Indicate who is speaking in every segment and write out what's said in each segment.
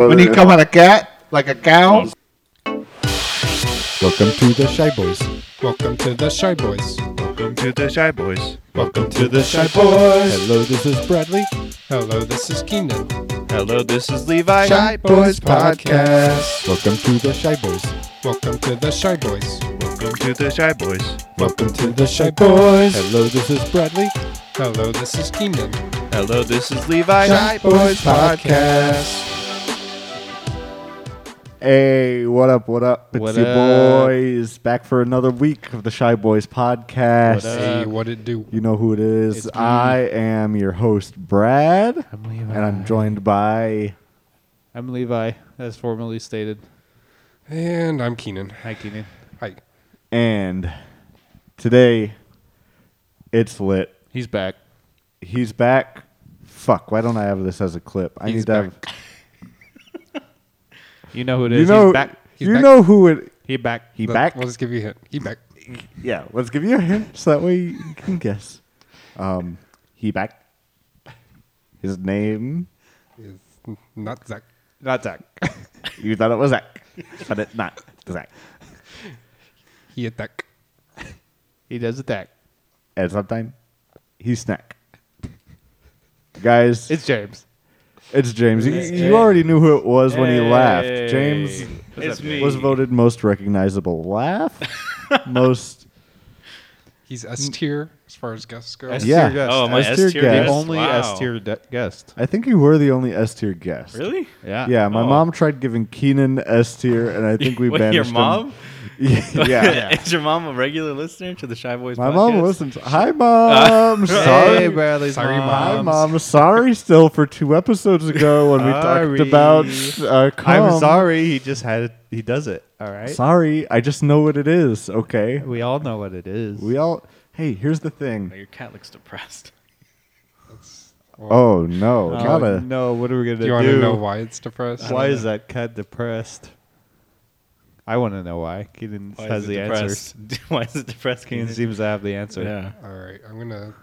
Speaker 1: When he come on a cat, like a cow.
Speaker 2: Welcome to the Shy Boys. Welcome to the Shy Boys.
Speaker 3: Welcome to the Shy Boys.
Speaker 2: Welcome to the Shy Boys. Hello, this is Bradley. Hello, this is Keenan.
Speaker 3: Hello, this is Levi.
Speaker 2: Podcast. Welcome to the Shy Boys. Welcome to the Shy Boys.
Speaker 3: Welcome to the Shy Boys.
Speaker 2: Welcome to the Shy Boys. Hello, this is Bradley. Hello, this is Keenan.
Speaker 3: Hello, this is Levi.
Speaker 2: Podcast.
Speaker 1: Hey, what up? What up? It's
Speaker 3: What
Speaker 1: your
Speaker 3: up?
Speaker 1: boys back for another week of the Shy Boys podcast.
Speaker 3: What up?
Speaker 2: Hey, what it do?
Speaker 1: You know who it is. I am your host, Brad,
Speaker 4: I'm Levi.
Speaker 1: and I'm joined by.
Speaker 4: I'm Levi, as formerly stated.
Speaker 2: And I'm Keenan.
Speaker 4: Hi, Keenan.
Speaker 2: Hi.
Speaker 1: And today, it's lit.
Speaker 4: He's back.
Speaker 1: He's back. Fuck! Why don't I have this as a clip? I
Speaker 2: He's
Speaker 1: need to have.
Speaker 4: You know who it is.
Speaker 1: You know,
Speaker 4: He's back.
Speaker 2: He's
Speaker 1: you
Speaker 2: back.
Speaker 1: know who it.
Speaker 4: He back.
Speaker 1: He
Speaker 2: Look,
Speaker 1: back.
Speaker 2: We'll just give you a hint. He back.
Speaker 1: Yeah, let's give you a hint so that way you can guess. Um, he back. His name.
Speaker 2: Is not Zach.
Speaker 4: Not Zach.
Speaker 1: You thought it was Zach, but it's not Zach.
Speaker 2: He a Zach.
Speaker 4: he does attack.
Speaker 1: And sometimes he's snack. Guys, it's,
Speaker 4: It's James.
Speaker 1: James. You,
Speaker 4: It's
Speaker 1: you
Speaker 4: James.
Speaker 1: already knew who it was when he
Speaker 4: Hey.
Speaker 1: laughed. James
Speaker 4: It's me.
Speaker 1: was voted most recognizable laugh, most
Speaker 2: He's S tier as far as guests go.
Speaker 4: S-tier
Speaker 1: Yeah.
Speaker 4: guest.
Speaker 3: Oh, my
Speaker 1: S-tier
Speaker 3: S-tier
Speaker 1: guest.
Speaker 4: The
Speaker 3: guest.
Speaker 4: only
Speaker 3: Wow.
Speaker 4: S tier de- guest.
Speaker 1: I think you were the only S tier guest.
Speaker 3: Really?
Speaker 4: Yeah.
Speaker 1: Yeah, my
Speaker 3: Oh.
Speaker 1: mom tried giving Keenan S tier, and I think we
Speaker 3: Wait,
Speaker 1: banished
Speaker 3: your
Speaker 1: him.
Speaker 3: mom?
Speaker 1: yeah.
Speaker 3: is your mom a regular listener to the Shy Boys
Speaker 1: My
Speaker 3: podcast?
Speaker 1: mom listens. Hi, mom. sorry.
Speaker 4: Hey, Bradley's
Speaker 2: Sorry,
Speaker 4: mom.
Speaker 1: Hi, mom. Sorry, still for two episodes ago when we talked
Speaker 4: Sorry.
Speaker 1: about uh, cum.
Speaker 4: I'm sorry. He just had. He does it. All right.
Speaker 1: Sorry, I just know what it is. Okay,
Speaker 4: We all know what it is.
Speaker 1: we all. Hey, here's the thing.
Speaker 5: Oh, Your cat looks depressed.
Speaker 1: Oh no,
Speaker 4: Oh,
Speaker 1: not a.
Speaker 4: no. What are we gonna
Speaker 2: do
Speaker 4: do?
Speaker 2: you want to know why it's depressed?
Speaker 4: Why is that cat depressed? I want to know why. Keenan
Speaker 5: Why
Speaker 4: has
Speaker 5: is it
Speaker 4: the answer.
Speaker 5: depressed? Why is it depressed?
Speaker 4: Keenan
Speaker 5: Keenan?
Speaker 4: seems to have the answer.
Speaker 5: Yeah.
Speaker 2: All right. I'm gonna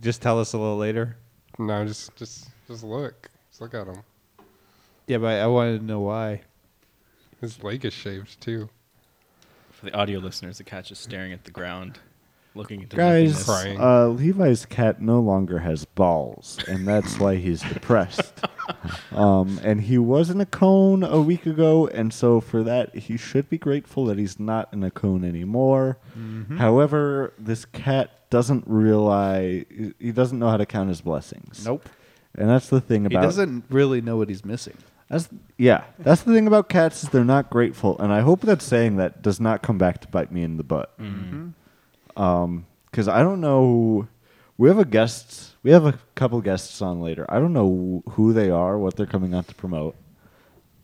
Speaker 4: Just tell us a little later.
Speaker 2: no. Just just just look. Just look at him.
Speaker 4: Yeah, but I wanted to know why.
Speaker 2: His leg is shaved too.
Speaker 5: For the audio listeners, the cat's just staring at the ground, looking into
Speaker 1: Guys,
Speaker 5: nothingness.
Speaker 2: Crying.
Speaker 1: uh, Levi's cat no longer has balls, and that's why he's depressed. Um, and he was in a cone a week ago, and so for that, he should be grateful that he's not in a cone anymore. However, this cat doesn't realize he doesn't know how to count his blessings.
Speaker 4: Nope.
Speaker 1: And that's the thing
Speaker 4: He
Speaker 1: about
Speaker 4: doesn't really know what he's missing.
Speaker 1: That's yeah. That's the thing about cats is they're not grateful, and I hope that saying that does not come back to bite me in the butt.
Speaker 2: Mm-hmm.
Speaker 1: Because I don't know. We have a guest. We have a couple guests on later. I don't know who they are, what they're coming out to promote.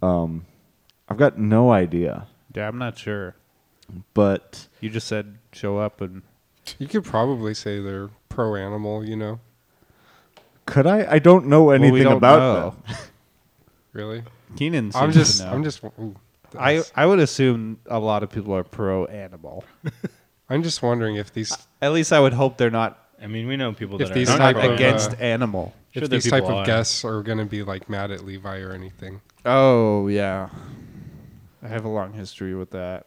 Speaker 1: Um, I've got no idea.
Speaker 4: Yeah, I'm not sure.
Speaker 1: But
Speaker 4: You just said show up and
Speaker 2: You could probably say they're pro animal. You know,
Speaker 1: could I? I don't know anything
Speaker 4: don't
Speaker 1: about them.
Speaker 2: really.
Speaker 4: Keenan.
Speaker 2: I'm
Speaker 4: seems to
Speaker 2: just
Speaker 4: know.
Speaker 2: I'm just ooh,
Speaker 4: I
Speaker 2: that's-
Speaker 4: I would assume a lot of people are pro animal.
Speaker 2: I'm just wondering if these
Speaker 4: At least I would hope they're not
Speaker 5: I mean, we know people
Speaker 2: If
Speaker 5: that
Speaker 2: these
Speaker 5: are
Speaker 2: type
Speaker 5: not
Speaker 2: of,
Speaker 5: against.
Speaker 4: against
Speaker 2: uh,
Speaker 4: animal.
Speaker 5: Sure
Speaker 2: if
Speaker 5: there
Speaker 2: these
Speaker 5: people
Speaker 2: type of
Speaker 5: are.
Speaker 2: guests are gonna be like mad at Levi or anything.
Speaker 4: Oh yeah, I have a long history with that.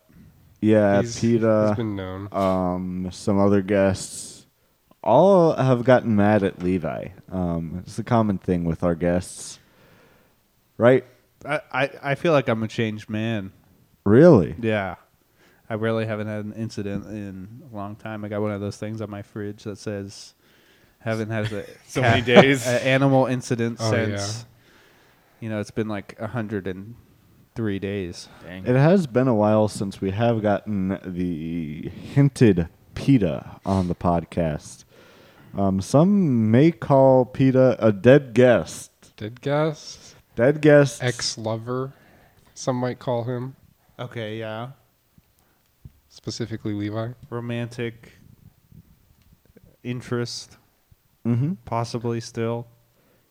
Speaker 1: Yeah,
Speaker 2: He's-
Speaker 1: Peta.
Speaker 2: He's been known.
Speaker 1: um, some other guests all have gotten mad at Levi. Um, it's a common thing with our guests, right?
Speaker 4: I, I I feel like I'm a changed man.
Speaker 1: Really?
Speaker 4: Yeah. I really haven't had an incident in a long time. I got one of those things on my fridge that says haven't had a
Speaker 5: So many days.
Speaker 4: a animal incident
Speaker 2: Oh,
Speaker 4: since
Speaker 2: yeah.
Speaker 4: you know, it's been like hundred and three days.
Speaker 5: Dang.
Speaker 1: It has been a while since we have gotten the hinted PETA on the podcast. Um, some may call PETA a dead guest.
Speaker 2: Dead guest,
Speaker 1: Dead guest.
Speaker 2: ex lover, some might call him
Speaker 4: Okay, yeah.
Speaker 2: specifically Levi.
Speaker 4: Romantic interest,
Speaker 1: Mhm.
Speaker 4: possibly still.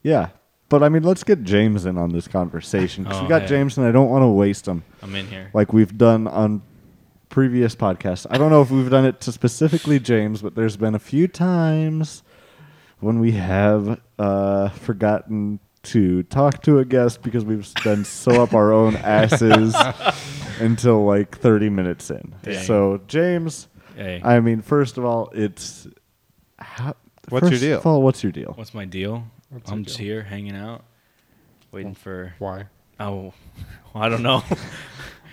Speaker 1: Yeah. But I mean, let's get James in on this conversation because
Speaker 5: Oh,
Speaker 1: we got
Speaker 5: yeah.
Speaker 1: James, and I don't want to waste him.
Speaker 5: I'm in here.
Speaker 1: like we've done on previous podcasts. I don't know if we've done it to specifically James, but there's been a few times when we have uh, forgotten to talk to a guest because we've been so up our own asses until like 30 minutes in.
Speaker 3: Dang.
Speaker 1: So, James,
Speaker 3: Hey,
Speaker 1: I mean, first of all, it's. How,
Speaker 4: What's your
Speaker 1: first
Speaker 4: deal?
Speaker 1: Of all, what's your deal?
Speaker 3: what's my deal?
Speaker 2: What's your
Speaker 3: I'm
Speaker 2: deal?
Speaker 3: just here hanging out, waiting for.
Speaker 2: Why?
Speaker 3: Oh, I don't know.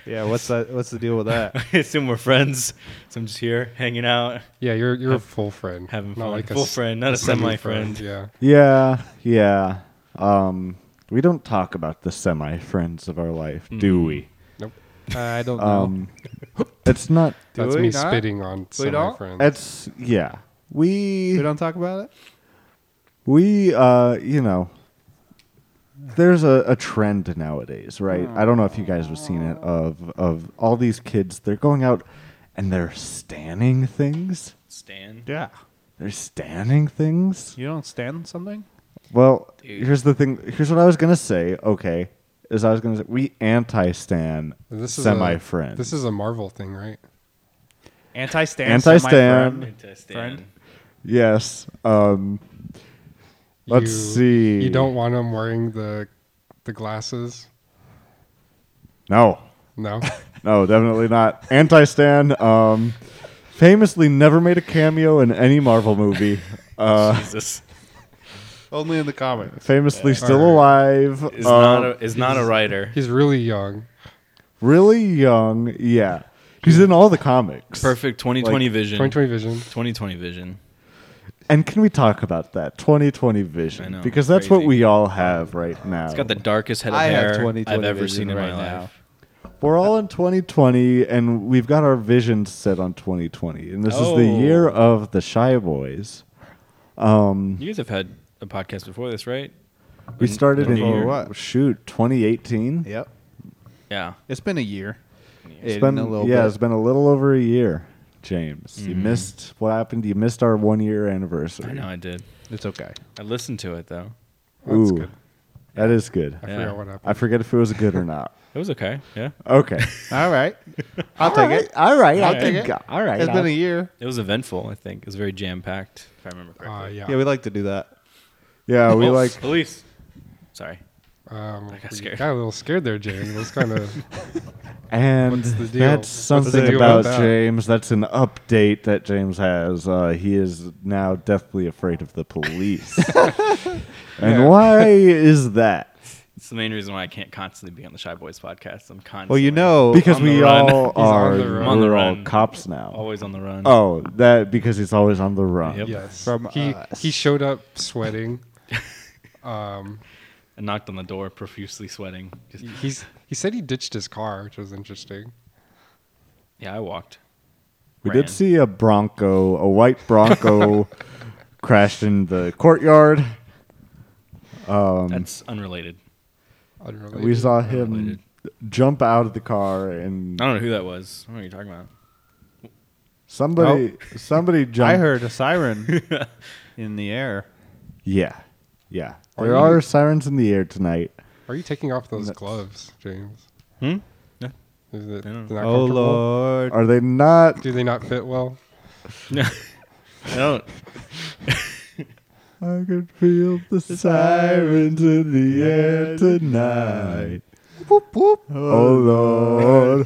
Speaker 4: Yeah, what's that? What's the deal with that?
Speaker 3: I assume we're friends, so I'm just here hanging out,
Speaker 2: Yeah, you're you're a full friend,
Speaker 3: having
Speaker 2: not
Speaker 3: fun.
Speaker 2: like a
Speaker 3: Full
Speaker 2: s-
Speaker 3: friend, not a semi
Speaker 2: semi-friend,
Speaker 3: friend.
Speaker 2: Yeah,
Speaker 1: Yeah, yeah. Um, we don't talk about the semi friends of our life,
Speaker 3: Mm-hmm.
Speaker 1: do we?
Speaker 4: I don't know.
Speaker 1: Um, it's not.
Speaker 4: Do
Speaker 2: that's
Speaker 4: we
Speaker 2: me
Speaker 4: not?
Speaker 2: spitting on
Speaker 4: We don't?
Speaker 2: semi-friends.
Speaker 1: It's yeah. We
Speaker 4: we don't talk about it.
Speaker 1: We, uh, you know, there's a, a trend nowadays, right? I don't know if you guys have seen it of of all these kids. They're going out and they're stanning things.
Speaker 3: Stan.
Speaker 4: Yeah,
Speaker 1: They're stanning things.
Speaker 4: you don't stand something.
Speaker 1: Well,
Speaker 3: Dude.
Speaker 1: here's the thing. Here's what I was gonna say. Okay, is I was gonna say we anti-stan
Speaker 2: This is a-
Speaker 1: semi-friend.
Speaker 2: This is a Marvel thing, right?
Speaker 4: Anti-stand.
Speaker 1: Anti-stand.
Speaker 4: semi-friend.
Speaker 3: Stan.
Speaker 1: yes. Um, let's
Speaker 2: You-
Speaker 1: see.
Speaker 2: You don't want them wearing the the glasses.
Speaker 1: No.
Speaker 2: No,
Speaker 1: No, definitely not. Anti Stan. Um, famously never made a cameo in any Marvel movie. Uh,
Speaker 3: Jesus.
Speaker 4: Only in the comics.
Speaker 1: famously still
Speaker 2: Alright.
Speaker 1: alive.
Speaker 3: Is
Speaker 1: uh,
Speaker 3: not a, is not a writer.
Speaker 2: he's really young.
Speaker 1: really young. Yeah. He's in all the comics.
Speaker 3: Perfect 2020 vision.
Speaker 2: 2020 vision.
Speaker 3: 2020 vision.
Speaker 1: And can we talk about that 2020 vision?
Speaker 3: I know,
Speaker 1: because that's what
Speaker 3: crazy.
Speaker 1: we all have right now.
Speaker 3: It's got the darkest head of
Speaker 4: I have
Speaker 3: hair
Speaker 4: 20/20
Speaker 3: I've ever
Speaker 4: vision
Speaker 3: seen in
Speaker 4: right
Speaker 3: my
Speaker 4: now.
Speaker 3: life.
Speaker 1: We're all in 2020, and we've got our visions set on 2020. And this is the
Speaker 3: Oh.
Speaker 1: year of the Shy Boys.
Speaker 3: You guys have had a podcast before this, right?
Speaker 1: We started
Speaker 3: the
Speaker 1: in,
Speaker 3: new year.
Speaker 4: what?
Speaker 1: shoot, 2018.
Speaker 4: Yep.
Speaker 3: Yeah.
Speaker 4: It's been a year.
Speaker 1: It's been yeah, it's been a little over a year, James. You missed what happened. You missed our one year anniversary.
Speaker 3: I know I did.
Speaker 4: It's okay.
Speaker 3: I listened to it though.
Speaker 2: Well, that's
Speaker 1: Ooh,
Speaker 2: good.
Speaker 1: that is good.
Speaker 2: I
Speaker 3: Yeah.
Speaker 2: forgot what happened.
Speaker 1: I forget if it was good or not.
Speaker 3: It was okay. Yeah.
Speaker 1: Okay,
Speaker 4: All right. I'll take it.
Speaker 1: All right,
Speaker 4: I'll take it.
Speaker 1: All right,
Speaker 4: It's
Speaker 1: I'll-
Speaker 4: been a year.
Speaker 3: It was eventful, I think. It was very jam packed, if I remember correctly.
Speaker 2: Uh, yeah.
Speaker 4: Yeah, we like to do that.
Speaker 1: yeah, we
Speaker 3: Oh,
Speaker 1: like
Speaker 3: police. Sorry.
Speaker 2: um,
Speaker 3: got
Speaker 2: we
Speaker 3: scared.
Speaker 2: got a little scared there, James. It was kind of
Speaker 1: And
Speaker 2: What's the deal?
Speaker 1: that's
Speaker 2: What's the
Speaker 1: something
Speaker 2: deal
Speaker 1: about
Speaker 2: with that?
Speaker 1: James. That's an update that James has. Uh, he is now deathly afraid of the police. and why is that?
Speaker 3: It's the main reason why I can't constantly be on the Shy Boys podcast. I'm constantly
Speaker 4: Well, you know, um,
Speaker 1: Because
Speaker 3: on the
Speaker 1: we
Speaker 3: run.
Speaker 1: all
Speaker 3: He's
Speaker 1: are
Speaker 2: on the run.
Speaker 1: we're
Speaker 3: On the
Speaker 1: all
Speaker 3: run.
Speaker 1: cops now.
Speaker 3: always on the run.
Speaker 1: Oh, that because he's always on the run.
Speaker 3: Yep.
Speaker 2: yes.
Speaker 4: From
Speaker 2: he
Speaker 4: us.
Speaker 2: he showed up sweating. um,
Speaker 3: And knocked on the door, profusely sweating. Just,
Speaker 2: he's he said he ditched his car, which was interesting.
Speaker 3: yeah, I walked.
Speaker 1: We
Speaker 3: Ran.
Speaker 1: did see a Bronco, a white Bronco, crashed in the courtyard.
Speaker 3: That's unrelated.
Speaker 2: Unrelated.
Speaker 1: We saw him
Speaker 3: Unrelated.
Speaker 1: jump out of the car, and
Speaker 3: I don't know who that was. I don't know what you're talking about.
Speaker 1: somebody, somebody jumped.
Speaker 4: I heard a siren in the air.
Speaker 1: Yeah, yeah.
Speaker 2: Are
Speaker 1: there
Speaker 2: you-
Speaker 1: are sirens in the air tonight.
Speaker 2: Are you taking off those gloves, James?
Speaker 3: Hmm? No.
Speaker 2: Is it,
Speaker 3: I don't
Speaker 2: they're not
Speaker 4: Oh
Speaker 2: comfortable?
Speaker 4: Lord.
Speaker 1: Are they not?
Speaker 2: Do they not fit well?
Speaker 3: No. I don't.
Speaker 1: I can feel the sirens in the air tonight. Oh Lord.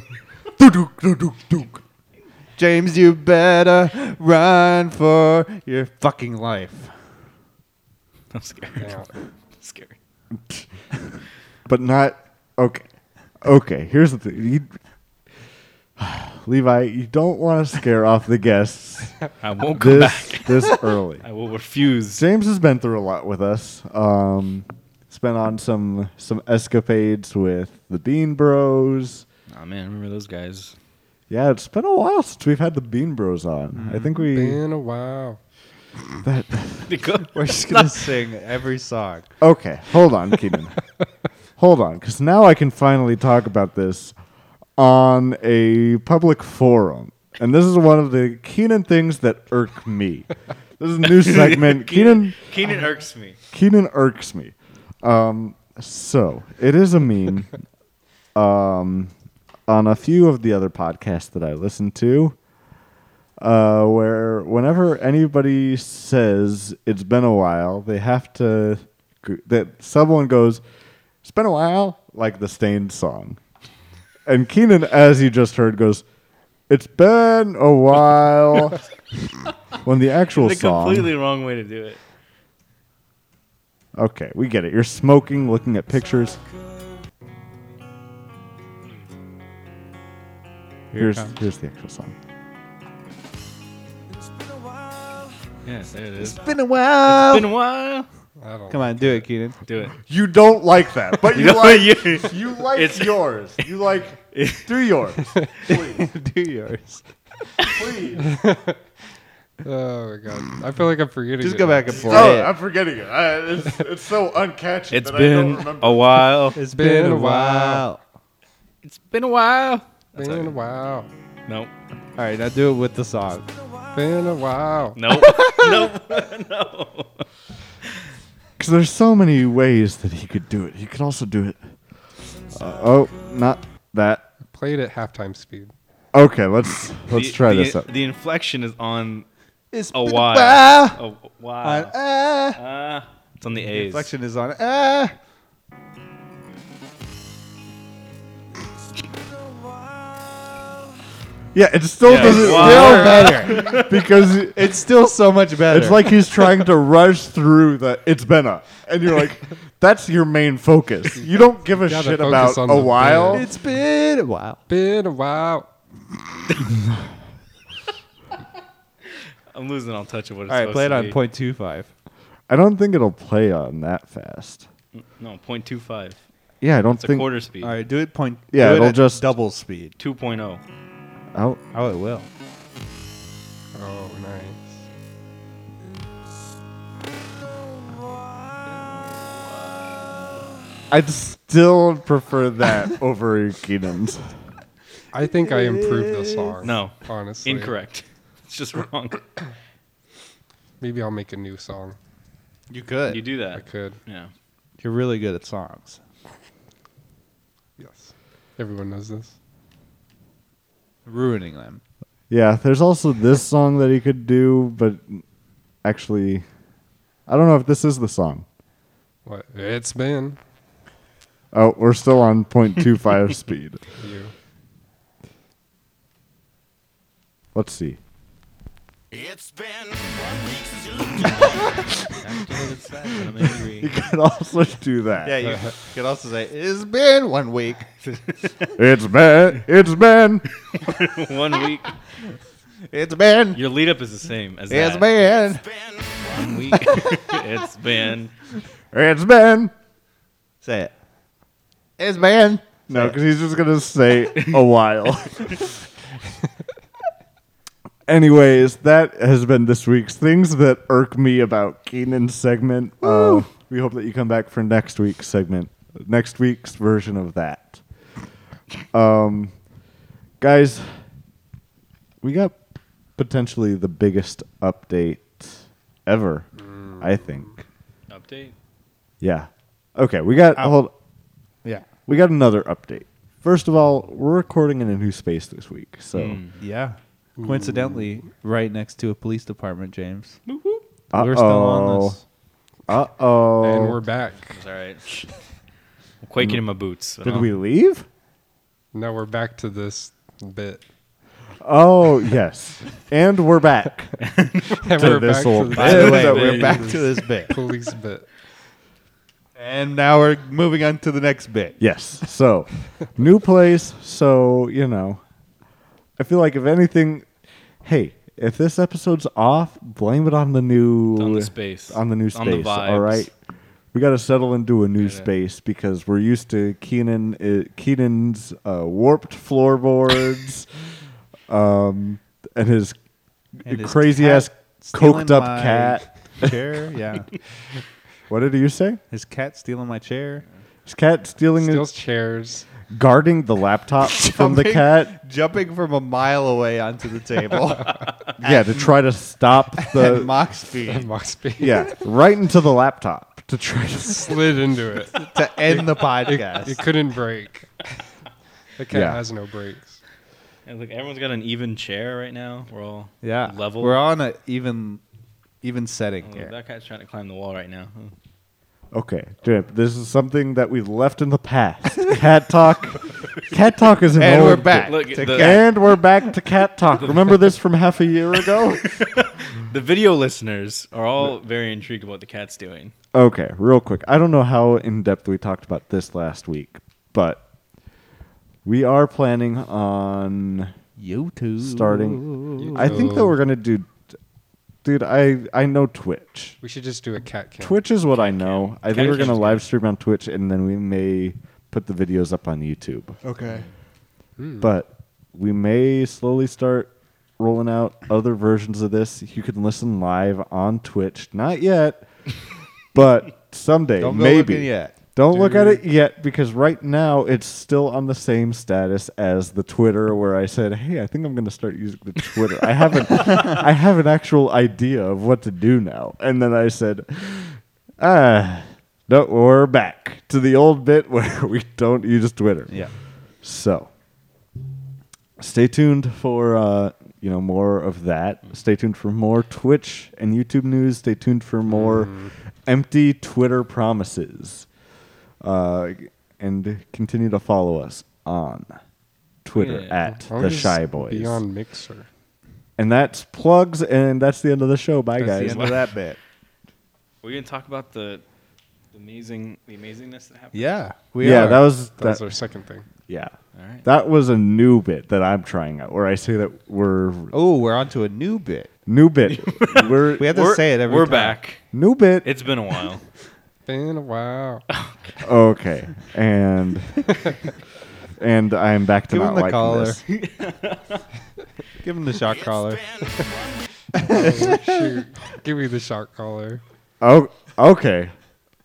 Speaker 4: James, you better run for your fucking life.
Speaker 3: I'm scared.
Speaker 2: Yeah.
Speaker 3: Scary.
Speaker 1: but not okay. Okay, here's the thing. You, Levi, you don't want to scare off the guests
Speaker 3: I won't come
Speaker 1: this
Speaker 3: back.
Speaker 1: this early.
Speaker 3: I will refuse.
Speaker 1: James has been through a lot with us. Um, it's been on some some escapades with the Bean Bros.
Speaker 3: Oh man, I remember those guys.
Speaker 1: Yeah, it's been a while since we've had the Bean Bros on. I think we
Speaker 2: Been a while.
Speaker 3: They go-
Speaker 4: We're just gonna sing every song.
Speaker 1: Okay, hold on, Keenan. hold on, because now I can finally talk about this on a public forum. And this is one of the Keenan things that irk me. This is a new segment. Keenan
Speaker 3: Keenan irks me.
Speaker 1: Keenan irks me. Um, so it is a meme. um, on a few of the other podcasts that I listen to, uh, where whenever anybody says it's been a while, they have to go- that someone goes, "It's been a while," like the Stained song, and Keenan, as you just heard, goes, "It's been a while." when the actual
Speaker 5: The
Speaker 1: song,
Speaker 5: completely wrong way to do it.
Speaker 1: okay, we get it. You're smoking, looking at pictures. Here's
Speaker 4: comes.
Speaker 1: here's the actual song.
Speaker 5: Yeah, there it is.
Speaker 1: Been a while.
Speaker 5: Been a while.
Speaker 4: Come on, do it, Keenan.
Speaker 5: Do it.
Speaker 1: You don't like that, but you,
Speaker 5: know
Speaker 1: like
Speaker 5: what? You-
Speaker 1: you like
Speaker 5: it's-
Speaker 1: yours. You like do yours, please,
Speaker 4: do yours.
Speaker 1: please.
Speaker 2: Oh my god. I feel like I'm forgetting.
Speaker 4: Just
Speaker 2: it
Speaker 4: go
Speaker 2: now.
Speaker 4: back and forth.
Speaker 1: Oh, I'm forgetting it. I, it's, it's so uncatchy.
Speaker 5: It's
Speaker 1: that I don't
Speaker 5: been
Speaker 1: remember.
Speaker 5: a while.
Speaker 4: It's
Speaker 2: been a while.
Speaker 5: It's been a while. That's
Speaker 2: Been
Speaker 5: it.
Speaker 2: a while.
Speaker 5: Nope.
Speaker 4: All right, now do it with the song.
Speaker 2: Been a while.
Speaker 5: Nope. nope. no.
Speaker 1: Because there's so many ways that he could do it. He could also do it. Uh, oh, not that.
Speaker 2: Played at halftime speed.
Speaker 1: Okay, let's let's
Speaker 5: The-
Speaker 1: try
Speaker 5: the-
Speaker 1: this out.
Speaker 5: The inflection is on
Speaker 4: It's
Speaker 5: a
Speaker 4: been
Speaker 5: while.
Speaker 4: while.
Speaker 5: A
Speaker 4: On,
Speaker 5: while.
Speaker 4: ah.
Speaker 5: Ah, Uh, it's on the
Speaker 4: The
Speaker 5: A's.
Speaker 4: inflection is on. Ah.
Speaker 1: yeah, it still
Speaker 5: Yeah,
Speaker 1: doesn't
Speaker 5: wow.
Speaker 1: feel better because it-
Speaker 4: It's still so much better.
Speaker 1: it's like he's trying to rush through the. It's been a, and you're like, that's your main focus. You don't give a
Speaker 2: Gotta
Speaker 1: shit
Speaker 2: focus
Speaker 1: about
Speaker 2: on
Speaker 1: a
Speaker 2: the
Speaker 1: while.
Speaker 2: band.
Speaker 4: it's been a while.
Speaker 2: Been a while.
Speaker 5: I'm losing all touch of what it's
Speaker 4: All right,
Speaker 5: supposed
Speaker 4: play it
Speaker 5: to
Speaker 4: on
Speaker 5: be.
Speaker 4: point two five.
Speaker 1: I don't think it'll play on that fast.
Speaker 5: No, point two five.
Speaker 1: Yeah, I don't
Speaker 5: It's a
Speaker 1: think.
Speaker 5: quarter speed.
Speaker 4: All right, do it point.
Speaker 1: Yeah,
Speaker 4: do it
Speaker 1: it'll
Speaker 4: at
Speaker 1: just-
Speaker 4: double speed.
Speaker 5: 2.0.
Speaker 1: Oh,
Speaker 4: Oh, it will.
Speaker 2: Oh, nice.
Speaker 1: I'd still prefer that over Keenan's.
Speaker 2: I think I improved the song.
Speaker 5: No.
Speaker 2: Honestly.
Speaker 5: Incorrect. It's just wrong.
Speaker 2: Maybe I'll make a new song.
Speaker 4: You could.
Speaker 5: you do
Speaker 2: I
Speaker 5: that.
Speaker 2: could.
Speaker 5: Yeah.
Speaker 4: You're really good at songs.
Speaker 2: Yes. Everyone knows this.
Speaker 4: Ruining them.
Speaker 1: Yeah, there's also this song that he could do, but actually, I don't know if this is the song.
Speaker 2: What? It's been
Speaker 1: Oh, we're still on 0.25 speed.
Speaker 2: you.
Speaker 1: Let's see.
Speaker 5: I'm angry.
Speaker 1: You could also do that.
Speaker 4: you could also say it's been one week.
Speaker 1: It's been, it's been,
Speaker 5: One week.
Speaker 4: It's been.
Speaker 5: Your lead up is the same as that.
Speaker 4: been.
Speaker 5: One week. it's been.
Speaker 1: it's been.
Speaker 4: Say it. It's been.
Speaker 1: No, because he's just gonna say a while. Anyways, that has been this week's things that irk me about Keenan's segment. Uh, we hope that you come back for next week's segment, next week's version of that. Um, guys, we got potentially the biggest update ever. I think.
Speaker 5: Update.
Speaker 1: Yeah. Okay, we got hold.
Speaker 4: Yeah.
Speaker 1: We got another update. First of all, we're recording in a new space this week, so
Speaker 4: Yeah. Coincidentally, right next to a police department, James.
Speaker 1: Uh-oh.
Speaker 4: We're still on this.
Speaker 1: Uh oh.
Speaker 2: And we're back.
Speaker 5: It's all right. I'm quaking in my boots.
Speaker 1: Did we leave?
Speaker 2: Now we're back to this bit.
Speaker 1: Oh yes, and we're back.
Speaker 2: And
Speaker 1: To
Speaker 2: we're
Speaker 1: this
Speaker 2: back to
Speaker 1: old
Speaker 2: this
Speaker 1: By the way,
Speaker 2: bit.
Speaker 1: we're back
Speaker 4: this bit.
Speaker 2: police bit.
Speaker 4: And now we're moving on to the next bit.
Speaker 1: yes. So, new place. So you know, I feel like if anything, hey, if this episode's off, blame it on the new
Speaker 5: on the space.
Speaker 1: on the new space.
Speaker 5: On the
Speaker 1: all
Speaker 5: vibes.
Speaker 1: right. We got to settle into a new
Speaker 5: Gotta-
Speaker 1: space because we're used to Keenan uh, Keenan's uh, warped floorboards, um, and his
Speaker 4: And his
Speaker 1: crazy
Speaker 4: cat
Speaker 1: ass
Speaker 4: stealing
Speaker 1: coked up
Speaker 4: my
Speaker 1: cat.
Speaker 4: Chair, yeah.
Speaker 1: What did you say?
Speaker 4: His cat stealing my chair.
Speaker 1: His cat stealing,
Speaker 2: Steals chairs.
Speaker 1: his, guarding the laptop from the
Speaker 4: Jumping-
Speaker 1: cat.
Speaker 4: Jumping from a mile away onto the table.
Speaker 1: Yeah, to try to stop
Speaker 4: at
Speaker 1: the.
Speaker 4: mock
Speaker 2: And
Speaker 4: speed
Speaker 2: mock speed.
Speaker 1: yeah, right into the laptop to try to. s-
Speaker 2: Slid into it.
Speaker 4: to end the
Speaker 2: It,
Speaker 4: podcast.
Speaker 2: it couldn't break. The cat
Speaker 1: Yeah.
Speaker 2: has no brakes.
Speaker 5: And look, everyone's got an even chair right now. We're all
Speaker 4: yeah.
Speaker 5: level.
Speaker 4: We're on an even even setting
Speaker 5: Oh,
Speaker 4: here.
Speaker 5: That cat's trying to climb the wall right now. huh?
Speaker 1: Okay, Drip, this is something that we've left in the past. Cat talk. Cat talk is an
Speaker 4: And
Speaker 1: old
Speaker 4: we're back.
Speaker 5: Look,
Speaker 4: to
Speaker 5: the-
Speaker 4: cat.
Speaker 1: And we're back to cat talk. Remember this from half a year ago?
Speaker 5: The video listeners are all very intrigued about what the cat's doing.
Speaker 1: Okay, real quick. I don't know how in depth we talked about this last week, but we are planning on
Speaker 4: YouTube.
Speaker 1: starting. I think that we're gonna do. Dude, I I know Twitch.
Speaker 2: We should just do a cat cam.
Speaker 1: Twitch is what I know. I think
Speaker 5: Cat
Speaker 1: we're gonna
Speaker 5: cam.
Speaker 1: live stream on Twitch, and then we may put the videos up on YouTube.
Speaker 2: Okay.
Speaker 4: Hmm.
Speaker 1: But we may slowly start rolling out other versions of this. You can listen live on Twitch. Not yet, but someday,
Speaker 4: Don't go
Speaker 1: maybe.
Speaker 4: looking yet.
Speaker 1: Don't look at it yet because right now it's still on the same status as the Twitter where I said, "Hey, I think I'm going to start using the Twitter." I haven't I have an actual idea of what to do now. And then I said, "Ah, no, we're back to the old bit where we don't use Twitter."
Speaker 4: Yeah.
Speaker 1: So, stay tuned for uh, you know more of that. Stay tuned for more Twitch and YouTube news. Stay tuned for more
Speaker 4: Mm-hmm.
Speaker 1: empty Twitter promises, uh, and continue to follow us on Twitter
Speaker 5: Yeah.
Speaker 1: at the Shy Boys.
Speaker 2: Beyond Mixer.
Speaker 1: And that's plugs, and that's the end of the show. Bye,
Speaker 4: That's the
Speaker 1: guys.
Speaker 4: end of that bit.
Speaker 5: We're gonna talk about the, the amazing, the amazingness that happened.
Speaker 4: Yeah.
Speaker 2: We
Speaker 1: yeah,
Speaker 2: are.
Speaker 1: that was
Speaker 2: That was
Speaker 1: that-
Speaker 2: our second thing.
Speaker 1: yeah.
Speaker 5: All right.
Speaker 1: That was a new bit that I'm trying out, where I say that we're
Speaker 4: Oh, we're on to a new bit.
Speaker 1: new bit. we're
Speaker 4: We have to
Speaker 5: We're-
Speaker 4: say it every
Speaker 5: We're
Speaker 4: time.
Speaker 5: back.
Speaker 1: new bit.
Speaker 5: It's been a while.
Speaker 2: Been a while.
Speaker 1: Okay, and and I'm back to
Speaker 4: Give
Speaker 1: not
Speaker 4: him the
Speaker 1: liking
Speaker 4: collar.
Speaker 1: this.
Speaker 4: Give him the shock collar.
Speaker 2: Oh, shoot. Give me the shock collar.
Speaker 1: Oh, okay.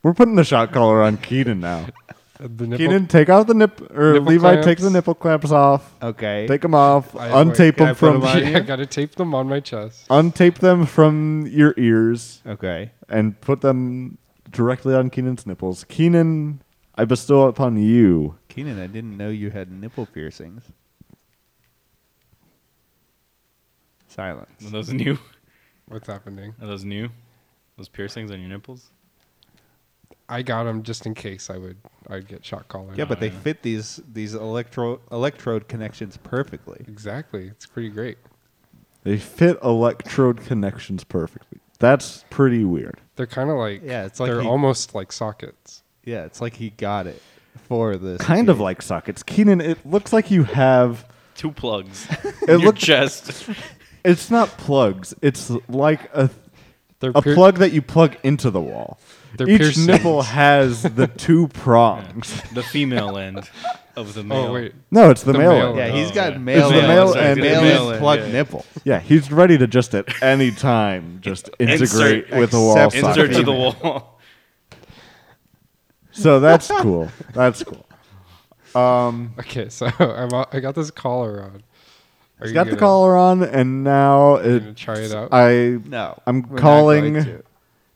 Speaker 1: We're putting the shot collar on Keenan now.
Speaker 2: Uh, The nipple.
Speaker 1: Keenan, take out the nip or
Speaker 2: Nipple
Speaker 1: Levi,
Speaker 2: clamps.
Speaker 1: take the nipple clamps off.
Speaker 4: Okay.
Speaker 1: Take them off.
Speaker 2: I-
Speaker 1: untape
Speaker 4: can I
Speaker 1: them
Speaker 4: put 'em
Speaker 1: from
Speaker 4: on?
Speaker 2: Yeah, I gotta tape them on my chest.
Speaker 1: untape them from your ears
Speaker 4: okay.
Speaker 1: and put them directly on Keenan's nipples. Keenan, I bestow upon you.
Speaker 4: Keenan, I didn't know you had nipple piercings. Silence.
Speaker 5: Are those new?
Speaker 2: What's happening?
Speaker 5: Are those new? Those piercings on your nipples?
Speaker 2: I got them just in case I would I'd get shock collar.
Speaker 4: Yeah, but they fit these these electro electrode connections perfectly.
Speaker 2: exactly. It's pretty great.
Speaker 1: They fit electrode connections perfectly. That's pretty weird.
Speaker 2: They're kind of like
Speaker 4: Yeah, it's like
Speaker 2: they're
Speaker 4: he-
Speaker 2: almost like sockets.
Speaker 4: Yeah, it's like he got it for this.
Speaker 1: Kind of
Speaker 4: gig.
Speaker 1: like sockets. Keenan, it looks like you have
Speaker 5: Two plugs.
Speaker 1: It
Speaker 5: in your
Speaker 1: looked-
Speaker 5: chest.
Speaker 1: It's not plugs. It's like a
Speaker 2: They're
Speaker 1: a
Speaker 2: pier-
Speaker 1: plug that you plug into the wall.
Speaker 2: They're
Speaker 1: Each
Speaker 2: piercings.
Speaker 1: nipple has the two prongs.
Speaker 5: the female end of the male.
Speaker 2: Oh wait,
Speaker 1: No, it's the,
Speaker 2: The
Speaker 1: male.
Speaker 2: male.
Speaker 1: Yeah.
Speaker 4: Yeah, he's
Speaker 5: Oh,
Speaker 4: got
Speaker 5: yeah.
Speaker 4: male
Speaker 1: It's the male
Speaker 4: and
Speaker 1: and-
Speaker 4: male
Speaker 5: male
Speaker 4: is
Speaker 5: and-
Speaker 4: plug
Speaker 5: yeah.
Speaker 4: nipple.
Speaker 1: Yeah, he's ready to just at any time just integrate
Speaker 5: insert-
Speaker 1: with the wall.
Speaker 4: Except-
Speaker 1: socket.
Speaker 5: Insert to the wall.
Speaker 1: So that's cool. That's cool.
Speaker 2: okay. So I'm o- I got this collar on. Are
Speaker 1: He's
Speaker 2: you
Speaker 1: got the
Speaker 2: gonna-
Speaker 1: collar on, and now
Speaker 2: you gonna
Speaker 1: it.
Speaker 2: try it out.
Speaker 1: I
Speaker 4: No,
Speaker 1: I'm
Speaker 4: we're not
Speaker 1: calling-
Speaker 4: going to.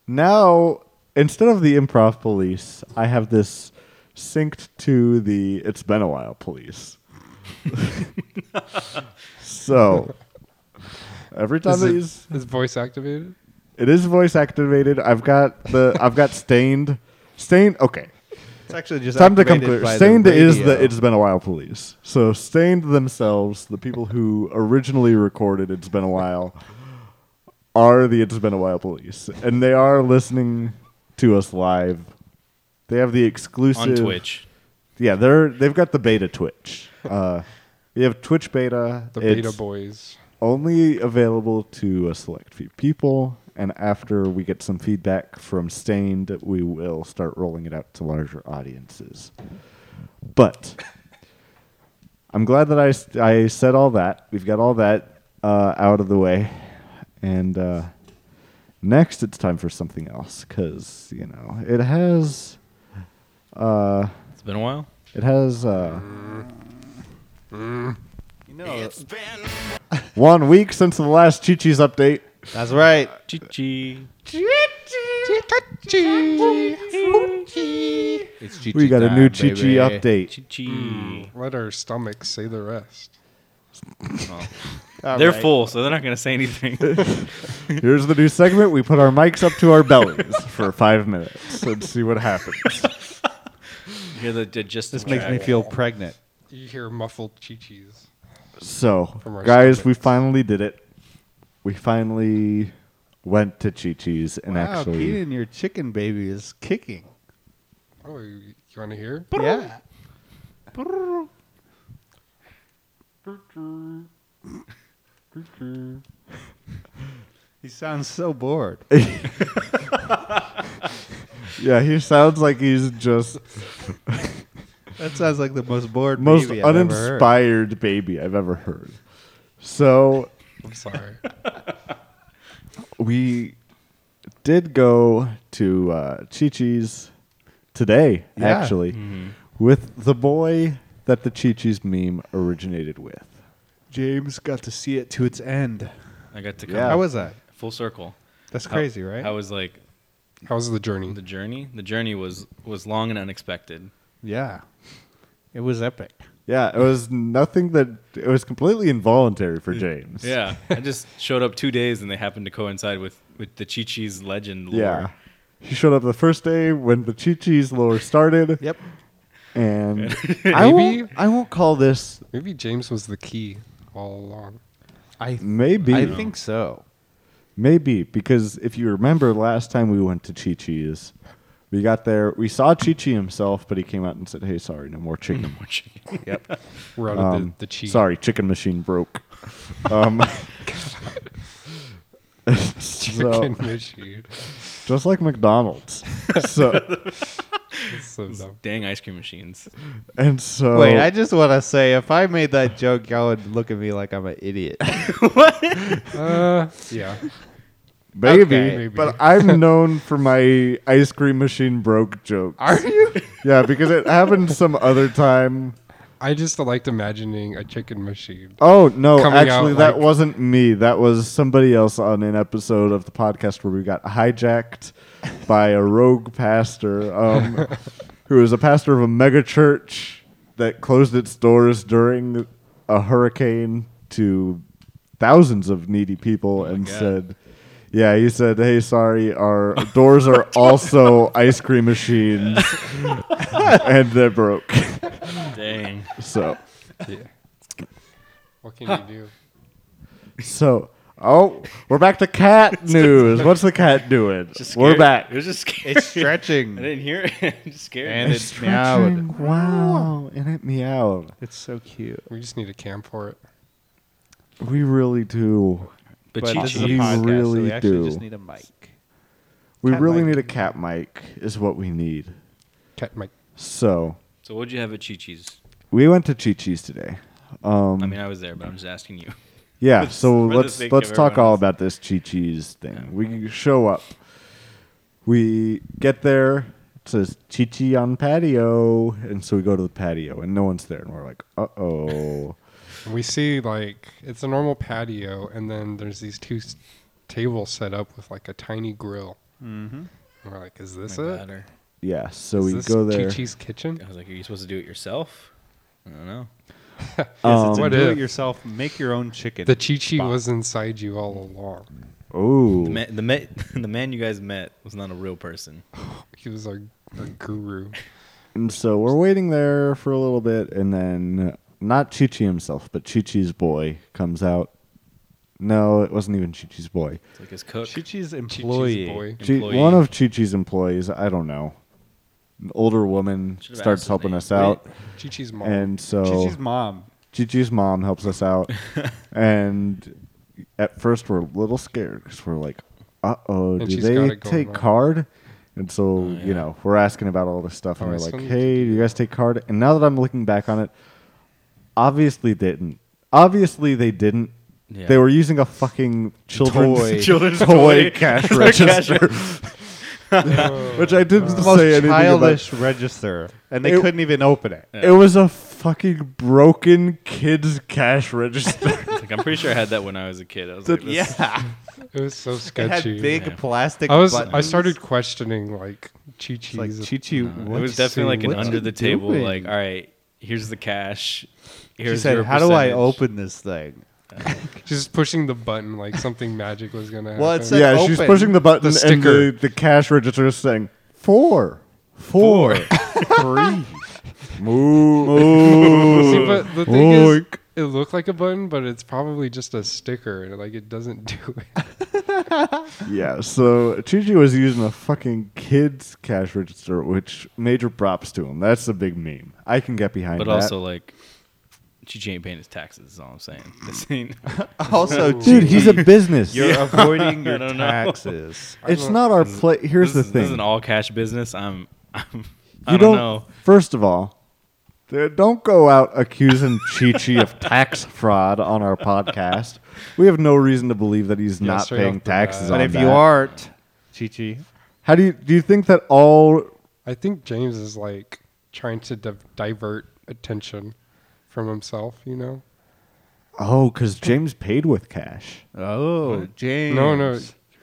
Speaker 1: now instead of the improv police, I have this synced to the it's been a while police. so every time
Speaker 2: is,
Speaker 1: that
Speaker 2: it-
Speaker 1: you s-
Speaker 2: is voice activated?
Speaker 1: it is voice activated. I've got the I've got stained stained okay.
Speaker 4: It's actually just
Speaker 1: Time to come
Speaker 4: activated
Speaker 1: clear.
Speaker 4: by the
Speaker 1: Stained is
Speaker 4: radio.
Speaker 1: the It's Been a While police. So Stained themselves, the people who originally recorded It's Been a While, are the It's Been a While police. And they are listening to us live. They have the exclusive
Speaker 5: On Twitch.
Speaker 1: Yeah, they're they've got the beta Twitch. Uh, we have Twitch beta.
Speaker 2: The
Speaker 1: It's
Speaker 2: beta boys.
Speaker 1: only available to a select few people. And after we get some feedback from Stained, we will start rolling it out to larger audiences. But I'm glad that I, s- I said all that. We've got all that uh, out of the way. And uh, next, it's time for something else because, you know, it has. Uh,
Speaker 5: It's been a while.
Speaker 1: it has uh,
Speaker 4: You know,
Speaker 1: one week since the last Chi Chi's update.
Speaker 4: that's right.
Speaker 5: Chichi.
Speaker 4: It's Chi-Chi
Speaker 1: We got a
Speaker 4: time,
Speaker 1: new Chi Chi
Speaker 4: baby.
Speaker 1: update.
Speaker 5: Chichi.
Speaker 2: Let our stomachs say the rest.
Speaker 5: they're full, so they're not gonna say anything.
Speaker 1: Here's the new segment. We put our mics up to our bellies for five minutes and see what happens.
Speaker 5: Hear the digestive
Speaker 4: This makes me
Speaker 5: tract.
Speaker 4: feel pregnant.
Speaker 2: You hear muffled chi-chis.
Speaker 1: So,
Speaker 2: From our
Speaker 1: guys, we
Speaker 2: stomachs.
Speaker 1: finally did it. We finally went to Chi Chi's and
Speaker 4: wow,
Speaker 1: actually.
Speaker 4: Keenan, your chicken baby is kicking.
Speaker 2: Oh, you, you want to hear?
Speaker 4: yeah. he sounds so bored.
Speaker 1: Yeah, he sounds like he's just
Speaker 4: That sounds like the most bored
Speaker 1: most
Speaker 4: baby I've ever heard.
Speaker 1: uninspired baby I've ever heard. So,
Speaker 2: I'm sorry.
Speaker 1: we did go to uh, Chi Chi's today,
Speaker 4: Yeah. Mm-hmm.
Speaker 1: actually, with the boy that the Chi Chi's meme originated with.
Speaker 4: James got to see it to its end.
Speaker 5: I got to come
Speaker 1: Yeah.
Speaker 4: How was that?
Speaker 5: full circle.
Speaker 4: That's
Speaker 5: How-
Speaker 4: crazy, right?
Speaker 5: I was like
Speaker 2: How's the journey?
Speaker 5: the journey. The journey was was long and unexpected.
Speaker 4: yeah. It was epic.
Speaker 1: Yeah, it was nothing that it was completely involuntary for James.
Speaker 5: Yeah, I just showed up two days, and they happened to coincide with with the Chi Chi's legend. Lore.
Speaker 1: Yeah. He showed up the first day when the Chi Chi's lore started.
Speaker 4: Yep.
Speaker 1: And I, won't, I won't call this
Speaker 2: Maybe James was the key all along.
Speaker 4: I
Speaker 1: maybe.
Speaker 4: I think so.
Speaker 1: Maybe, because if you remember last time we went to Chi Chi's, we got there, we saw Chi Chi himself, but he came out and said, hey, sorry, no more chicken.
Speaker 5: More chicken.
Speaker 4: Yep.
Speaker 2: We're out of
Speaker 1: Um,
Speaker 2: Mm. the, the chi.
Speaker 1: Sorry, chicken machine broke. Um, so,
Speaker 2: Chicken machine.
Speaker 1: just like McDonald's. So
Speaker 2: That's so dumb.
Speaker 5: Dang ice cream machines.
Speaker 1: and so
Speaker 4: Wait, I just want to say if I made that joke, y'all would look at me like I'm an idiot.
Speaker 2: Uh, yeah.
Speaker 1: Maybe,
Speaker 4: Okay.
Speaker 2: Maybe.
Speaker 1: but I'm known for my ice cream machine broke joke.
Speaker 2: Are you?
Speaker 1: Yeah, because it happened some other time.
Speaker 2: I just liked imagining a chicken machine.
Speaker 1: Oh no,
Speaker 2: Coming out
Speaker 1: actually that
Speaker 2: like-
Speaker 1: wasn't me. That was somebody else on an episode of the podcast where we got hijacked by a rogue pastor, um, who was a pastor of a mega church that closed its doors during a hurricane to thousands of needy people
Speaker 2: Oh
Speaker 1: and
Speaker 5: God.
Speaker 1: said. Yeah, he said, "Hey, sorry, our doors are also ice cream machines, and they're broke."
Speaker 5: Dang.
Speaker 1: So,
Speaker 2: Yeah. What can you do?
Speaker 1: so oh, we're back to cat news. What's the cat doing?
Speaker 5: Just
Speaker 1: We're
Speaker 5: scared-
Speaker 1: back.
Speaker 5: It was just scary.
Speaker 4: It's
Speaker 5: I
Speaker 4: stretching.
Speaker 5: didn't hear it. it just scared.
Speaker 4: And
Speaker 5: me.
Speaker 4: it's meowed.
Speaker 1: Stretching. Wow, and it meowed.
Speaker 4: It's so cute.
Speaker 2: We just need a cam for it.
Speaker 1: We really do.
Speaker 5: but
Speaker 4: But
Speaker 5: Chi
Speaker 4: this is a
Speaker 1: You
Speaker 5: Chi's.
Speaker 4: podcast, so
Speaker 1: really
Speaker 4: we actually
Speaker 1: do.
Speaker 4: just need a mic.
Speaker 1: We
Speaker 4: Cat
Speaker 1: really
Speaker 4: mic.
Speaker 1: need a cat mic. Is what we need.
Speaker 2: Cat mic.
Speaker 1: So
Speaker 5: So what'd you have at Chi Chi's?
Speaker 1: we went to Chi Chi's today.
Speaker 5: I mean, I was there, but I'm just asking you.
Speaker 1: Yeah,
Speaker 5: for
Speaker 1: so
Speaker 5: the
Speaker 1: let's
Speaker 5: sake
Speaker 1: let's
Speaker 5: of
Speaker 1: talk
Speaker 5: everyone
Speaker 1: all
Speaker 5: else.
Speaker 1: about this Chi Chi's thing. We show up. We get there. It says Chi Chi on patio, and so we go to the patio, and no one's there, and we're like, uh oh.
Speaker 2: And we see like it's a normal patio, and then there's these two s- tables set up with like a tiny grill.
Speaker 4: Mm-hmm.
Speaker 2: And we're like, is this
Speaker 5: My
Speaker 2: it?
Speaker 5: God, or-
Speaker 1: yeah, so
Speaker 2: Is
Speaker 1: we
Speaker 2: this
Speaker 1: go there.
Speaker 2: Chi-Chi's kitchen.
Speaker 5: I was like, are you supposed to do it yourself? I don't know.
Speaker 4: Yes, it's
Speaker 1: Um,
Speaker 4: a
Speaker 2: What
Speaker 4: do it
Speaker 2: if-
Speaker 4: yourself, make your own chicken.
Speaker 2: The Chi-Chi was inside you all along.
Speaker 1: Oh,
Speaker 5: The man, the, met, the man you guys met was not a real person.
Speaker 2: He was our, our guru.
Speaker 1: and so we're waiting there for a little bit, and then uh, not Chi Chi himself, but Chi Chi's boy comes out. No, it wasn't even Chi Chi's boy.
Speaker 5: It's like his cook.
Speaker 4: Chichi's
Speaker 2: Chi-Chi's
Speaker 4: employee.
Speaker 2: boy.
Speaker 1: Chi-
Speaker 5: Employee.
Speaker 1: one of Chi Chi's employees, I don't know, an older woman
Speaker 5: Should've asked
Speaker 1: starts
Speaker 5: his
Speaker 1: helping
Speaker 5: name.
Speaker 1: us out,
Speaker 2: Chi-Chi's mom.
Speaker 1: and so
Speaker 4: Chichi's mom.
Speaker 1: Chi Chi's mom helps us out, and at first we're a little scared because we're like, "Uh oh,
Speaker 2: And
Speaker 1: do
Speaker 2: she's got
Speaker 1: they
Speaker 2: it going
Speaker 1: take
Speaker 2: on.
Speaker 1: card?" And so you
Speaker 5: yeah.
Speaker 1: know we're asking about all this stuff, and
Speaker 2: Oh,
Speaker 1: we're
Speaker 2: it's
Speaker 1: like,
Speaker 2: funny
Speaker 1: "Hey, do you guys take card?" And now that I'm looking back on it, obviously didn't. Obviously they didn't.
Speaker 5: Yeah.
Speaker 1: They were using a fucking children's
Speaker 4: Toy.
Speaker 1: toy,
Speaker 5: Children's toy.
Speaker 1: cash register, which I didn't
Speaker 4: It's the
Speaker 1: say anything
Speaker 4: most
Speaker 1: about.
Speaker 4: childish register, and they
Speaker 1: It-
Speaker 4: couldn't even open it.
Speaker 1: It was a fucking broken kids cash register.
Speaker 5: It's like, I'm pretty sure I had that when I was a kid. I was like, this-
Speaker 2: it was so
Speaker 4: it had
Speaker 2: sketchy.
Speaker 4: big
Speaker 5: Yeah.
Speaker 4: plastic.
Speaker 2: I was. I
Speaker 4: buttons.
Speaker 2: started questioning like Chi-Chi's.
Speaker 4: It's like Chi Chi.
Speaker 5: it was
Speaker 2: you
Speaker 5: definitely
Speaker 2: see?
Speaker 5: like an
Speaker 2: What
Speaker 5: under the table, like, all right,
Speaker 3: Here's the
Speaker 4: She
Speaker 3: cash. Here's your
Speaker 4: said, "How do I
Speaker 3: percentage."
Speaker 4: open this thing?"
Speaker 2: She's pushing the button like something magic was gonna.
Speaker 4: Well,
Speaker 2: happen.
Speaker 4: it said-
Speaker 1: yeah, she's
Speaker 4: open
Speaker 1: pushing the button
Speaker 2: the
Speaker 1: and
Speaker 2: sticker.
Speaker 1: the, the cash register is saying four, four, three, move,
Speaker 2: See, but the thing is,
Speaker 1: Oink.
Speaker 2: it looked like a button, but it's probably just a sticker. and, Like it doesn't do it.
Speaker 1: Yeah, so Chichi was using a fucking kid's cash register, which major props to him. That's a big meme. I can get behind
Speaker 3: But
Speaker 1: that.
Speaker 3: also, like, Chichi ain't paying his taxes. Is all I'm saying. This ain't.
Speaker 4: Also,
Speaker 1: dude, he's a business.
Speaker 4: You're avoiding your
Speaker 3: don't know.
Speaker 4: taxes.
Speaker 1: It's not our play. Here's
Speaker 3: this
Speaker 1: the
Speaker 3: is- This is
Speaker 1: thing.
Speaker 3: an all cash business. I'm. I'm I
Speaker 1: you
Speaker 3: don't, know.
Speaker 1: First of all, th- don't go out accusing Chichi of tax fraud on our podcast. We have no reason to believe that he's
Speaker 2: Yeah,
Speaker 1: not
Speaker 2: straight
Speaker 1: paying
Speaker 2: off the
Speaker 1: taxes.
Speaker 2: bat.
Speaker 1: on
Speaker 4: But if
Speaker 1: that.
Speaker 4: you aren't, Chichi,
Speaker 1: how do you do? You think that all
Speaker 2: I think James is like trying to di- divert attention from himself. You know?
Speaker 1: Oh, because James paid with cash.
Speaker 4: oh James,
Speaker 2: No, no.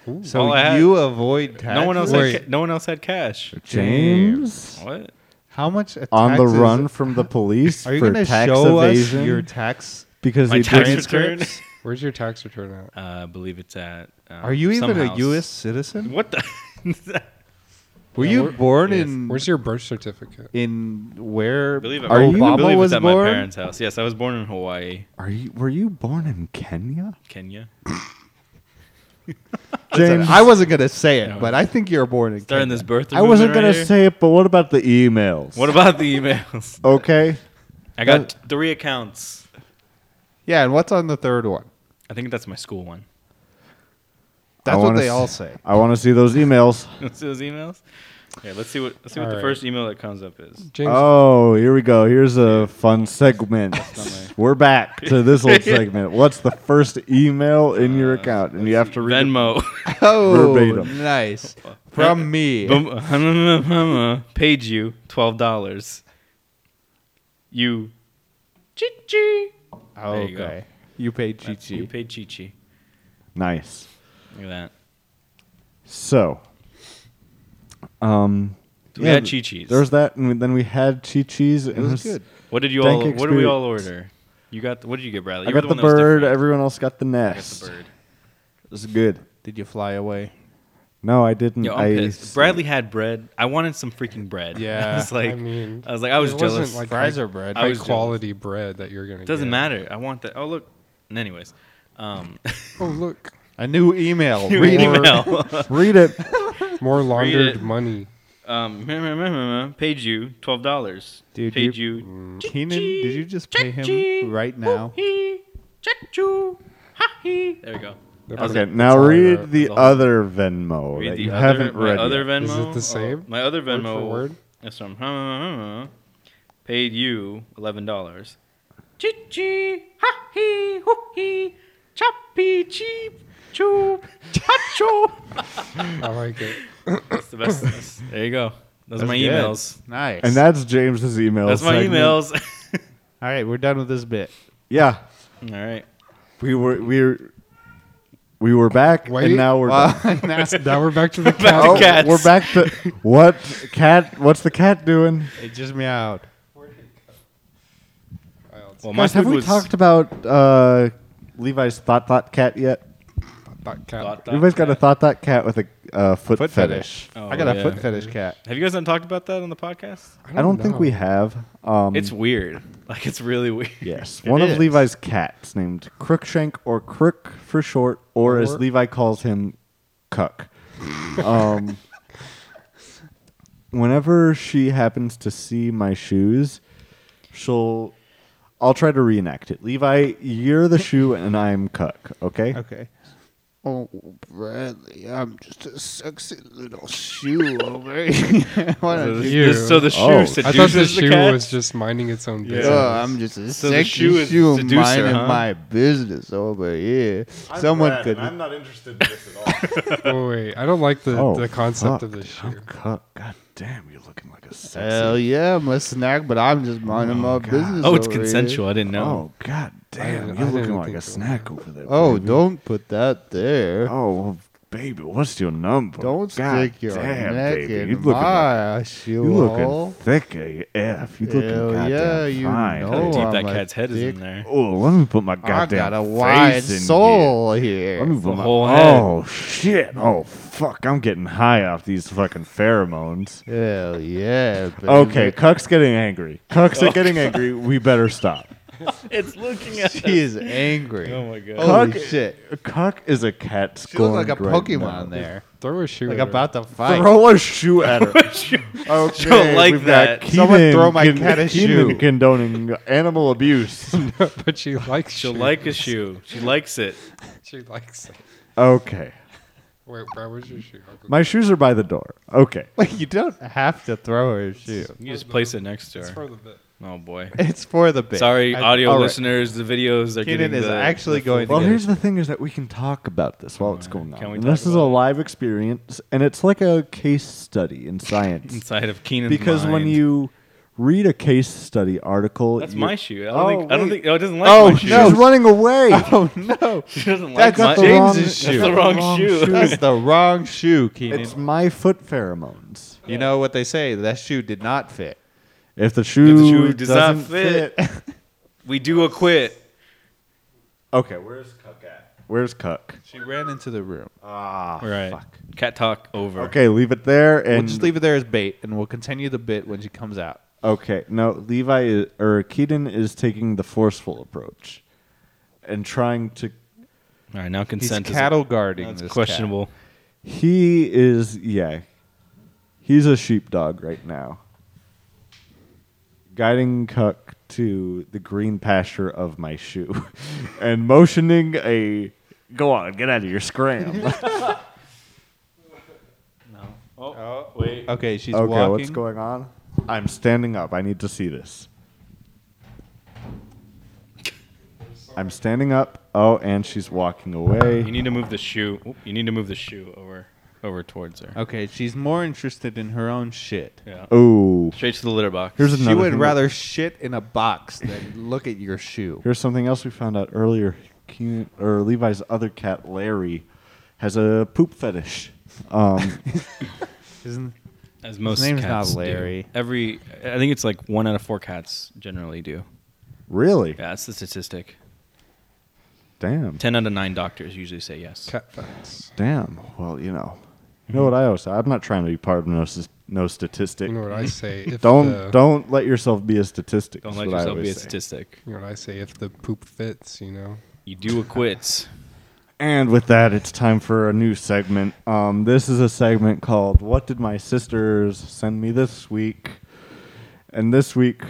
Speaker 2: Ooh.
Speaker 4: So
Speaker 3: All I had-
Speaker 4: you avoid taxes.
Speaker 3: No one else.
Speaker 2: Wait.
Speaker 3: Had, ca- no one else had cash.
Speaker 1: James
Speaker 3: What?
Speaker 4: How much taxes,
Speaker 1: on the run from the police
Speaker 4: Are you
Speaker 1: for
Speaker 4: gonna
Speaker 1: tax
Speaker 4: show
Speaker 1: evasion
Speaker 4: us your tax?
Speaker 1: because
Speaker 3: My
Speaker 1: he
Speaker 3: tax
Speaker 1: didn't.
Speaker 3: return.
Speaker 2: Where's your tax return at?
Speaker 3: Uh, I believe it's at. um,
Speaker 4: Are you even
Speaker 3: some
Speaker 4: a
Speaker 3: house.
Speaker 4: U.S. citizen?
Speaker 3: What the?
Speaker 4: Were you born in
Speaker 2: Where's your birth certificate?
Speaker 4: in where
Speaker 3: I believe it-
Speaker 1: Are you-
Speaker 4: Obama
Speaker 3: I believe
Speaker 4: was
Speaker 3: it's at
Speaker 4: born?
Speaker 3: my parents' house. Yes, I was born in Hawaii,
Speaker 1: Are you? Were you born in Kenya?
Speaker 3: Kenya.
Speaker 1: James,
Speaker 4: I wasn't gonna say it, but I think you're born in.
Speaker 3: During
Speaker 4: Kenya.
Speaker 3: this birth.
Speaker 1: I wasn't
Speaker 3: movement
Speaker 1: gonna
Speaker 3: right here.
Speaker 1: say it, but what about the emails?
Speaker 3: What about the emails?
Speaker 1: Okay,
Speaker 3: I got
Speaker 1: Uh,
Speaker 3: three accounts.
Speaker 4: Yeah, and what's on the third one?
Speaker 3: I think that's my school one.
Speaker 1: I
Speaker 4: That's what
Speaker 1: wanna
Speaker 4: they
Speaker 1: s-
Speaker 4: all say.
Speaker 1: I want to see those emails.
Speaker 3: see those emails? Okay, let's see what let's see what
Speaker 2: All
Speaker 3: the
Speaker 2: right.
Speaker 3: first email that comes up is.
Speaker 2: James,
Speaker 1: Oh, here we go. Here's a fun segment. We're back to this old segment. What's the first email in your account? And you have to read. it.
Speaker 3: Venmo.
Speaker 4: Oh,
Speaker 1: verbatim.
Speaker 4: nice from me.
Speaker 3: Boom. Paid you twelve dollars. You, Chichi.
Speaker 4: Oh,
Speaker 3: There you go.
Speaker 4: okay, you paid
Speaker 3: You
Speaker 4: Chichi.
Speaker 3: paid Chichi.
Speaker 1: Nice.
Speaker 3: Look at that.
Speaker 1: So, um,
Speaker 3: So we
Speaker 1: yeah,
Speaker 3: had
Speaker 1: th-
Speaker 3: Chi-Chi's.
Speaker 1: There's that, and then we had Chi Chi's. It
Speaker 4: was good.
Speaker 3: What did you
Speaker 1: Dank
Speaker 3: all? What did we
Speaker 1: experience.
Speaker 3: all order? You got. What did you get, Bradley?
Speaker 1: I
Speaker 3: You were
Speaker 1: got the,
Speaker 3: one that was
Speaker 1: bird.
Speaker 3: different.
Speaker 1: Everyone else got the
Speaker 3: I got the
Speaker 1: nest.
Speaker 3: bird.
Speaker 1: It was good.
Speaker 4: Did you fly away?
Speaker 1: No, I didn't.
Speaker 3: Yo, I'm
Speaker 1: I
Speaker 3: pissed. Bradley had bread. I wanted some freaking bread.
Speaker 4: Yeah,
Speaker 3: I was like,
Speaker 2: I mean,
Speaker 3: I was like, I was
Speaker 2: it wasn't
Speaker 3: jealous.
Speaker 2: like
Speaker 4: Fries
Speaker 2: high-
Speaker 4: or bread?
Speaker 3: I
Speaker 2: High
Speaker 3: was jealous.
Speaker 2: quality bread that you're gonna.
Speaker 3: It doesn't
Speaker 2: get.
Speaker 3: matter. I want that. Oh look. Anyways, um,
Speaker 2: Oh look,
Speaker 4: A new email.
Speaker 3: your
Speaker 4: Read it.
Speaker 3: email.
Speaker 1: read it.
Speaker 2: more laundered
Speaker 3: it.
Speaker 2: money.
Speaker 3: um, paid you twelve dollars.
Speaker 4: Dude,
Speaker 3: paid you.
Speaker 4: Keenan, did you just pay him right now?
Speaker 3: There we go.
Speaker 2: That's
Speaker 1: okay,
Speaker 2: it.
Speaker 1: now
Speaker 2: That's all I
Speaker 1: read
Speaker 2: wrote.
Speaker 1: the
Speaker 3: all.
Speaker 1: other Venmo that you haven't
Speaker 3: my
Speaker 1: read.
Speaker 3: other
Speaker 1: yet.
Speaker 3: Venmo.
Speaker 2: Is it the
Speaker 3: oh,
Speaker 2: same?
Speaker 3: my other
Speaker 2: Word
Speaker 3: Venmo.
Speaker 2: for word?
Speaker 3: That's from. huh, huh, huh, huh, Paid you eleven dollars. Chi-chi, ha hee, hoo hee, choppy cheep, choop, cha
Speaker 2: I like it.
Speaker 3: That's the best. That's- there you go. Those are
Speaker 4: That's
Speaker 3: my
Speaker 4: good.
Speaker 3: emails.
Speaker 4: Nice.
Speaker 1: And that's James's email.
Speaker 3: That's my
Speaker 1: segment.
Speaker 3: emails.
Speaker 4: all right, we're done with this bit.
Speaker 1: Yeah,
Speaker 3: All right.
Speaker 1: we were we were we were back,
Speaker 2: Wait.
Speaker 1: and now we're done.
Speaker 4: Well, now-
Speaker 2: Now we're back to the
Speaker 3: Back
Speaker 2: cat.
Speaker 3: to
Speaker 1: Oh,
Speaker 3: cats.
Speaker 1: we're back to what cat? What's the cat doing?
Speaker 4: it just meowed.
Speaker 3: Well,
Speaker 1: Guys, have
Speaker 3: food
Speaker 1: we
Speaker 3: was-
Speaker 1: talked about uh, Levi's thought thought cat yet?
Speaker 2: That cat.
Speaker 3: Thought that-
Speaker 1: Levi's got a thought thought cat with a uh, foot,
Speaker 4: Foot
Speaker 1: fetish.
Speaker 4: fetish.
Speaker 3: Oh,
Speaker 4: I got
Speaker 3: yeah.
Speaker 4: a foot fetish cat.
Speaker 3: Have you guys not talked about that on the podcast?
Speaker 1: I don't, think we
Speaker 2: know.
Speaker 1: have. Um,
Speaker 3: It's weird. Like it's really weird.
Speaker 1: yes,
Speaker 4: It
Speaker 1: one of
Speaker 4: is.
Speaker 1: Levi's cats named Crookshank or Crook for short, or, as
Speaker 2: Or-
Speaker 1: Levi calls him, Cuck. um, whenever she happens to see my shoes, she'll. I'll try to reenact it. Levi, you're the shoe and I'm Cuck. Okay.
Speaker 4: Okay.
Speaker 6: Oh, Bradley, I'm just a sexy little shoe over here. Why
Speaker 3: So
Speaker 6: don't
Speaker 3: the,
Speaker 6: you?
Speaker 2: you.
Speaker 3: this- so the shoe
Speaker 1: Oh. I
Speaker 2: I thought the
Speaker 3: seduces the,
Speaker 2: shoe
Speaker 3: cat.
Speaker 2: was just minding its own business.
Speaker 6: Oh, I'm just a
Speaker 3: So the
Speaker 6: sexy
Speaker 3: shoe
Speaker 6: shoe,
Speaker 3: is seducer,
Speaker 6: minding
Speaker 3: huh?
Speaker 6: my business over here. Someone could.
Speaker 1: not interested in this at all.
Speaker 2: Oh, wait, I don't like the,
Speaker 1: Oh,
Speaker 2: the concept of
Speaker 1: fuck,
Speaker 2: the
Speaker 1: dude, I'm
Speaker 2: shoe.
Speaker 1: Cuck. God damn, you're looking like a sexy.
Speaker 6: Hell yeah, I'm a snack, but I'm just minding my business.
Speaker 3: Oh, it's
Speaker 6: over here.
Speaker 3: consensual. I didn't know.
Speaker 1: Oh god
Speaker 2: I
Speaker 1: damn,
Speaker 2: didn't-
Speaker 1: you're
Speaker 2: I
Speaker 1: looking
Speaker 2: didn't
Speaker 1: like a
Speaker 2: think so.
Speaker 1: snack over there.
Speaker 6: Oh,
Speaker 1: baby.
Speaker 6: don't put that there.
Speaker 1: Oh, well, baby, what's your number?
Speaker 4: Don't
Speaker 1: God
Speaker 4: stick your
Speaker 1: damn,
Speaker 4: neck
Speaker 1: baby.
Speaker 4: in
Speaker 1: you looking, like-
Speaker 4: my shoe
Speaker 1: you
Speaker 4: hole.
Speaker 1: looking thick AF. You looking
Speaker 4: Hell
Speaker 1: goddamn
Speaker 4: yeah, you
Speaker 1: fine.
Speaker 4: know.
Speaker 3: How
Speaker 4: Oh,
Speaker 3: deep
Speaker 4: I'm
Speaker 3: that
Speaker 4: a
Speaker 3: cat's head is
Speaker 4: dick.
Speaker 3: in there.
Speaker 1: Oh, let me put my
Speaker 4: I
Speaker 1: goddamn
Speaker 4: got a wide
Speaker 1: face in
Speaker 4: soul
Speaker 1: here.
Speaker 4: here.
Speaker 1: Let me put my
Speaker 3: whole head.
Speaker 1: oh shit! Oh fuck! I'm getting high off these fucking pheromones.
Speaker 4: Hell yeah. baby.
Speaker 1: Okay, Cuck's getting angry. Cuck's
Speaker 4: Oh.
Speaker 1: getting angry. We better stop.
Speaker 3: It's looking at
Speaker 4: She is angry.
Speaker 3: Oh my god.
Speaker 4: Holy
Speaker 1: Cuck-
Speaker 4: shit.
Speaker 1: Cuck is a cat
Speaker 4: She looks like a
Speaker 1: scorned right
Speaker 4: Pokemon
Speaker 1: now.
Speaker 4: there.
Speaker 2: Throw a shoe.
Speaker 4: Like
Speaker 2: at her.
Speaker 4: about to fight.
Speaker 1: Throw a shoe at her. okay,
Speaker 3: Don't like
Speaker 1: we've got
Speaker 3: that.
Speaker 4: Someone
Speaker 1: Keenan
Speaker 4: throw my
Speaker 1: con-
Speaker 4: cat a
Speaker 1: Keenan
Speaker 4: shoe.
Speaker 1: condoning animal abuse.
Speaker 2: but she likes.
Speaker 3: She'll
Speaker 2: shoes.
Speaker 3: like a shoe. She likes it.
Speaker 2: She likes it.
Speaker 1: okay,
Speaker 2: Wait, Brad, where's your shoe? I'll go-
Speaker 1: my shoes are by the door. Okay,
Speaker 4: Like you don't have to throw her a shoe.
Speaker 3: You just place it next to
Speaker 2: It's
Speaker 3: her.
Speaker 2: for the bit.
Speaker 3: Oh boy.
Speaker 4: It's for the bit.
Speaker 3: Sorry,
Speaker 4: I-
Speaker 3: audio
Speaker 4: all right.
Speaker 3: listeners. The videos are
Speaker 4: Keenan
Speaker 3: getting
Speaker 4: is
Speaker 3: the-
Speaker 4: actually
Speaker 3: the
Speaker 4: going
Speaker 1: Well,
Speaker 4: to get
Speaker 1: here's the thing: is that we can talk about this while it's going on.
Speaker 3: Can we
Speaker 1: And
Speaker 3: talk
Speaker 1: this is a
Speaker 3: about it?
Speaker 1: live experience, and it's like a case study in science.
Speaker 3: inside of Keenan's
Speaker 1: because when
Speaker 3: mind.
Speaker 1: you read a case study article,
Speaker 3: that's
Speaker 1: you-
Speaker 3: my shoe. I don't
Speaker 1: Oh,
Speaker 3: think. I don't
Speaker 1: wait.
Speaker 3: think. Oh, it doesn't like
Speaker 1: Oh,
Speaker 3: my shoe.
Speaker 1: she's running away.
Speaker 4: Oh no.
Speaker 3: She doesn't like
Speaker 4: That's
Speaker 3: my
Speaker 4: the
Speaker 3: James-
Speaker 4: wrong- James's shoe.
Speaker 3: That's the wrong shoe.
Speaker 4: That's the wrong shoe, Keenan.
Speaker 1: It's my foot pheromones.
Speaker 4: You know what they say, that shoe did not fit.
Speaker 1: If the shoe,
Speaker 3: shoe does not
Speaker 1: doesn't
Speaker 3: fit. We do a quit.
Speaker 1: okay, where's Cuck at? Where's Cuck?
Speaker 4: She ran into the room.
Speaker 1: Ah,
Speaker 3: Right.
Speaker 1: fuck.
Speaker 3: Cat talk over.
Speaker 1: Okay, leave it there
Speaker 4: We'll
Speaker 1: and
Speaker 4: just leave it there as bait and we'll continue the bit when she comes out.
Speaker 1: Okay, no, Levi is, or Keaton is taking the forceful approach and trying to.
Speaker 3: All right. Now
Speaker 4: He's
Speaker 3: consent is
Speaker 4: cattle guarding
Speaker 3: That's
Speaker 4: this cat.
Speaker 3: questionable.
Speaker 1: He is yeah. He's a sheepdog right now. Guiding Cuck to the green pasture of my shoe and motioning a go on, get out of your scram.
Speaker 3: Oh wait.
Speaker 4: Okay, she's
Speaker 1: okay,
Speaker 4: walking.
Speaker 1: what's going on? I'm standing up. I need to see this. I'm standing up. Oh, and she's walking away.
Speaker 3: You need to move the shoe. Oop, You need to move the shoe over, over towards her.
Speaker 4: Okay, she's more interested in her own shit.
Speaker 3: Yeah.
Speaker 1: Oh,
Speaker 3: Straight to the litter box.
Speaker 1: here's
Speaker 4: She
Speaker 1: another.
Speaker 4: would
Speaker 1: thing.
Speaker 4: rather shit in a box than look at your shoe.
Speaker 1: Here's something else we found out earlier. Keenan, or Levi's other cat, Larry, has a poop fetish. Um,
Speaker 4: Isn't
Speaker 3: As most
Speaker 4: name's
Speaker 3: cats
Speaker 4: not
Speaker 3: do.
Speaker 4: Larry.
Speaker 3: Every, I think it's like one out of four cats generally do.
Speaker 1: really?
Speaker 3: Yeah, that's the statistic.
Speaker 1: Damn.
Speaker 3: Ten out of nine doctors usually say yes.
Speaker 2: Cat facts.
Speaker 1: Damn. Well, you know. You know what I always say? I'm not trying to be part of no, s- no statistic.
Speaker 2: You know what I say? If
Speaker 1: Don't
Speaker 2: the,
Speaker 1: don't let yourself be a statistic.
Speaker 3: Don't
Speaker 1: is
Speaker 3: let
Speaker 1: what I
Speaker 3: yourself be
Speaker 1: always say.
Speaker 3: a statistic.
Speaker 2: You know what I say? If the poop fits, you know.
Speaker 3: You do a quits.
Speaker 1: And with that, it's time for a new segment. Um, this is a segment called "What Did My Sisters Send Me This Week?" And this week,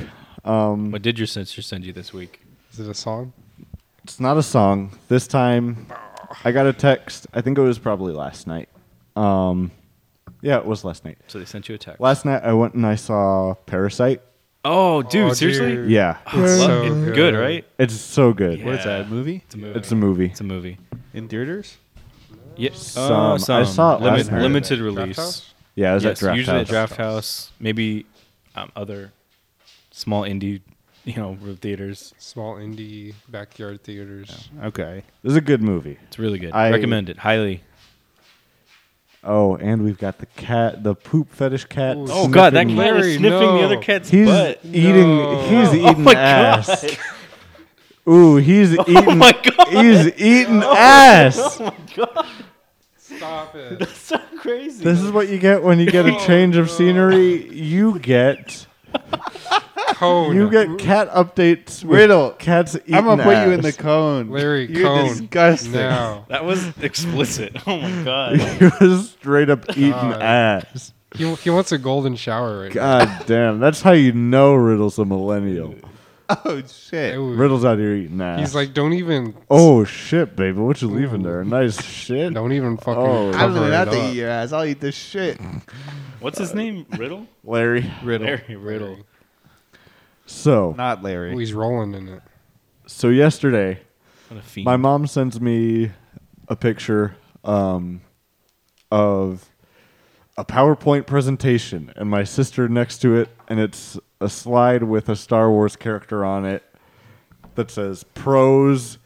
Speaker 1: um,
Speaker 3: what did your sister send you this week?
Speaker 2: Is it a song?
Speaker 1: It's not a song. This time, I got a text. I think it was probably last night. Um, yeah, it was last night.
Speaker 3: So they sent you a text.
Speaker 1: Last night, I went and I saw Parasite.
Speaker 3: oh, dude,
Speaker 2: Oh,
Speaker 3: seriously?
Speaker 2: dude.
Speaker 1: Yeah,
Speaker 3: It's
Speaker 2: It's
Speaker 3: lo-
Speaker 2: so
Speaker 3: it's
Speaker 2: good.
Speaker 3: good, right?
Speaker 1: it's so good.
Speaker 3: Yeah.
Speaker 4: what is that, a movie?
Speaker 3: It's a movie.
Speaker 1: It's a movie.
Speaker 3: It's a movie.
Speaker 4: In theaters?
Speaker 3: Yeah. Oh,
Speaker 1: Some. I saw it last
Speaker 3: Limit,
Speaker 1: night.
Speaker 3: limited
Speaker 2: Draft
Speaker 3: release.
Speaker 2: House?
Speaker 1: Yeah, it was
Speaker 3: yes,
Speaker 1: at Draft
Speaker 3: usually
Speaker 1: House.
Speaker 3: at Draft House, maybe um, other small indie, you know, theaters.
Speaker 2: Small indie backyard theaters.
Speaker 4: Okay.
Speaker 1: This is a good movie.
Speaker 3: It's really good.
Speaker 1: I-
Speaker 3: recommend it highly.
Speaker 1: Oh, and we've got the cat, the poop fetish cat.
Speaker 2: Ooh.
Speaker 3: Oh god, that
Speaker 1: sniffing-
Speaker 3: cat is
Speaker 2: Larry,
Speaker 3: sniffing the other
Speaker 2: no.
Speaker 3: cat's
Speaker 1: He's
Speaker 3: butt.
Speaker 1: eating.
Speaker 2: No.
Speaker 1: He's
Speaker 3: Oh
Speaker 1: eating
Speaker 3: my
Speaker 1: ass.
Speaker 3: god.
Speaker 1: Ooh, he's eating.
Speaker 3: my God.
Speaker 1: He's eating ass.
Speaker 2: Stop it.
Speaker 3: so crazy.
Speaker 1: This is what you get when you get a change of scenery. You get
Speaker 2: Cone.
Speaker 1: you get cat updates. with
Speaker 4: Riddle,
Speaker 1: cats eating.
Speaker 4: I'm gonna put you in the
Speaker 1: ass.
Speaker 4: cone.
Speaker 2: Larry
Speaker 4: You're
Speaker 2: Cone.
Speaker 4: disgusting.
Speaker 2: Now.
Speaker 3: that was explicit. Oh my god.
Speaker 1: He was straight up eating
Speaker 2: God.
Speaker 1: ass.
Speaker 2: He, he wants a golden shower right
Speaker 1: God damn, that's how you know Riddle's a millennial.
Speaker 4: Oh
Speaker 2: now.
Speaker 4: shit.
Speaker 2: Ooh.
Speaker 1: Riddle's out here eating ass.
Speaker 2: He's like, don't even,
Speaker 1: oh shit, baby, what you leaving there? Nice shit.
Speaker 2: don't even fucking
Speaker 1: Oh.
Speaker 4: I'm
Speaker 2: cover
Speaker 4: gonna
Speaker 2: it
Speaker 4: have
Speaker 2: up.
Speaker 4: to eat your ass. I'll eat this shit.
Speaker 3: What's his name? Riddle?
Speaker 1: Larry.
Speaker 4: Riddle.
Speaker 3: Larry Riddle.
Speaker 1: So,
Speaker 4: Not
Speaker 2: Ooh,
Speaker 4: Larry.
Speaker 2: he's rolling in it.
Speaker 1: so yesterday,
Speaker 3: What a fiend.
Speaker 1: My mom sends me a picture um, of a PowerPoint presentation, and my sister next to it, and it's a slide with a Star Wars character on it that says pros,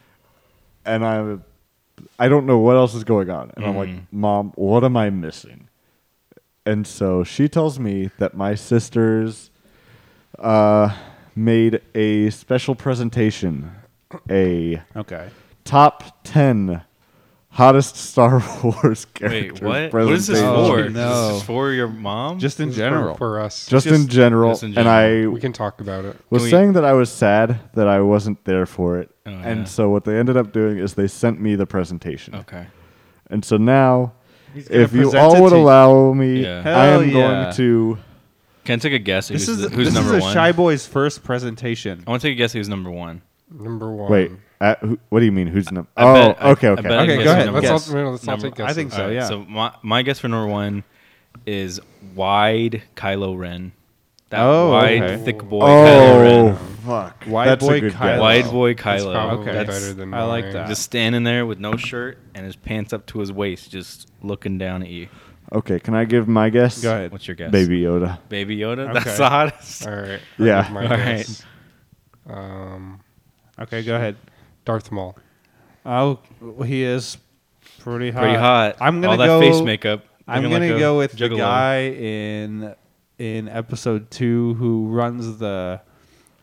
Speaker 1: and I I don't know what else is going on. And I'm
Speaker 3: Mhm.
Speaker 1: like, Mom, what am I missing? And so she tells me that my sisters uh, made a special presentation, a
Speaker 4: Okay.
Speaker 1: top 10 hottest Star Wars characters.
Speaker 3: Wait, what? What is this
Speaker 1: presentation.
Speaker 3: for?
Speaker 4: Oh, no.
Speaker 3: Is this for your mom?
Speaker 4: Just in
Speaker 2: This is for-
Speaker 4: general.
Speaker 2: for, us.
Speaker 1: Just, in
Speaker 3: Just-
Speaker 1: general.
Speaker 3: just in
Speaker 1: And I
Speaker 2: we can talk about it.
Speaker 1: was
Speaker 3: we-
Speaker 1: saying that I was sad that I wasn't there for it.
Speaker 3: Oh,
Speaker 1: and
Speaker 3: yeah.
Speaker 1: so what they ended up doing is they sent me the presentation.
Speaker 3: okay.
Speaker 1: And so now,
Speaker 4: gonna
Speaker 1: if you
Speaker 4: present
Speaker 1: all
Speaker 4: it
Speaker 1: would
Speaker 4: to you.
Speaker 1: allow me,
Speaker 3: Yeah.
Speaker 1: I
Speaker 4: Hell
Speaker 1: am
Speaker 4: yeah.
Speaker 1: going to.
Speaker 3: Can I take a guess? at
Speaker 4: This
Speaker 3: who's
Speaker 4: is
Speaker 3: the- who's
Speaker 4: this
Speaker 3: number
Speaker 4: is a
Speaker 3: one?
Speaker 4: shy boy's first presentation.
Speaker 3: I want to take a guess who's number one.
Speaker 2: Number one.
Speaker 1: Wait, uh, who, what do you mean? Who's number?
Speaker 3: I
Speaker 1: oh,
Speaker 3: bet- I-
Speaker 1: okay,
Speaker 3: I
Speaker 1: okay.
Speaker 3: bet I
Speaker 4: Okay,
Speaker 3: guess
Speaker 4: go
Speaker 3: who's
Speaker 4: ahead.
Speaker 3: number
Speaker 2: Let's
Speaker 3: one.
Speaker 4: guess.
Speaker 2: all, no, let's all
Speaker 3: Number-
Speaker 2: take guesses.
Speaker 4: I think so.
Speaker 3: All right,
Speaker 4: yeah.
Speaker 3: So my my guess for number one is wide Kylo Ren. That
Speaker 4: Oh,
Speaker 3: wide
Speaker 4: okay.
Speaker 3: thick boy Kylo
Speaker 1: oh,
Speaker 3: Ren.
Speaker 1: fuck.
Speaker 4: Wide
Speaker 1: That's
Speaker 4: boy
Speaker 1: a good
Speaker 4: Kylo.
Speaker 1: guess.
Speaker 3: Wide boy
Speaker 2: That's
Speaker 3: Kylo.
Speaker 2: probably
Speaker 4: Okay.
Speaker 2: better than
Speaker 4: I like
Speaker 2: mine.
Speaker 4: that.
Speaker 3: Just standing there with no shirt and his pants up to his waist, just looking down at you.
Speaker 1: Okay, can I give my guess?
Speaker 4: Go ahead.
Speaker 3: What's your guess?
Speaker 1: Baby Yoda.
Speaker 3: Baby Yoda?
Speaker 4: Okay.
Speaker 3: That's the hottest.
Speaker 2: All right.
Speaker 1: Yeah.
Speaker 2: All
Speaker 3: All
Speaker 2: right. Um,
Speaker 4: Okay, go ahead.
Speaker 2: Darth Maul.
Speaker 4: Oh, he is pretty hot.
Speaker 3: Pretty hot.
Speaker 4: I'm gonna
Speaker 3: All that
Speaker 4: go.
Speaker 3: face makeup.
Speaker 4: I'm
Speaker 3: looking
Speaker 4: gonna
Speaker 3: like a
Speaker 4: go with the
Speaker 3: juggalo.
Speaker 4: guy in in episode two who runs the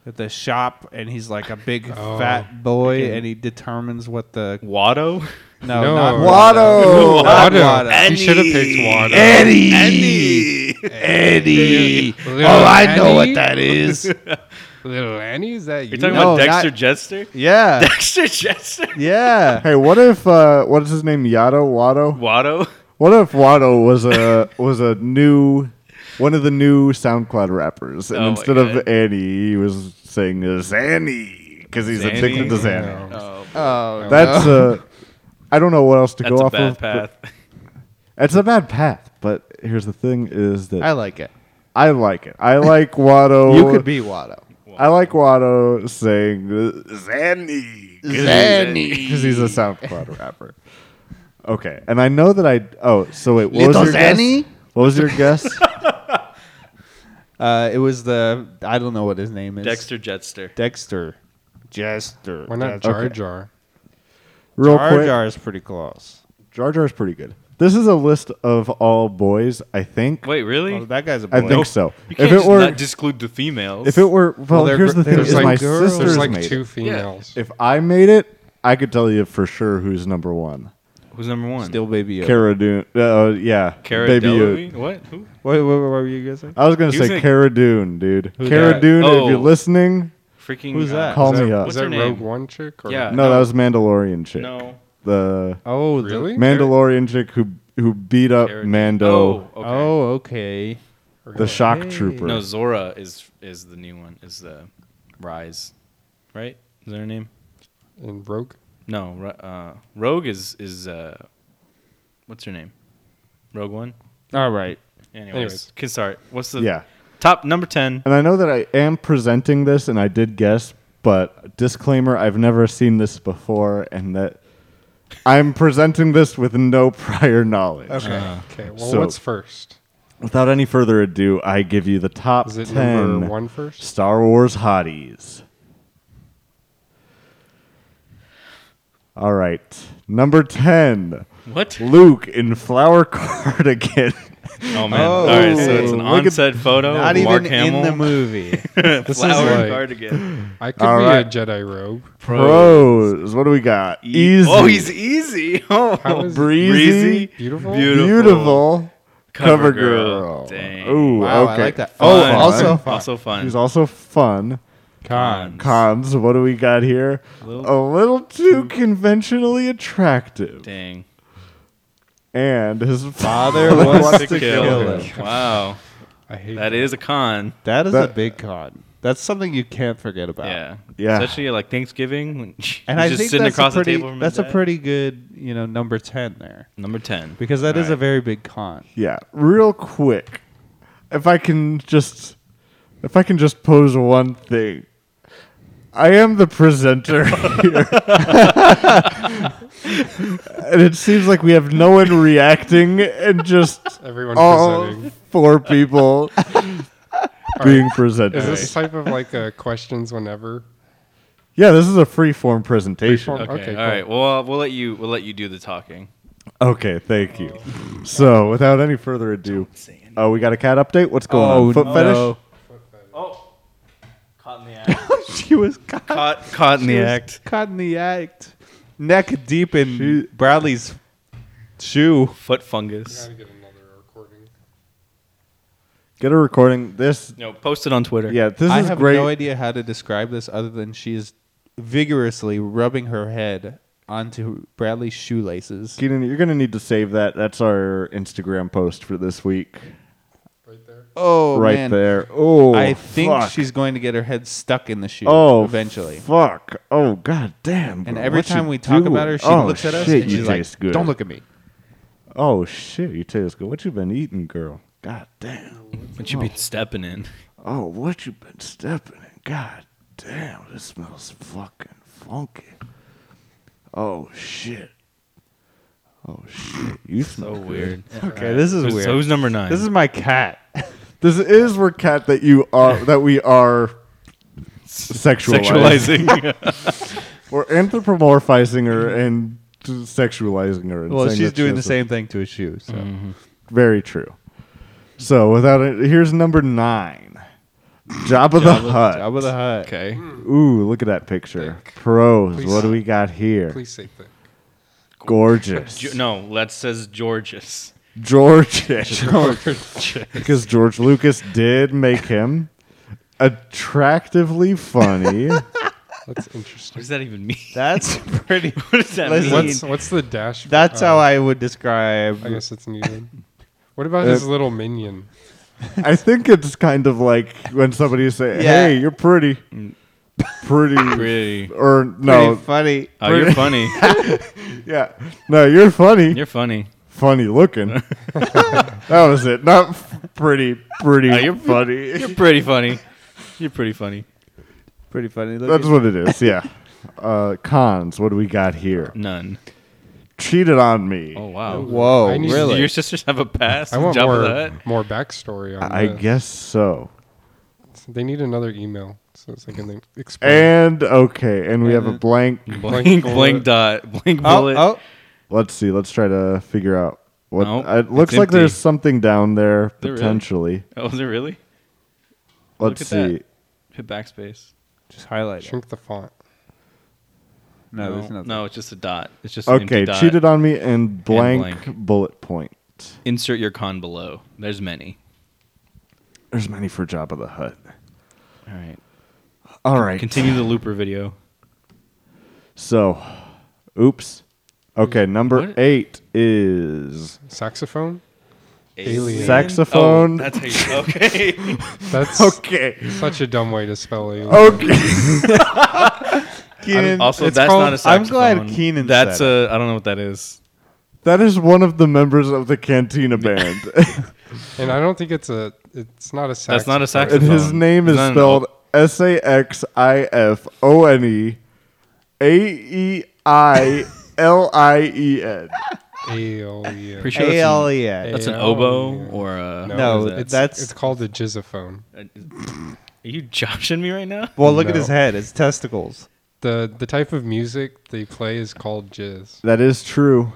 Speaker 4: the shop, and he's like a big
Speaker 2: Oh.
Speaker 4: fat boy, and he determines what the
Speaker 3: Watto?
Speaker 4: no,
Speaker 2: No.
Speaker 4: not
Speaker 1: Watto!
Speaker 4: Not Watto.
Speaker 2: You should have picked Watto.
Speaker 7: Eddie.
Speaker 3: Andy!
Speaker 7: Eddie.
Speaker 2: Little
Speaker 7: oh, I know what
Speaker 2: Eddie?
Speaker 7: that is.
Speaker 2: Little Annie, is that you?
Speaker 3: You're talking
Speaker 4: No,
Speaker 3: about Dexter
Speaker 4: not-
Speaker 3: Jetster?
Speaker 4: Yeah,
Speaker 3: Dexter Jetster?
Speaker 4: yeah.
Speaker 1: Hey, what if uh, what is his name? Yato Watto.
Speaker 3: Watto?
Speaker 1: What if Watto was a was a new one of the new SoundCloud rappers, and
Speaker 3: Oh my
Speaker 1: instead of
Speaker 3: God.
Speaker 1: Annie, he was saying uh, Zanny because he's
Speaker 3: Zanny?
Speaker 1: addicted to Zanny.
Speaker 2: No.
Speaker 3: Oh,
Speaker 7: Oh,
Speaker 1: That's uh, I don't know what else to
Speaker 3: that's
Speaker 1: go
Speaker 3: a
Speaker 1: off
Speaker 3: bad
Speaker 1: of.
Speaker 3: path.
Speaker 1: but- It's a bad path, but here's the thing: is that
Speaker 7: I
Speaker 1: I,
Speaker 7: like it.
Speaker 1: like it. I like Watto.
Speaker 7: You could be Watto.
Speaker 1: I like Watto saying uh, Zanny because
Speaker 7: Zanny.
Speaker 1: he's a SoundCloud rapper. Okay, and I know that I. Oh, so wait, what
Speaker 7: Little
Speaker 1: was your
Speaker 7: Zanny?
Speaker 1: guess? What was your guess?
Speaker 4: Uh, it was the I don't know what his name is.
Speaker 3: Dexter Jetster.
Speaker 4: Dexter.
Speaker 7: Jester.
Speaker 2: Why not Jar Jar?
Speaker 1: Real
Speaker 4: Jar
Speaker 1: quick,
Speaker 4: Jar is pretty close.
Speaker 1: Jar Jar's pretty good. This is a list of all boys, I think.
Speaker 3: Wait, really?
Speaker 4: Oh, that guy's a boy.
Speaker 1: I think so.
Speaker 3: You
Speaker 1: If
Speaker 3: can't
Speaker 1: it
Speaker 3: just
Speaker 1: were,
Speaker 3: not exclude the females.
Speaker 1: if it were, well,
Speaker 4: they're
Speaker 1: here's
Speaker 4: gr-
Speaker 1: the thing:
Speaker 4: there's
Speaker 1: is
Speaker 4: like
Speaker 1: my
Speaker 4: girls.
Speaker 1: sisters
Speaker 2: There's like
Speaker 1: made
Speaker 2: two
Speaker 1: it.
Speaker 2: females.
Speaker 1: If I made it, I could tell you for sure who's number one.
Speaker 3: Who's number one?
Speaker 4: Still baby. Yoda.
Speaker 1: Cara Dune. Uh, yeah.
Speaker 3: Cara
Speaker 1: Baby Yoda.
Speaker 3: Delevingne? What? Who?
Speaker 4: Wait, wait, wait, what were you guys saying?
Speaker 1: I was going to
Speaker 3: He was
Speaker 1: say
Speaker 3: in-
Speaker 1: Cara Dune, dude. Cara
Speaker 3: that?
Speaker 1: Dune, if
Speaker 3: Oh.
Speaker 1: you're listening.
Speaker 3: Freaking.
Speaker 4: Who's
Speaker 3: uh,
Speaker 4: that?
Speaker 1: Call
Speaker 2: Is
Speaker 1: me
Speaker 2: that,
Speaker 1: up.
Speaker 2: Is
Speaker 3: What's
Speaker 2: that
Speaker 3: her
Speaker 2: Rogue
Speaker 3: name?
Speaker 2: One chick? Or
Speaker 3: Yeah.
Speaker 1: No, that
Speaker 3: Uh, no.
Speaker 1: was Mandalorian chick.
Speaker 3: No.
Speaker 1: The
Speaker 4: Oh, the-
Speaker 2: Really?
Speaker 1: Mandalorian chick who who beat up
Speaker 3: Cara-
Speaker 1: Mando,
Speaker 3: Oh, okay.
Speaker 4: Oh, okay.
Speaker 1: the shock
Speaker 4: Hey.
Speaker 1: trooper.
Speaker 3: No, Zora is is the new one. Is the Rise, right? Is that her name?
Speaker 2: In Rogue?
Speaker 3: No, Ro- uh, Rogue is is uh, what's her name? Rogue One.
Speaker 4: All right.
Speaker 3: Anyways,
Speaker 2: Anyways.
Speaker 3: can start. What's the
Speaker 1: Yeah.
Speaker 3: top number ten?
Speaker 1: And I know that I am presenting this and I did guess, but disclaimer I've never seen this before and that I'm presenting this with no prior knowledge.
Speaker 7: Okay.
Speaker 2: Okay. Well,
Speaker 1: So-
Speaker 2: what's first?
Speaker 1: Without any further ado, I give you the top
Speaker 2: Is it
Speaker 1: 10
Speaker 2: number one first?
Speaker 1: Star Wars hotties. All right. Number 10,
Speaker 3: What?
Speaker 1: Luke in flower cardigan.
Speaker 3: Oh man! All right, so it's an
Speaker 1: Oh, look at-
Speaker 3: onset photo.
Speaker 4: Not
Speaker 3: of
Speaker 4: even
Speaker 3: Mark
Speaker 4: in
Speaker 3: Hamill.
Speaker 4: the movie.
Speaker 2: This is
Speaker 3: Flower
Speaker 2: like-
Speaker 3: cardigan.
Speaker 2: I could
Speaker 1: All
Speaker 2: be
Speaker 1: right.
Speaker 2: a Jedi robe.
Speaker 1: Pros. What do we got? Easy.
Speaker 3: Oh, he's easy. Oh,
Speaker 2: How is
Speaker 1: breezy,
Speaker 2: beautiful?
Speaker 3: beautiful.
Speaker 1: beautiful, cover
Speaker 3: Cover
Speaker 1: girl.
Speaker 3: girl. Dang.
Speaker 1: Ooh,
Speaker 4: Wow,
Speaker 1: okay.
Speaker 4: I like that.
Speaker 1: Oh,
Speaker 3: Fun.
Speaker 1: also
Speaker 3: fun. also fun.
Speaker 1: He's also fun.
Speaker 4: Con.
Speaker 1: Cons. What do we got here? A little too conventionally attractive,
Speaker 3: Dang.
Speaker 1: and his
Speaker 4: Father
Speaker 1: wants
Speaker 4: wants
Speaker 1: to
Speaker 3: kill.
Speaker 1: kill
Speaker 4: him.
Speaker 1: him.
Speaker 3: Wow,
Speaker 2: I hate
Speaker 3: that is a con.
Speaker 4: That is
Speaker 1: That-
Speaker 4: a big con. That's something you can't forget about.
Speaker 3: Yeah.
Speaker 1: Yeah.
Speaker 3: Especially like Thanksgiving when she's
Speaker 4: And I
Speaker 3: just
Speaker 4: think
Speaker 3: sitting
Speaker 4: that's,
Speaker 3: across
Speaker 4: a pretty,
Speaker 3: the table from her
Speaker 4: that's a
Speaker 3: dad.
Speaker 4: pretty good, you know, number 10 there.
Speaker 3: number ten.
Speaker 4: Because that is a
Speaker 3: Alright.
Speaker 4: very big con.
Speaker 1: Yeah, real quick. If I can just, if I can just pose one thing. I am the presenter here. and it seems like we have no one reacting and just
Speaker 2: everyone
Speaker 1: all
Speaker 2: presenting.
Speaker 1: four people being presented.
Speaker 2: Is this type of like a questions whenever?
Speaker 1: Yeah, this is a free-form presentation.
Speaker 2: Freeform.
Speaker 3: Okay.
Speaker 2: Okay,
Speaker 3: all right. Well, uh, we'll let you we'll let you do the talking.
Speaker 1: Okay, thank you. So, without any further ado, oh, we got a cat update. What's going on? Foot
Speaker 4: no.
Speaker 5: Oh, caught in the act.
Speaker 4: she was caught,
Speaker 3: Caught caught in
Speaker 4: she
Speaker 3: the
Speaker 4: was
Speaker 3: act.
Speaker 4: Caught in the act. Neck deep in Bradley's shoe.
Speaker 3: Foot fungus.
Speaker 2: Gotta get another recording.
Speaker 1: fetish? Get a recording. This,
Speaker 3: No, post it on Twitter.
Speaker 1: yeah, this
Speaker 4: I
Speaker 1: is
Speaker 4: have
Speaker 1: great.
Speaker 4: no idea how to describe this other than she is vigorously rubbing her head onto Bradley's shoelaces.
Speaker 1: Keenan, you're gonna need to save that. That's our Instagram post for this week,
Speaker 2: Right there.
Speaker 4: Oh
Speaker 1: right
Speaker 4: man.
Speaker 1: there. Oh,
Speaker 4: I think
Speaker 1: fuck.
Speaker 4: she's going to get her head stuck in the shoe
Speaker 1: Oh,
Speaker 4: eventually.
Speaker 1: Fuck. Oh, god damn.
Speaker 4: And
Speaker 1: bro,
Speaker 4: every
Speaker 1: what you
Speaker 4: time we talk
Speaker 1: doing?
Speaker 4: about her, she
Speaker 1: Oh,
Speaker 4: looks at us
Speaker 1: shit,
Speaker 4: and
Speaker 1: you
Speaker 4: she's like,
Speaker 1: taste good.
Speaker 4: "Don't look at me."
Speaker 1: Oh shit, you taste good. What you been eating, girl? God damn.
Speaker 3: What you been stepping in?
Speaker 1: Oh, what you been stepping in? God damn, this smells fucking funky. Oh shit. Oh shit, you smell
Speaker 3: So
Speaker 1: good.
Speaker 3: weird.
Speaker 4: Okay, this is
Speaker 3: Who's-
Speaker 4: weird.
Speaker 3: So who's number nine?
Speaker 4: this is my cat.
Speaker 1: This is where cat that you are that we are sexualizing.
Speaker 3: sexualizing.
Speaker 1: We're anthropomorphizing her and sexualizing her. And
Speaker 4: well,
Speaker 1: saying
Speaker 4: she's
Speaker 1: that she
Speaker 4: doing
Speaker 1: Mm-hmm.
Speaker 4: the
Speaker 1: has a-
Speaker 4: same thing to a shoe. So
Speaker 1: Very true. So without it, here's number nine. Job of the Hut.
Speaker 4: Jabba the Hutt.
Speaker 3: okay.
Speaker 1: Ooh, look at that picture. Pros.
Speaker 2: Please.
Speaker 1: What do we got here?
Speaker 2: Please say that.
Speaker 1: Gorgeous.
Speaker 3: Ge- no, that says Georges.
Speaker 1: Georgish. Because George Lucas did make him attractively funny.
Speaker 2: That's
Speaker 3: What
Speaker 2: interesting.
Speaker 3: does that even mean?
Speaker 4: That's pretty.
Speaker 3: what does that
Speaker 4: Listen,
Speaker 3: mean?
Speaker 2: What's what's the dash?
Speaker 4: That's
Speaker 2: uh,
Speaker 4: how I would describe.
Speaker 2: I guess it's needed. What about his little minion?
Speaker 1: I think it's kind of like when somebody say,
Speaker 4: Yeah.
Speaker 1: "Hey, you're pretty." Pretty
Speaker 3: Pretty.
Speaker 1: or
Speaker 4: pretty
Speaker 1: no,
Speaker 4: funny.
Speaker 3: Oh, you're funny.
Speaker 1: yeah, no, you're funny,
Speaker 3: You're funny.
Speaker 1: funny looking. that was it. Not f- pretty, pretty
Speaker 3: Oh, you're-
Speaker 1: funny.
Speaker 3: You're pretty funny. You're pretty funny.
Speaker 4: Pretty funny.
Speaker 1: That's
Speaker 4: Looking.
Speaker 1: what it is. Yeah. Uh, cons. What do we got here?
Speaker 3: None.
Speaker 1: Cheated on me.
Speaker 3: Oh wow.
Speaker 4: Whoa,
Speaker 2: I need-
Speaker 3: Do
Speaker 4: really?
Speaker 3: your sisters have a pass?
Speaker 2: I want
Speaker 3: Job of
Speaker 2: more
Speaker 3: the Hutt?
Speaker 2: more backstory on
Speaker 1: I
Speaker 2: this.
Speaker 1: guess so.
Speaker 2: They need another email so it's like an explain.
Speaker 1: And okay, and we have
Speaker 3: Mm-hmm.
Speaker 1: a blank.
Speaker 3: Blank,
Speaker 2: Blank
Speaker 3: blank dot, blank
Speaker 4: oh,
Speaker 3: bullet.
Speaker 4: oh,
Speaker 1: Let's see. Let's try to figure out what.
Speaker 3: Nope,
Speaker 1: it looks
Speaker 3: it's
Speaker 1: like there's
Speaker 3: empty.
Speaker 1: something down there
Speaker 3: There is.
Speaker 1: potentially.
Speaker 3: Oh, is it really? Look
Speaker 1: Let's
Speaker 3: at that.
Speaker 1: see.
Speaker 3: Hit backspace.
Speaker 4: just highlight. it.
Speaker 2: Shrink the font.
Speaker 4: No, there's
Speaker 3: no,
Speaker 4: nothing.
Speaker 3: no, it's just a dot. It's just An
Speaker 1: Okay,
Speaker 3: empty dot.
Speaker 1: cheated on me and blank,
Speaker 3: blank.
Speaker 1: bullet point.
Speaker 3: Insert your con below. There's many.
Speaker 1: There's many for Job of the Hut.
Speaker 3: All right.
Speaker 1: All right.
Speaker 3: Continue the looper video.
Speaker 1: So, oops. Okay, number
Speaker 3: What?
Speaker 1: eight is
Speaker 2: Saxophone?
Speaker 3: Alien.
Speaker 1: Saxophone.
Speaker 3: Oh, that's how you. Okay.
Speaker 2: That's
Speaker 1: okay.
Speaker 2: such a dumb way to spell alien.
Speaker 1: Oh. Okay.
Speaker 4: Keenan,
Speaker 3: also,
Speaker 4: it's
Speaker 3: that's
Speaker 4: called-
Speaker 3: not a saxophone.
Speaker 4: I'm glad Keenan.
Speaker 3: That's
Speaker 4: said
Speaker 3: a. I don't know what that is.
Speaker 1: That is one of the members of the Cantina band.
Speaker 2: And I don't think it's a it's not a saxophone.
Speaker 3: That's not a
Speaker 1: and
Speaker 3: saxophone.
Speaker 1: his name is
Speaker 3: It's not an
Speaker 1: spelled S A X I F O N E A E I L I E N.
Speaker 2: Alien.
Speaker 3: Pretty sure
Speaker 4: A
Speaker 3: that's,
Speaker 4: L
Speaker 3: an,
Speaker 4: E A.
Speaker 3: that's an
Speaker 2: Yeah.
Speaker 3: oboe or a.
Speaker 4: No,
Speaker 3: what is that?
Speaker 4: that's-
Speaker 2: it's called a jizophone.
Speaker 3: Are you joshing me right now?
Speaker 4: Well, look at
Speaker 2: No.
Speaker 4: his head. It's testicles.
Speaker 2: The the type of music they play is called jizz.
Speaker 1: That is true.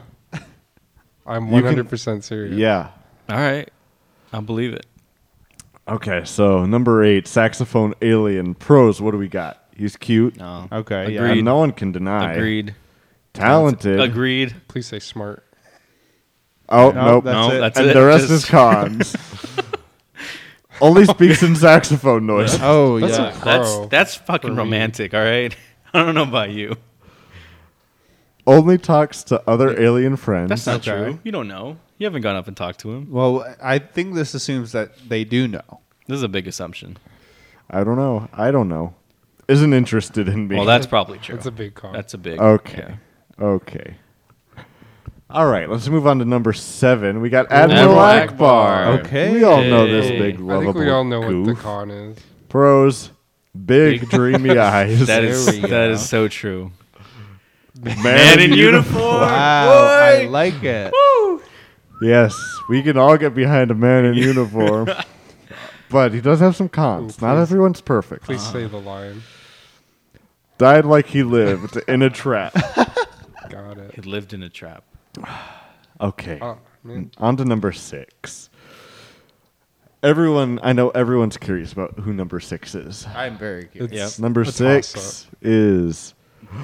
Speaker 2: I'm
Speaker 1: You can-
Speaker 2: 100 percent serious.
Speaker 1: Yeah.
Speaker 3: All right. I believe it.
Speaker 1: Okay, so number eight, saxophone alien. Pros, what do we got? He's cute.
Speaker 3: No.
Speaker 4: Okay.
Speaker 1: Uh,
Speaker 3: Agreed.
Speaker 1: no one can deny.
Speaker 3: Agreed.
Speaker 1: Talented.
Speaker 3: Agreed.
Speaker 2: Please say smart.
Speaker 1: Oh,
Speaker 4: No,
Speaker 1: nope.
Speaker 4: that's
Speaker 3: no,
Speaker 4: it.
Speaker 3: that's
Speaker 1: and
Speaker 3: it.
Speaker 1: the rest
Speaker 3: Just-
Speaker 1: is cons. Only speaks in saxophone noise.
Speaker 4: Yeah. Oh
Speaker 2: That's
Speaker 4: yeah.
Speaker 2: a-
Speaker 3: That's
Speaker 2: Bro,
Speaker 3: that's fucking
Speaker 2: me.
Speaker 3: romantic. All right. I don't know about you.
Speaker 1: Only talks to other alien friends.
Speaker 3: That's not
Speaker 4: Okay.
Speaker 3: true. You don't know. You haven't gone up and talked to him.
Speaker 4: Well, I think this assumes that they do know.
Speaker 3: This is a big assumption.
Speaker 1: I don't know. I don't know. Isn't interested in me.
Speaker 3: Well, that's probably true.
Speaker 2: That's a big car.
Speaker 3: That's a big.
Speaker 1: okay.
Speaker 3: yeah.
Speaker 1: Okay. All right, let's move on to number seven. We got Admiral
Speaker 3: Admiral
Speaker 1: Akbar.
Speaker 3: Akbar.
Speaker 4: Okay.
Speaker 1: we all know this
Speaker 3: Hey.
Speaker 1: big
Speaker 2: I
Speaker 1: lovable
Speaker 2: think we all know
Speaker 1: goof.
Speaker 2: what the con is.
Speaker 1: Pros, big
Speaker 3: Big-
Speaker 1: dreamy eyes.
Speaker 3: That is
Speaker 4: There we
Speaker 3: that
Speaker 4: go.
Speaker 3: is so true.
Speaker 1: man,
Speaker 4: Wow, I like it.
Speaker 1: Yes, we can all get behind a man in uniform, but he does have some cons.
Speaker 2: Ooh,
Speaker 1: Not
Speaker 2: please.
Speaker 1: everyone's perfect.
Speaker 2: Please say the line.
Speaker 1: Died like he lived in a trap.
Speaker 2: Got it.
Speaker 3: He lived in a trap.
Speaker 1: Okay.
Speaker 2: Oh, man.
Speaker 1: On to number six. Everyone, I know everyone's curious about who number six is.
Speaker 5: I'm very curious.
Speaker 2: It's-
Speaker 1: Number
Speaker 2: It's
Speaker 1: six
Speaker 2: awesome.
Speaker 1: is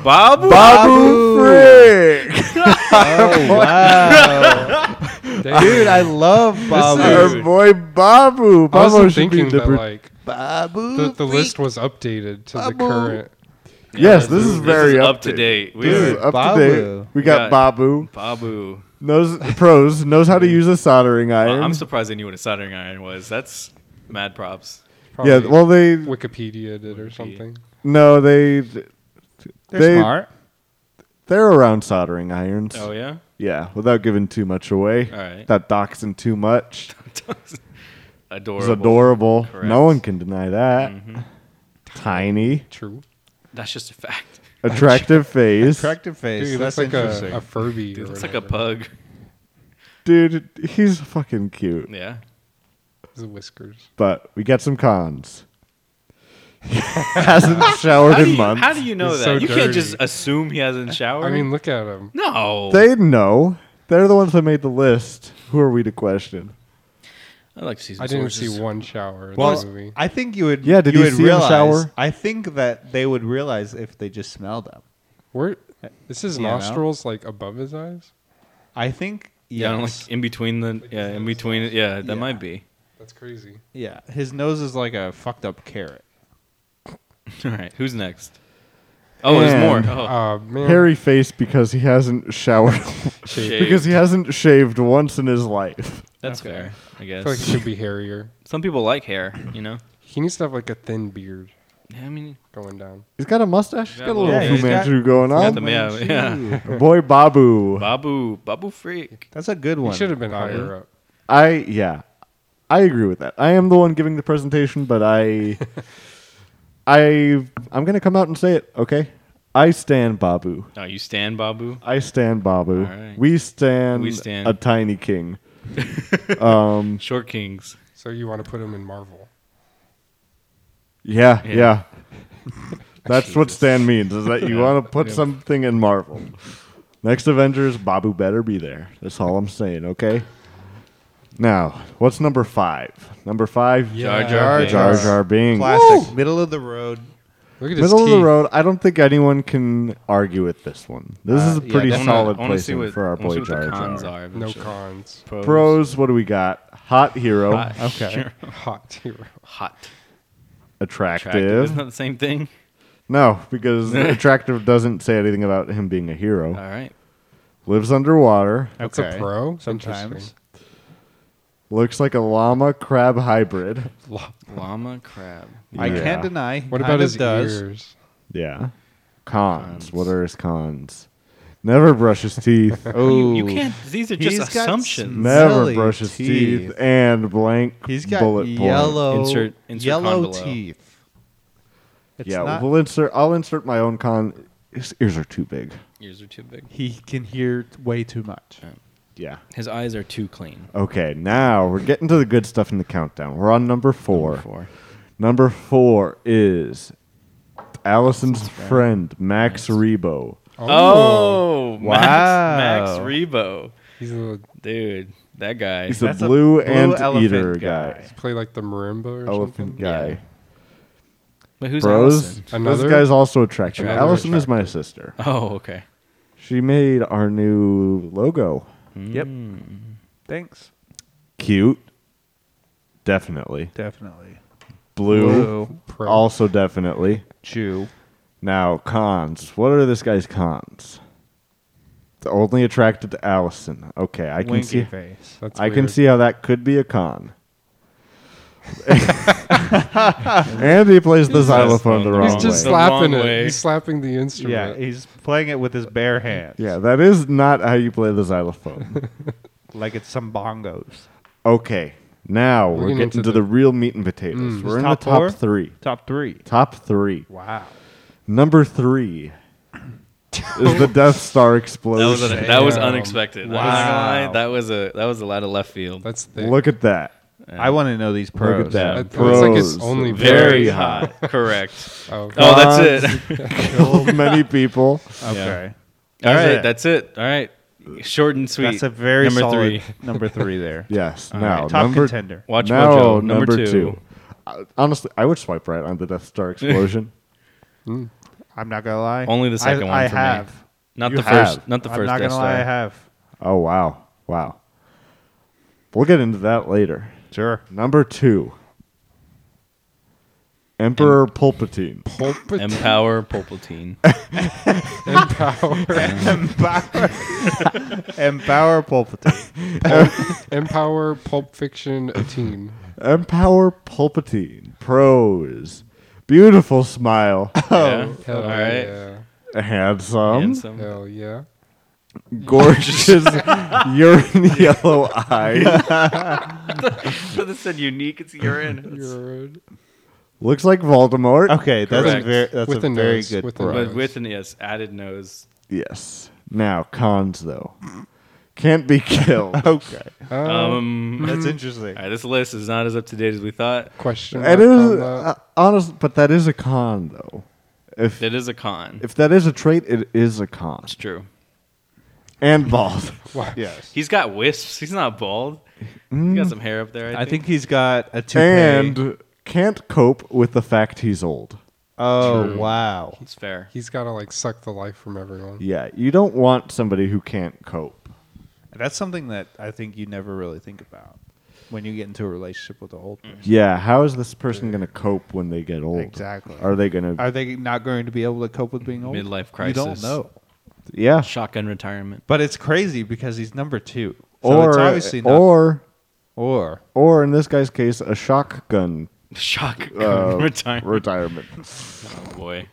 Speaker 3: Bob.
Speaker 1: Babu Frick.
Speaker 4: Oh wow,
Speaker 2: Dang.
Speaker 4: dude, I love Babu.
Speaker 1: Our boy Babu.
Speaker 2: I
Speaker 1: Babu
Speaker 2: was
Speaker 1: should
Speaker 2: thinking
Speaker 1: be
Speaker 2: that
Speaker 1: number.
Speaker 2: like
Speaker 7: Babu.
Speaker 2: the, the list was updated to the
Speaker 7: Babu.
Speaker 2: current.
Speaker 3: uh,
Speaker 1: yes, this is very
Speaker 3: up, to date. We
Speaker 1: This is
Speaker 3: are
Speaker 1: up
Speaker 4: Babu.
Speaker 1: to date. We got
Speaker 3: got-
Speaker 1: Babu.
Speaker 3: Babu.
Speaker 1: Knows pros. Knows how to use a soldering
Speaker 3: Well,
Speaker 1: iron.
Speaker 3: I'm surprised they knew what a soldering iron was. That's mad props.
Speaker 1: yeah.
Speaker 2: probably
Speaker 1: Well, they
Speaker 2: Wikipedia did or something.
Speaker 1: no they
Speaker 4: They're
Speaker 1: They-
Speaker 4: smart.
Speaker 1: they're around soldering irons.
Speaker 3: Oh yeah.
Speaker 1: Yeah, without giving too much away.
Speaker 3: All right.
Speaker 1: Without doxing too much. It's
Speaker 3: adorable.
Speaker 1: adorable.
Speaker 3: Correct. Mm-hmm.
Speaker 1: No one can deny that. Tiny,
Speaker 2: True.
Speaker 3: That's just a fact.
Speaker 1: attractive face.
Speaker 4: Attractive face.
Speaker 2: Dude, he
Speaker 4: That's
Speaker 2: looks like
Speaker 4: interesting.
Speaker 2: a, a Furby.
Speaker 3: Dude,
Speaker 2: or
Speaker 3: looks like a
Speaker 2: whatever.
Speaker 3: pug.
Speaker 1: Dude, he's fucking cute.
Speaker 3: Yeah.
Speaker 2: His whiskers.
Speaker 1: But we got some cons. he hasn't showered
Speaker 3: How
Speaker 1: in
Speaker 3: do, you,
Speaker 1: months.
Speaker 3: how do you know
Speaker 2: He's
Speaker 3: that?
Speaker 2: so
Speaker 3: you can't just
Speaker 2: dirty.
Speaker 3: assume he hasn't showered.
Speaker 2: I mean, look at him.
Speaker 3: no.
Speaker 1: they know. They're the ones that made the list. Who are we to question?
Speaker 3: I like to see. Some
Speaker 2: I didn't
Speaker 3: sources.
Speaker 2: see one shower in the
Speaker 4: Well,
Speaker 2: movie.
Speaker 4: I think you would.
Speaker 1: Yeah, did you
Speaker 4: would
Speaker 1: see him
Speaker 4: realize,
Speaker 1: shower?
Speaker 4: I think that they would realize if they just smelled him.
Speaker 2: Where is his
Speaker 4: You know?
Speaker 2: nostrils like above his eyes?
Speaker 4: I think. Yes.
Speaker 3: Yeah, like in between the yeah, in between it- yeah, that
Speaker 4: Yeah.
Speaker 3: might be.
Speaker 2: That's crazy.
Speaker 4: yeah, his nose is like a fucked up carrot.
Speaker 3: All right, who's next? Oh, there's
Speaker 1: And-
Speaker 3: more. Oh,
Speaker 2: Uh, man,
Speaker 1: Hairy face because he hasn't showered.
Speaker 3: shaved.
Speaker 1: because he hasn't shaved once in his life.
Speaker 3: that's
Speaker 2: Okay.
Speaker 3: fair, I
Speaker 2: I
Speaker 3: guess.
Speaker 2: feel like he should be hairier.
Speaker 3: Some people like hair, you know.
Speaker 2: He needs to have like a thin beard
Speaker 3: Yeah, I mean,
Speaker 2: going down.
Speaker 1: He's got a mustache. He's
Speaker 3: Yeah,
Speaker 1: got a little
Speaker 3: yeah,
Speaker 1: Fu
Speaker 4: he's got-
Speaker 1: Manchu going
Speaker 3: got
Speaker 1: on.
Speaker 3: the- yeah, yeah.
Speaker 1: Boy Babu.
Speaker 3: Babu, Babu freak.
Speaker 4: That's a good one.
Speaker 2: He should have been higher up.
Speaker 1: I yeah, I agree with that. I am the one giving the presentation, but I, I, I'm gonna come out and say it. Okay, I stand Babu.
Speaker 3: Oh, you stand Babu.
Speaker 1: I stand Babu.
Speaker 3: All right.
Speaker 1: We stand.
Speaker 3: We stand.
Speaker 1: a tiny king.
Speaker 3: Short Kings.
Speaker 2: So you want to put him in Marvel?
Speaker 1: Yeah, yeah.
Speaker 3: Yeah.
Speaker 1: That's what Stan means. Is that you
Speaker 3: Yeah.
Speaker 1: want to put
Speaker 2: Yeah.
Speaker 1: something in Marvel? Next Avengers, Babu better be there. That's all I'm saying. Okay. Now, what's number five? Number five,
Speaker 3: Jar
Speaker 4: Jar
Speaker 3: Jar. Binks.
Speaker 1: Jar Jar Binks.
Speaker 4: Classic, middle of the road.
Speaker 2: Look at his
Speaker 1: Middle of the
Speaker 2: teeth.
Speaker 1: road. I don't think anyone can argue with this one. This is a
Speaker 4: Uh, yeah,
Speaker 1: pretty
Speaker 3: I wanna-
Speaker 1: solid
Speaker 3: I wanna
Speaker 1: placing
Speaker 3: see what-
Speaker 1: for our
Speaker 3: I wanna
Speaker 1: boy
Speaker 3: see what
Speaker 1: Jar
Speaker 3: the cons
Speaker 1: Jar.
Speaker 3: are of
Speaker 2: No
Speaker 3: this shit.
Speaker 2: cons.
Speaker 3: Pros.
Speaker 1: Pros, what do we got? Hot hero,
Speaker 3: Hot.
Speaker 4: Okay.
Speaker 2: Hot hero.
Speaker 3: Hot. Attractive.
Speaker 1: attractive.
Speaker 3: Isn't that the same thing?
Speaker 1: No, because attractive doesn't say anything about him being a hero.
Speaker 3: All right.
Speaker 1: Lives underwater.
Speaker 2: That's a pro.
Speaker 4: Sometimes.
Speaker 1: Looks like a llama crab hybrid.
Speaker 3: Llama crab.
Speaker 4: I
Speaker 1: Yeah.
Speaker 4: can't deny. he
Speaker 2: What
Speaker 4: kind
Speaker 2: about
Speaker 4: of
Speaker 2: his
Speaker 4: does.
Speaker 2: ears?
Speaker 1: Yeah. Cons. What are his cons? Never brush his teeth.
Speaker 4: Oh,
Speaker 3: You can't. These are just
Speaker 4: He's got
Speaker 3: assumptions.
Speaker 1: Never
Speaker 4: Silly
Speaker 1: brush his teeth.
Speaker 4: teeth.
Speaker 1: and blank
Speaker 4: He's got
Speaker 1: bullet point.
Speaker 4: yellow,
Speaker 3: Insert- insert
Speaker 4: yellow
Speaker 3: con below.
Speaker 4: teeth. It's
Speaker 1: yeah,
Speaker 4: not-
Speaker 1: we'll insert. I'll insert my own con. His ears are too big.
Speaker 3: Ears are too big.
Speaker 4: he can hear t- way too much.
Speaker 1: Yeah.
Speaker 3: His eyes are too clean.
Speaker 1: Okay, now we're getting to the good stuff in the countdown. We're on number four. Number
Speaker 3: Four.
Speaker 1: four is Allison's friend Max Rebo.
Speaker 3: Oh,
Speaker 4: Wow.
Speaker 3: Max, Max Rebo.
Speaker 2: He's a little,
Speaker 3: Dude, that guy.
Speaker 1: He's a
Speaker 4: That's a blue
Speaker 1: blue, ant
Speaker 4: elephant
Speaker 1: eater guy,
Speaker 4: guy.
Speaker 2: play like the marimba or
Speaker 1: elephant
Speaker 2: something.
Speaker 1: guy.
Speaker 3: Yeah. But who's
Speaker 1: Bros,
Speaker 3: Allison?
Speaker 2: Another?
Speaker 1: this guy's also attractive.
Speaker 3: Another
Speaker 1: Allison is my sister.
Speaker 3: Oh, okay.
Speaker 1: She made our new logo.
Speaker 4: Yep.
Speaker 2: Mm.
Speaker 4: Thanks.
Speaker 1: Cute, definitely.
Speaker 4: Definitely.
Speaker 1: Blue,
Speaker 4: Blue.
Speaker 2: Pro.
Speaker 1: also definitely.
Speaker 4: Chew.
Speaker 1: Now, cons. What are this guy's cons? The only attracted to Allison. Okay, I can
Speaker 4: winky
Speaker 1: see.
Speaker 4: face.
Speaker 2: That's
Speaker 1: I can
Speaker 2: weird.
Speaker 1: see how that could be a con. and he plays the xylophone the
Speaker 3: He's
Speaker 1: wrong
Speaker 2: He's just
Speaker 1: way.
Speaker 3: The wrong
Speaker 2: slapping
Speaker 3: way.
Speaker 2: it. He's slapping the
Speaker 4: Yeah,
Speaker 2: instrument.
Speaker 4: he's playing it with his bare hands.
Speaker 1: Yeah, that is not how you play the xylophone.
Speaker 4: like it's some bongos.
Speaker 1: okay, now we're,
Speaker 2: getting
Speaker 1: getting
Speaker 2: into
Speaker 1: to the,
Speaker 2: the-
Speaker 1: real meat and potatoes.
Speaker 2: Mm.
Speaker 1: we're in
Speaker 4: Top
Speaker 1: the top
Speaker 4: four?
Speaker 1: three.
Speaker 4: Top three.
Speaker 1: Top three.
Speaker 4: Wow.
Speaker 1: Number three is the Death Star
Speaker 3: That
Speaker 1: explosion.
Speaker 3: was that was
Speaker 2: Damn.
Speaker 3: unexpected. I'm not gonna lie, That was a that was a lot of left field.
Speaker 2: That's thick.
Speaker 1: Look at that.
Speaker 4: I want to know these pros.
Speaker 1: Look at that.
Speaker 2: It looks like it's
Speaker 1: Pros.
Speaker 2: only
Speaker 3: very
Speaker 1: Very
Speaker 3: hot. Correct.
Speaker 2: Oh,
Speaker 3: Oh, that's it.
Speaker 1: Killed many people.
Speaker 4: Okay.
Speaker 3: All
Speaker 4: That's
Speaker 3: right,
Speaker 4: it.
Speaker 3: that's it. All right, short and sweet.
Speaker 4: That's a very
Speaker 3: number
Speaker 4: solid
Speaker 3: three.
Speaker 4: number three there.
Speaker 1: Yes.
Speaker 3: All
Speaker 1: now
Speaker 3: right,
Speaker 4: Top
Speaker 1: number
Speaker 4: contender.
Speaker 3: Watch
Speaker 1: now,
Speaker 3: Mojo number,
Speaker 1: number
Speaker 3: two.
Speaker 1: Uh, honestly, I would swipe right on the Death Star explosion.
Speaker 4: I'm not gonna lie.
Speaker 3: Only the second
Speaker 4: I,
Speaker 3: one
Speaker 4: I
Speaker 3: for me.
Speaker 4: have.
Speaker 3: Not
Speaker 1: You
Speaker 3: the
Speaker 1: have.
Speaker 3: first. Not the 1st
Speaker 4: I'm not
Speaker 3: Death
Speaker 4: gonna lie. I
Speaker 3: Star.
Speaker 4: have.
Speaker 1: oh wow, wow. We'll get into that later.
Speaker 4: Sure.
Speaker 1: Number two, Emperor Palpatine.
Speaker 2: pulpit
Speaker 3: Empower Palpatine.
Speaker 2: empower,
Speaker 4: Empower. Empower Palpatine.
Speaker 2: empower Pulp Fiction a teen.
Speaker 1: Empower Palpatine. Pros. Beautiful smile.
Speaker 3: oh, yeah.
Speaker 2: Hell
Speaker 3: all right.
Speaker 2: yeah.
Speaker 1: Handsome.
Speaker 3: Handsome.
Speaker 2: Hell yeah.
Speaker 1: Gorgeous urine yellow eyes.
Speaker 5: This said unique. It's urine.
Speaker 2: You're a-
Speaker 1: Looks like Voldemort.
Speaker 4: Okay, that's a
Speaker 3: Correct.
Speaker 4: very that's
Speaker 2: With
Speaker 4: a
Speaker 2: a
Speaker 4: very
Speaker 2: nose,
Speaker 4: good
Speaker 2: with a
Speaker 4: pro.
Speaker 2: nose.
Speaker 3: But with an yes, added nose.
Speaker 1: Yes. Now, cons though. Can't be killed.
Speaker 4: Okay,
Speaker 3: Um,
Speaker 4: that's interesting.
Speaker 3: all right, this list is not as up to date as we thought.
Speaker 2: question.
Speaker 1: It
Speaker 2: mark
Speaker 1: is
Speaker 2: on that.
Speaker 1: uh, honest, but that is a con though. If
Speaker 3: It is a con.
Speaker 1: if that is a trait, it is a con.
Speaker 3: it's true.
Speaker 1: And bald.
Speaker 2: Wow.
Speaker 4: Yes,
Speaker 3: He's got wisps. He's not bald. He's got some hair up there. Mm-hmm. I,
Speaker 4: I think he's got a toupee.
Speaker 1: and can't cope with the fact he's old.
Speaker 4: oh wow,
Speaker 3: it's fair.
Speaker 2: He's got to like suck the life from everyone.
Speaker 1: Yeah, you don't want somebody who can't cope.
Speaker 4: that's something that I think you never really think about when you get into a relationship with an old person.
Speaker 1: Yeah, how is this person going to cope when they get old?
Speaker 4: Exactly.
Speaker 1: Are they going to?
Speaker 4: Are they not going to be able to cope with being old?
Speaker 3: Midlife
Speaker 4: You don't
Speaker 3: crisis.
Speaker 4: know.
Speaker 1: Yeah,
Speaker 3: Shotgun retirement.
Speaker 4: But it's crazy because he's number two. So
Speaker 1: or
Speaker 4: it's obviously not,
Speaker 1: or
Speaker 4: or
Speaker 1: or in this guy's case, a shotgun
Speaker 3: Shotgun
Speaker 1: uh,
Speaker 3: retirement.
Speaker 1: retirement.
Speaker 3: Oh boy.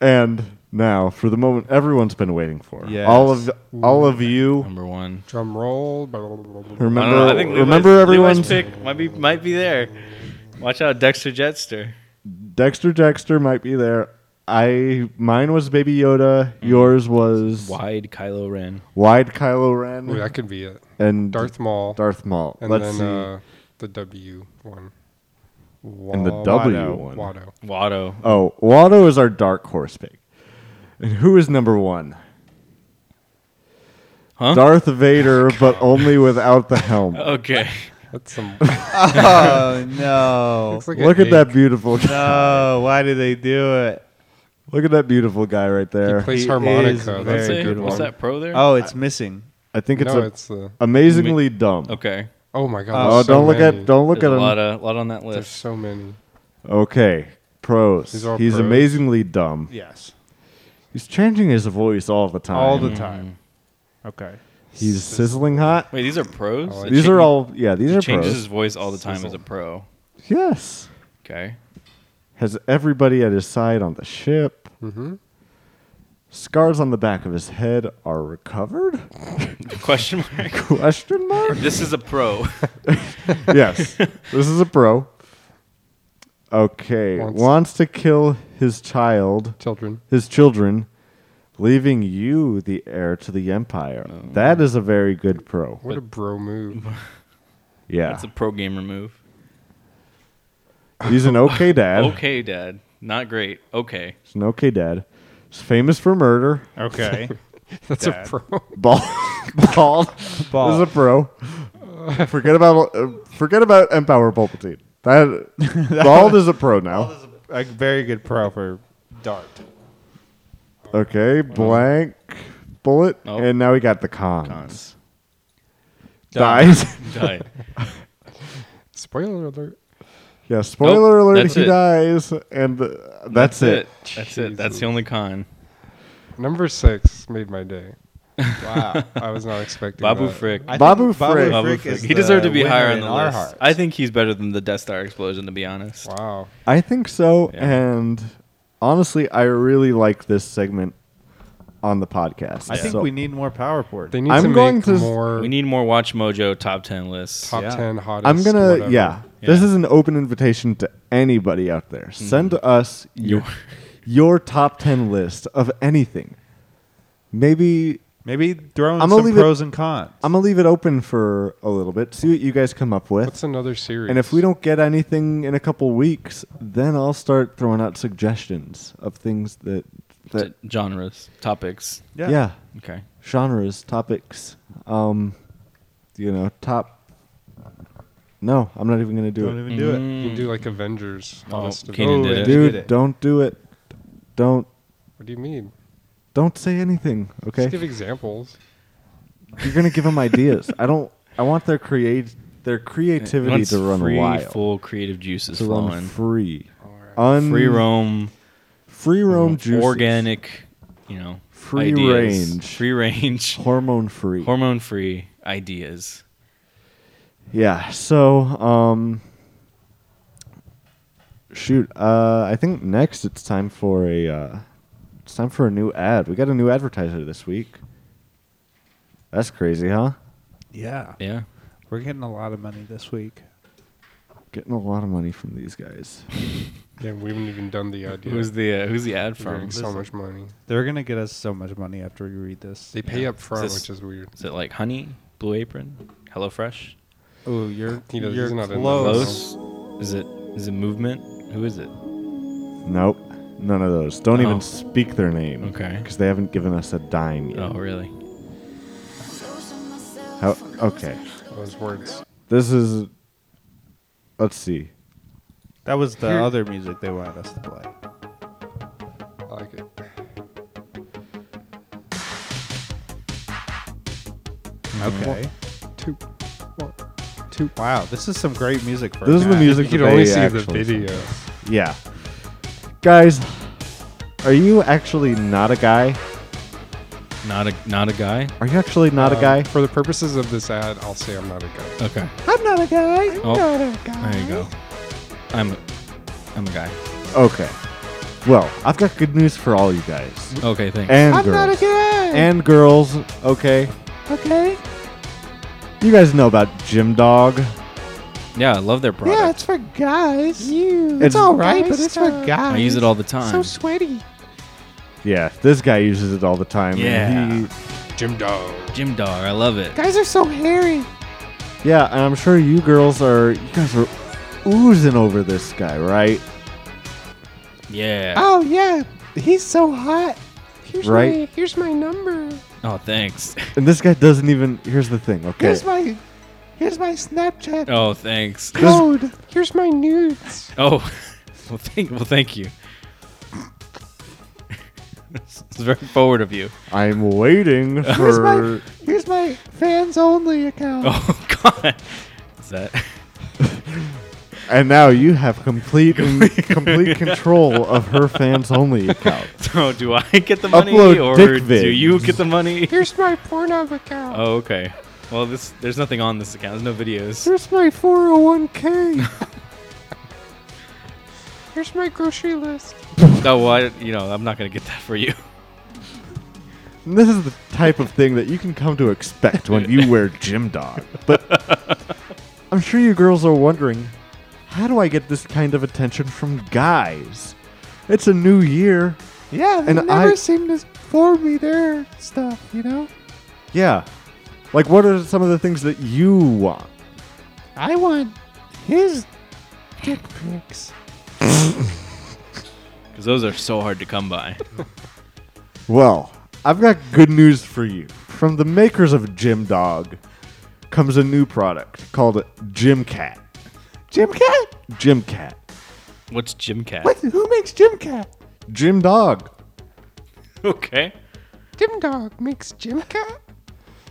Speaker 1: And now, for the moment, everyone's been waiting for.
Speaker 4: Yes.
Speaker 1: All of all of you
Speaker 3: Number one.
Speaker 2: Drum roll. blah, blah, blah, blah, blah.
Speaker 3: I don't
Speaker 1: remember.
Speaker 3: know, I think Levi's-
Speaker 1: remember
Speaker 3: Levi's
Speaker 1: everyone's
Speaker 3: pick might be might be there. Watch out, Dexter Jetster.
Speaker 1: Dexter. Dexter might be there. I mine was Baby Yoda.
Speaker 3: Mm-hmm.
Speaker 1: Yours was
Speaker 3: Wide Kylo Ren.
Speaker 1: Wide Kylo Ren
Speaker 2: Ooh, that could be it.
Speaker 1: and
Speaker 2: Darth Maul.
Speaker 1: Darth Maul.
Speaker 2: and
Speaker 1: Let's
Speaker 2: then
Speaker 1: see.
Speaker 2: Uh, the W one.
Speaker 1: And the
Speaker 2: Wa-
Speaker 1: W
Speaker 2: Watto.
Speaker 1: one.
Speaker 2: Watto.
Speaker 3: Watto.
Speaker 1: oh, Watto is our dark horse pick. And who is number one?
Speaker 3: Huh?
Speaker 1: Darth
Speaker 2: Oh
Speaker 1: Vader, but only without the helm.
Speaker 3: Okay.
Speaker 2: That's some.
Speaker 4: oh no,
Speaker 2: looks like
Speaker 1: Look
Speaker 2: an
Speaker 1: at that beautiful.
Speaker 4: no! Why did they do it?
Speaker 1: Look at that beautiful guy right
Speaker 2: egg.
Speaker 1: there.
Speaker 2: He plays
Speaker 4: He is
Speaker 2: harmonica.
Speaker 4: very
Speaker 2: That's a
Speaker 3: Say,
Speaker 2: good
Speaker 3: what's
Speaker 2: one.
Speaker 3: that pro there?
Speaker 4: Oh, it's missing.
Speaker 1: I think it's
Speaker 2: no,
Speaker 1: a-
Speaker 2: it's the.
Speaker 1: amazingly dumb.
Speaker 3: Okay.
Speaker 2: Oh my god.
Speaker 1: Oh,
Speaker 2: there's so
Speaker 1: don't look
Speaker 2: many.
Speaker 1: at don't look
Speaker 3: There's
Speaker 1: at
Speaker 3: a
Speaker 1: him.
Speaker 3: lot of lot on that
Speaker 2: There's
Speaker 3: list.
Speaker 2: so many.
Speaker 1: okay, pros. He's
Speaker 2: These are all pros.
Speaker 1: amazingly dumb.
Speaker 4: Yes,
Speaker 1: He's changing his voice all the time.
Speaker 4: all the time. Okay.
Speaker 1: He's sizzling hot.
Speaker 3: Wait, these are pros?
Speaker 2: Oh,
Speaker 3: It
Speaker 1: These
Speaker 3: cha-
Speaker 1: are all yeah. These
Speaker 3: he
Speaker 1: are
Speaker 3: changes
Speaker 1: pros.
Speaker 3: his voice all the time as a pro.
Speaker 1: Yes,
Speaker 3: Okay.
Speaker 1: has everybody at his side on the ship.
Speaker 2: Mm-hmm.
Speaker 1: Scars on the back of his head are recovered?
Speaker 3: Question mark.
Speaker 1: Question mark.
Speaker 3: This is a pro.
Speaker 1: yes, this is a pro. Okay,
Speaker 2: Wants-
Speaker 1: wants to kill his child.
Speaker 2: Children.
Speaker 1: his children, leaving you the heir to the empire. That is a very good pro.
Speaker 2: What a bro move.
Speaker 1: Yeah.
Speaker 3: That's a pro gamer move.
Speaker 1: He's an okay dad.
Speaker 3: Okay, Dad. Not great. Okay.
Speaker 1: He's an okay dad. He's famous for murder.
Speaker 4: Okay.
Speaker 2: That's
Speaker 4: Dad.
Speaker 2: a pro.
Speaker 1: Bald. Bald.
Speaker 4: Bald.
Speaker 1: This is a pro. Forget about uh, forget about Empower Palpatine. That Bald is a pro now.
Speaker 4: a very good pro for Dart.
Speaker 1: Okay, blank bullet,
Speaker 3: Nope.
Speaker 1: and now we got the cons.
Speaker 3: Cons.
Speaker 1: Dies.
Speaker 3: Die.
Speaker 2: Spoiler alert.
Speaker 1: yeah. Spoiler alert:
Speaker 3: that's
Speaker 1: he
Speaker 3: it.
Speaker 1: dies, and uh, that's, it.
Speaker 3: That's it. That's the only con.
Speaker 2: Number six made my day.
Speaker 4: Wow.
Speaker 2: I was not expecting
Speaker 3: Babu
Speaker 2: that.
Speaker 3: Frick.
Speaker 4: I
Speaker 1: Babu
Speaker 4: think Babu
Speaker 1: Frick.
Speaker 3: Babu
Speaker 4: Frick
Speaker 3: Frick.
Speaker 4: is
Speaker 3: He deserved
Speaker 4: the
Speaker 3: to be
Speaker 4: winner
Speaker 3: higher on
Speaker 4: in
Speaker 3: the
Speaker 4: our
Speaker 3: list.
Speaker 4: hearts.
Speaker 3: I think he's better than the Death Star explosion, to be honest.
Speaker 2: Wow.
Speaker 1: I think so.
Speaker 3: Yeah.
Speaker 1: And honestly, I really like this segment on the podcast.
Speaker 4: I think
Speaker 1: So
Speaker 4: we need more PowerPoint.
Speaker 2: They need
Speaker 1: I'm
Speaker 2: to
Speaker 1: going
Speaker 2: make
Speaker 1: to s-
Speaker 2: more
Speaker 3: We need more Watch Mojo top ten lists.
Speaker 2: top
Speaker 4: Yeah.
Speaker 2: ten hottest.
Speaker 1: I'm gonna
Speaker 2: whatever.
Speaker 1: yeah, This
Speaker 3: Yeah.
Speaker 1: is an open invitation to anybody out there. Send us your your top ten list of anything. Maybe
Speaker 4: Maybe throw in
Speaker 1: I'm gonna
Speaker 4: some
Speaker 1: leave it-
Speaker 4: pros and cons.
Speaker 1: I'm gonna leave it open for a little bit. See what you guys come up with.
Speaker 2: What's another series?
Speaker 1: And if we don't get anything in a couple weeks, then I'll start throwing out suggestions of things that that
Speaker 3: T- genres, topics.
Speaker 1: yeah,
Speaker 3: Okay.
Speaker 1: genres, topics, um, you know, top. No, I'm not even gonna do
Speaker 4: Don't
Speaker 1: it,
Speaker 4: even do it. Mm-hmm.
Speaker 3: Mm.
Speaker 2: you can do like Avengers.
Speaker 3: Hmm. Oh,
Speaker 2: Honest of-
Speaker 3: Kanan
Speaker 2: Oh,
Speaker 3: did it.
Speaker 4: You
Speaker 1: dude.
Speaker 4: did it.
Speaker 1: Don't do it. Don't
Speaker 2: What do you mean?
Speaker 1: don't say anything.
Speaker 2: Just give
Speaker 1: Okay,
Speaker 2: examples.
Speaker 1: you're gonna give them ideas. I don't. I want their create their creativity
Speaker 3: Wants
Speaker 1: to run
Speaker 3: free,
Speaker 1: wild,
Speaker 3: full creative juices
Speaker 1: to run
Speaker 3: flowing.
Speaker 1: free,
Speaker 2: All right.
Speaker 1: un
Speaker 3: free roam.
Speaker 1: free roam juices,
Speaker 3: Organic. You know.
Speaker 1: Free
Speaker 3: ideas.
Speaker 1: range.
Speaker 3: Free range.
Speaker 1: hormone free.
Speaker 3: Hormone free ideas.
Speaker 1: Yeah. So, um, shoot. Uh, I think next it's time for a uh, it's time for a new ad. We got a new advertiser this week. That's crazy, huh?
Speaker 4: Yeah.
Speaker 3: Yeah.
Speaker 4: We're getting a lot of money this week.
Speaker 1: Getting a lot of money from these guys.
Speaker 2: Yeah, we haven't even done the idea.
Speaker 3: Who's the uh, Who's the ad
Speaker 2: We're getting
Speaker 3: from?
Speaker 2: so much money?
Speaker 4: They're gonna get us so much money after we read this.
Speaker 2: They pay
Speaker 3: Yeah.
Speaker 2: up front,
Speaker 3: Is this-
Speaker 2: which is weird.
Speaker 3: Is it like Honey, Blue Apron, HelloFresh?
Speaker 4: Oh, you're
Speaker 2: He does-
Speaker 4: you're
Speaker 2: he's not in the
Speaker 1: Oh.
Speaker 4: close.
Speaker 3: Close. Is it is it Movement? Who is it?
Speaker 1: Nope. None of those. Don't
Speaker 3: Oh.
Speaker 1: even speak their name.
Speaker 3: Okay.
Speaker 1: Because they haven't given us a dime yet.
Speaker 3: Oh, really?
Speaker 1: How, okay.
Speaker 2: Those words.
Speaker 1: This is. Let's see.
Speaker 4: That was the other music they wanted us to play.
Speaker 2: I like it.
Speaker 4: Okay.
Speaker 2: Two.
Speaker 4: Two. Wow, this is some great music for.
Speaker 1: This is the music
Speaker 2: You can
Speaker 1: that
Speaker 2: only
Speaker 1: they
Speaker 2: see the
Speaker 1: actually-
Speaker 2: video. Uh,
Speaker 1: Yeah. Guys, are you actually not a guy?
Speaker 3: Not a not a guy.
Speaker 1: Are you actually not a
Speaker 3: Uh,
Speaker 2: Um,
Speaker 1: guy?
Speaker 2: For the purposes of this ad, I'll say I'm not a guy.
Speaker 3: Okay.
Speaker 1: I'm not a guy.
Speaker 3: Oh, there you go. I'm a, I'm a guy.
Speaker 1: Okay. Well, I've got good news for all you guys.
Speaker 3: Okay, thanks.
Speaker 1: And girls. And girls, okay? Okay. You guys know about Gym Dog.
Speaker 3: yeah, I love their product.
Speaker 4: for guys. You.
Speaker 1: It's all right,
Speaker 4: but it's for guys.
Speaker 3: I use it all the time.
Speaker 4: sweaty.
Speaker 1: Yeah, this guy uses it all the time. and
Speaker 3: Yeah.
Speaker 2: Jim Dog.
Speaker 3: Gym Dog, I love it.
Speaker 4: Guys are so hairy.
Speaker 1: he- yeah, and I'm sure you girls are, you guys are oozing over this guy, right?
Speaker 3: Yeah.
Speaker 4: Oh yeah, he's so hot.
Speaker 8: Here's
Speaker 1: Right.
Speaker 8: My, here's my number.
Speaker 3: Oh, thanks.
Speaker 1: And this guy doesn't even, here's the thing, okay?
Speaker 4: Here's my, here's my Snapchat
Speaker 3: Oh, thanks.
Speaker 4: code.
Speaker 8: Here's my nudes.
Speaker 3: Oh, well, thank well, thank you. it's very forward of you.
Speaker 1: I'm waiting for.
Speaker 4: Here's my fans only account.
Speaker 3: Oh God, is that?
Speaker 1: And now you have complete complete control of her fans only account.
Speaker 3: So do I get the money,
Speaker 1: Upload
Speaker 3: or
Speaker 1: dick
Speaker 3: do
Speaker 1: vids.
Speaker 3: you get the money?
Speaker 8: Here's my Pornhub account.
Speaker 3: Oh, okay. Well, this there's nothing on this account. There's no videos.
Speaker 8: Here's my 401k. Here's my grocery list.
Speaker 3: oh, well, I, you know, I'm not gonna get that for you.
Speaker 1: And this is the type of thing that you can come to expect when you wear Gym Dog. But I'm sure you girls are wondering, how do I get this kind of attention from guys? It's a new year.
Speaker 4: Yeah, they
Speaker 1: And
Speaker 4: never
Speaker 1: I-
Speaker 4: seem to forward me their stuff, you know?
Speaker 1: Yeah. Like what are some of the things that you want?
Speaker 4: I want his dick pics.
Speaker 3: Because those are so hard to come by.
Speaker 1: Well, I've got good news for you. From the makers of Gym Dog comes a new product called Gym Cat.
Speaker 4: Jim Cat?
Speaker 1: Gym Cat.
Speaker 3: What's Jim Cat?
Speaker 4: What? Who makes Jim Cat?
Speaker 1: Gym Dog.
Speaker 3: Okay.
Speaker 8: Dim Dog makes Jim Cat.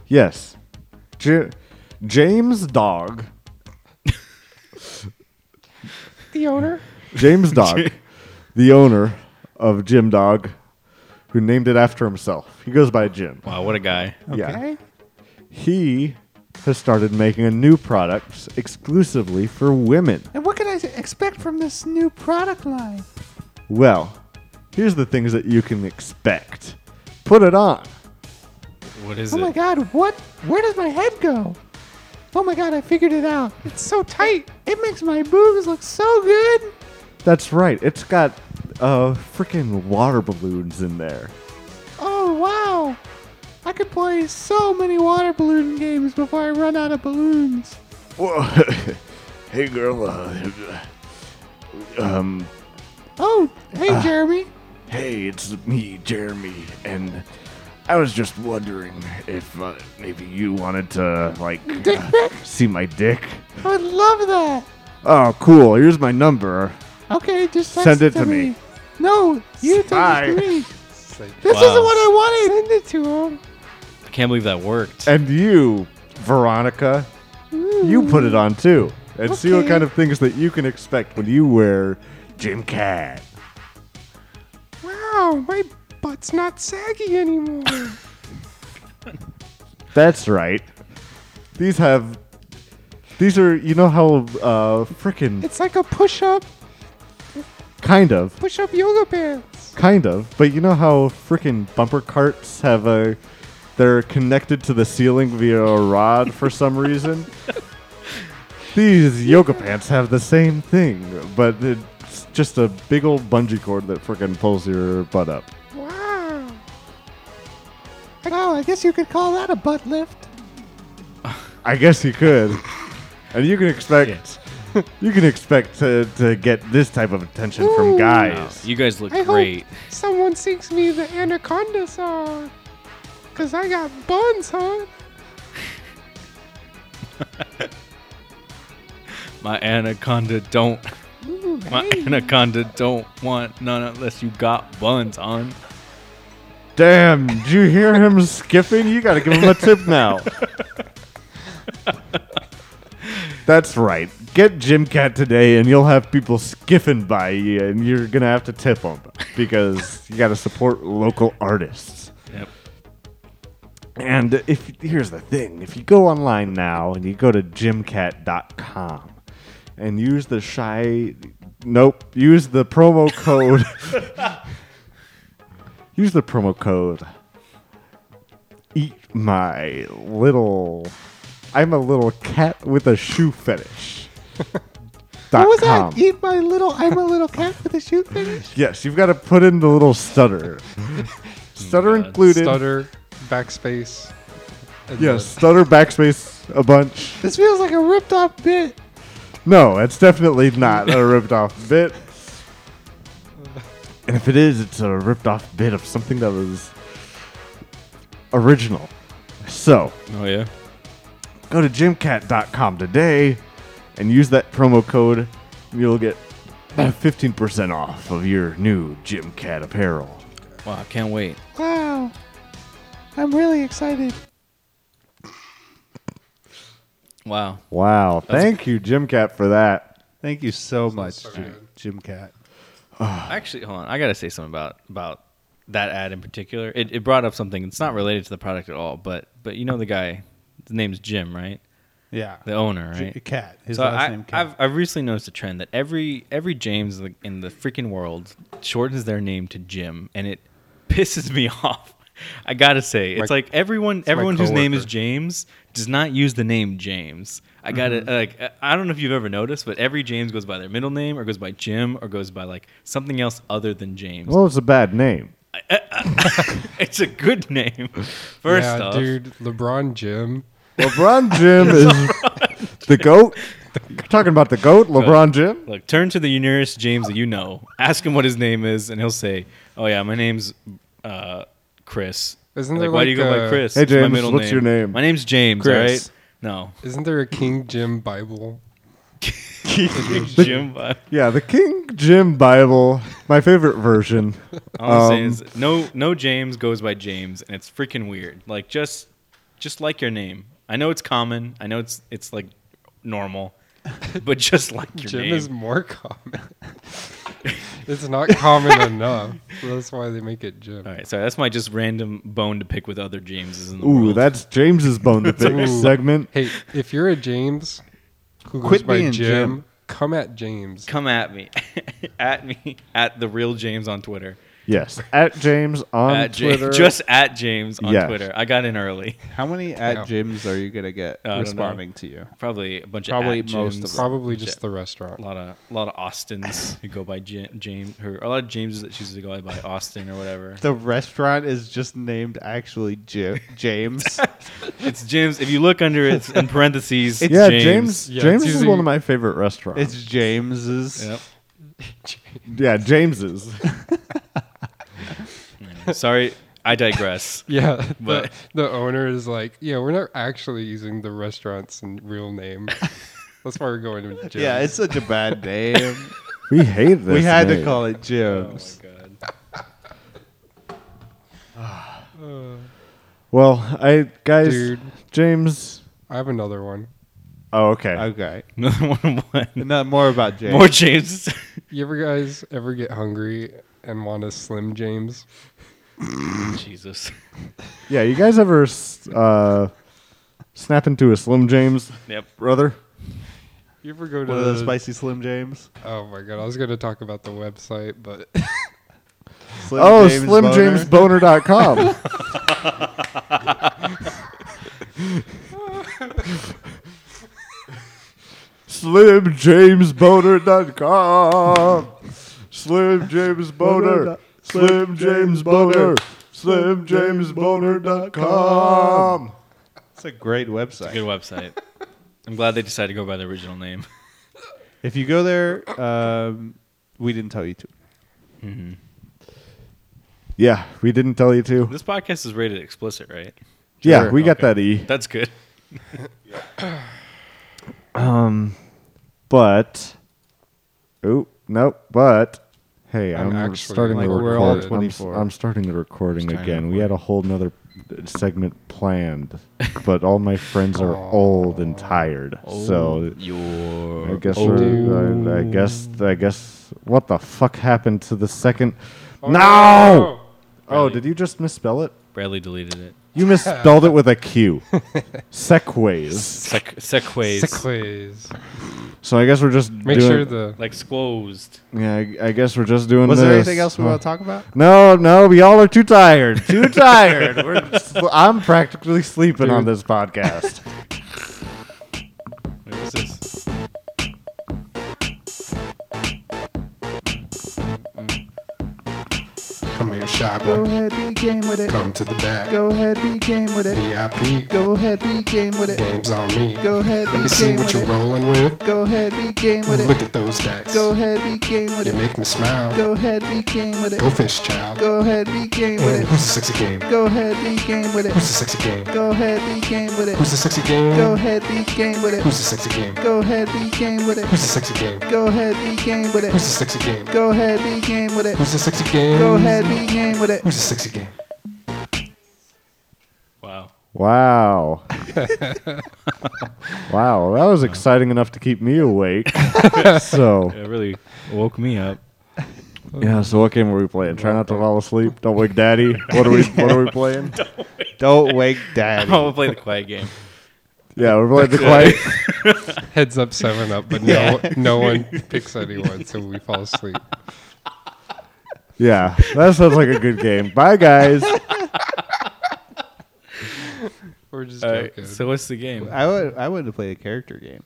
Speaker 1: Yes. J- James Dog.
Speaker 8: The owner.
Speaker 1: James Dog, the owner of Jim Dog, who named it after himself. He goes by Jim.
Speaker 3: Wow, what a guy.
Speaker 1: Yeah.
Speaker 8: Okay.
Speaker 1: He has started making a new product exclusively for women.
Speaker 4: And what can I expect from this new product line?
Speaker 1: Well, here's the things that you can expect. Put it on.
Speaker 3: What is
Speaker 8: Oh
Speaker 3: it?
Speaker 8: my God! What? Where does my head go? Oh my God! I figured it out. It's so tight. It makes my boobs look so good.
Speaker 1: That's right. It's got uh freaking water balloons in there.
Speaker 8: Oh wow! I I could play so many water balloon games before I run out of balloons.
Speaker 1: Whoa. hey, girl. Uh, um,
Speaker 8: Oh, hey, Jeremy.
Speaker 1: hey, it's me, Jeremy, and I was just wondering if uh, maybe you wanted to like
Speaker 8: Dick
Speaker 1: uh,
Speaker 8: pic?
Speaker 1: see my dick.
Speaker 8: I would love that.
Speaker 1: Oh, cool. Here's my number.
Speaker 8: Okay, just text
Speaker 1: Send it to me.
Speaker 8: No, you text
Speaker 1: Bye.
Speaker 8: it to me.
Speaker 2: It's like,
Speaker 8: This
Speaker 3: Wow.
Speaker 8: isn't what I wanted. Send it to him.
Speaker 3: I can't believe that worked.
Speaker 1: And you, Veronica, you put it on too. And see what
Speaker 8: Okay.
Speaker 1: kind of things that you can expect when you wear Jim Cat.
Speaker 8: Wow, my butt's not saggy anymore.
Speaker 1: That's right. These have. These are, you know how, uh, frickin'
Speaker 8: it's like a push-up,
Speaker 1: kind of,
Speaker 8: push-up yoga pants.
Speaker 1: kind of, but you know how frickin' bumper carts have a, they're connected to the ceiling via a rod for some reason. These yoga pants have the same thing, but it's just a big old bungee cord that frickin' pulls your butt up.
Speaker 8: Wow. Wow, oh, I guess you could call that a butt lift.
Speaker 1: I guess you could. And you can expect you can expect to, to get this type of attention from
Speaker 8: Ooh.
Speaker 3: Wow,
Speaker 1: guys.
Speaker 3: you guys look
Speaker 8: I
Speaker 3: great.
Speaker 8: hope someone sings me the Anaconda song. Cause I got buns, huh?
Speaker 3: My anaconda don't.
Speaker 8: Ooh,
Speaker 3: My
Speaker 8: hey.
Speaker 3: anaconda don't want none unless you got buns on.
Speaker 1: Damn, did you hear him skiffing? You gotta give him a tip now. That's right. Get Jim Cat today and you'll have people skiffing by you and you're gonna have to tip them because you gotta support local artists.
Speaker 3: Yep.
Speaker 1: And if here's the thing, if you go online now and you go to jimcat.com and use the shy nope, use the promo code use the promo code eat my little I'm a little cat with a shoe fetish. dot
Speaker 8: What was
Speaker 1: com.
Speaker 8: that? Eat my little. I'm a little cat with a shoe finish.
Speaker 1: Yes, you've got to put in the little stutter. stutter
Speaker 3: God.
Speaker 1: included.
Speaker 2: stutter, backspace. and
Speaker 1: Yes, stutter backspace a bunch.
Speaker 8: This feels like a ripped off bit.
Speaker 1: No, it's definitely not a ripped off bit. And if it is, it's a ripped off bit of something that was original. So
Speaker 3: Oh yeah.
Speaker 1: go to jimcat.com today and use that promo code, and you'll get 15% off of your new Jim Cat apparel.
Speaker 3: Wow, I can't wait.
Speaker 8: Wow. I'm really excited.
Speaker 3: Wow.
Speaker 1: Wow. Thank you, Jim Cat, for that.
Speaker 4: Thank you so much,
Speaker 2: so
Speaker 4: Jim,
Speaker 2: good.
Speaker 4: Jim Cat.
Speaker 3: Actually, hold on. I gotta say something about about that ad in particular. It, it brought up something. It's not related to the product at all, but but you know the guy. His name's Jim, right?
Speaker 4: Yeah.
Speaker 3: The owner,
Speaker 4: J-
Speaker 3: right?
Speaker 4: Cat. His
Speaker 3: so
Speaker 4: last
Speaker 3: I,
Speaker 4: name Cat.
Speaker 3: I've I've recently noticed a trend that every every James in the, in the freaking world shortens their name to Jim, and it pisses me off. I gotta say, it's
Speaker 2: My-
Speaker 3: like everyone
Speaker 2: my
Speaker 3: everyone whose name is
Speaker 2: coworker.
Speaker 3: James does not use the name James. I gotta uh, like I- I don't know if you've ever noticed, but every James goes by their middle name or goes by Jim or goes by like something else other than James.
Speaker 1: Well, it's a bad name.
Speaker 3: it's a good name. First
Speaker 2: yeah,
Speaker 3: off,
Speaker 2: dude, LeBron Jim.
Speaker 1: LeBron Jim is the GOAT. You're talking about the GOAT, LeBron Jim?
Speaker 3: Look, turn to the nearest James that you know. Ask him what his name is, and he'll say, "Oh yeah, my name's uh, Chris."
Speaker 2: Isn't
Speaker 3: Like,
Speaker 2: there
Speaker 3: why do you
Speaker 2: like uh,
Speaker 3: go by
Speaker 2: a-
Speaker 3: Chris?
Speaker 1: Hey,
Speaker 3: It's my
Speaker 1: James,
Speaker 3: middle
Speaker 1: what's your name?
Speaker 3: My name's James.
Speaker 4: Chris.
Speaker 3: All right.
Speaker 2: Isn't there a King Jim Bible?
Speaker 3: No, Jim. I-
Speaker 1: Yeah, the King Jim Bible, my favorite version.
Speaker 3: All I'm
Speaker 1: Um,
Speaker 3: saying is, no, no James goes by James, and it's freaking weird. Like just, just like your name. I know it's common. I know it's it's like normal, but just like your
Speaker 2: Jim
Speaker 3: name.
Speaker 2: is more common. it's not common enough. So that's why they make it Jim.
Speaker 3: all right, sorry. That's my just random bone to pick with other Jameses in the
Speaker 1: Ooh,
Speaker 3: world.
Speaker 1: that's James's bone to pick
Speaker 2: Ooh.
Speaker 1: segment.
Speaker 2: Hey, if you're a James who goes
Speaker 4: Quit
Speaker 2: by
Speaker 4: being
Speaker 2: Jim,
Speaker 4: Jim.
Speaker 2: come at James.
Speaker 3: come at me at me at the real james on twitter
Speaker 1: Yes, at James on
Speaker 3: at Ja-
Speaker 1: Twitter.
Speaker 3: just at James on
Speaker 1: Yes.
Speaker 3: Twitter. I got in early.
Speaker 4: How many at
Speaker 2: Yeah.
Speaker 4: gyms are you gonna get
Speaker 3: I don't know.
Speaker 4: responding to you?
Speaker 3: Probably a bunch
Speaker 4: Probably
Speaker 3: of at
Speaker 4: most
Speaker 3: Jims.
Speaker 4: of them.
Speaker 2: Probably just the restaurant.
Speaker 3: A lot of a lot of Austins who go by Ja- James, or a lot of Jameses that chooses to go by Austin or whatever.
Speaker 4: The restaurant is just named actually J- James.
Speaker 3: It's James. If you look under it it's in parentheses,
Speaker 4: It's-
Speaker 1: yeah,
Speaker 3: James.
Speaker 1: James.
Speaker 2: Yeah,
Speaker 1: James
Speaker 2: it's
Speaker 1: is one
Speaker 2: usually-
Speaker 1: of my favorite restaurants.
Speaker 4: it's James's.
Speaker 3: Yep.
Speaker 1: yeah, James's.
Speaker 3: Sorry, I digress.
Speaker 2: Yeah, the,
Speaker 3: But-
Speaker 2: the owner is like, yeah, we're not actually using the restaurant's n- real name. That's why we're going to Jim's.
Speaker 4: Yeah, it's such a bad name.
Speaker 1: we hate this.
Speaker 4: we had to
Speaker 1: name.
Speaker 4: call it Jim's.
Speaker 1: Well, I guys,
Speaker 2: Dude.
Speaker 1: James.
Speaker 2: I have another one.
Speaker 1: Oh, okay.
Speaker 4: okay.
Speaker 3: Another one. one.
Speaker 4: Not Uh, more about James.
Speaker 3: More James.
Speaker 2: You ever guys ever get hungry and want a Slim James?
Speaker 3: Jesus.
Speaker 1: Yeah, you guys ever s- uh, snap into a Slim James,
Speaker 3: Yep.
Speaker 1: brother?
Speaker 2: You ever go to
Speaker 4: One of
Speaker 3: uh,
Speaker 4: those spicy Slim James.
Speaker 2: Oh my god, I was gonna talk about the website, but
Speaker 4: Slim
Speaker 1: oh,
Speaker 4: James Boner.
Speaker 1: slimjamesboner.com. SlimJamesBoner.com. Slim James Boner. Slim James Boner. SlimJamesBoner.com.
Speaker 4: It's a great
Speaker 3: Good
Speaker 4: website.
Speaker 3: website. I'm glad they decided to go by the original name.
Speaker 4: If you go there, um, we didn't tell you to.
Speaker 1: Yeah, we didn't tell you to.
Speaker 3: This podcast is rated explicit, right?
Speaker 1: Yeah,
Speaker 4: Sure.
Speaker 1: we got that E.
Speaker 3: That's good.
Speaker 1: But, oh, nope, but. Hey,
Speaker 2: I'm
Speaker 1: I'm,
Speaker 2: actually
Speaker 1: starting the
Speaker 2: like
Speaker 1: recording.
Speaker 2: we're all at
Speaker 1: I'm-
Speaker 4: 24.
Speaker 1: I'm, starting the recording
Speaker 3: Starting
Speaker 1: again.
Speaker 3: the
Speaker 1: We had a whole nother segment planned, but all my friends are
Speaker 2: Aw.
Speaker 1: old and tired. So I guess we're, I, I guess I guess what the fuck happened to the second? no! Oh, did you just misspell it?
Speaker 3: Bradley deleted it.
Speaker 1: You misspelled it with a Q. Sequays.
Speaker 3: Sec- sequays.
Speaker 2: Sickways.
Speaker 1: So I guess we're just
Speaker 2: Make
Speaker 1: doing,
Speaker 2: sure the
Speaker 3: Like squozed.
Speaker 1: Yeah, I, I guess we're just doing
Speaker 4: Was
Speaker 1: this.
Speaker 4: there anything else we
Speaker 1: Huh.
Speaker 4: want to talk about?
Speaker 1: No, no, y'all are too tired. Too tired. We're sl- I'm practically sleeping on this podcast.
Speaker 3: Wait, what's this?
Speaker 2: come here,
Speaker 8: Go
Speaker 2: Shabba.
Speaker 8: ahead, be game with it.
Speaker 2: Come to the back.
Speaker 8: Go ahead, be game with it.
Speaker 2: VIP.
Speaker 8: Go ahead, be game with it.
Speaker 2: Games on me.
Speaker 8: Go ahead,
Speaker 2: Let me
Speaker 8: be
Speaker 2: see
Speaker 8: game
Speaker 2: what
Speaker 8: with
Speaker 2: you're
Speaker 8: it.
Speaker 2: rolling with.
Speaker 8: Go ahead, be game with it.
Speaker 2: Look at those dice.
Speaker 8: Go ahead, be game with
Speaker 2: You
Speaker 8: it.
Speaker 2: make me smile.
Speaker 8: Go ahead, be game with
Speaker 2: Go
Speaker 8: it.
Speaker 2: fish, child.
Speaker 8: Go ahead, be game
Speaker 2: Mm,
Speaker 8: with it.
Speaker 2: Who's the sexy game?
Speaker 8: Go ahead, be game
Speaker 2: Who's
Speaker 8: with it.
Speaker 2: the sexy game?
Speaker 8: Go ahead, be game with
Speaker 2: Who's
Speaker 8: it.
Speaker 2: the sexy game?
Speaker 8: Go ahead, be game with it.
Speaker 2: Who's the sexy game?
Speaker 8: Go ahead, be game with
Speaker 2: Who's
Speaker 8: it.
Speaker 2: the sexy game?
Speaker 8: Go ahead, be game with
Speaker 2: Who's the
Speaker 8: it.
Speaker 2: sexy game?
Speaker 8: Go ahead, be game with it.
Speaker 2: Who's the sexy game?
Speaker 8: Go ahead, be game with it.
Speaker 2: Who's the sexy game?
Speaker 3: Wow.
Speaker 1: Wow. wow, that was exciting enough to keep me awake. so,
Speaker 3: It really woke me up.
Speaker 1: yeah, so what game were we playing? Try not to fall asleep. Don't wake daddy. What are we what are we playing?
Speaker 4: Don't wake daddy.
Speaker 3: Oh, we'll play the quiet game.
Speaker 1: Yeah, we're playing the quiet.
Speaker 2: Heads up, seven up, but no, no one picks anyone, so we fall asleep.
Speaker 1: Yeah. That sounds like a good game. Bye guys.
Speaker 2: We're just
Speaker 3: All
Speaker 2: joking.
Speaker 3: right, so what's the game?
Speaker 4: I would I would have played a character game.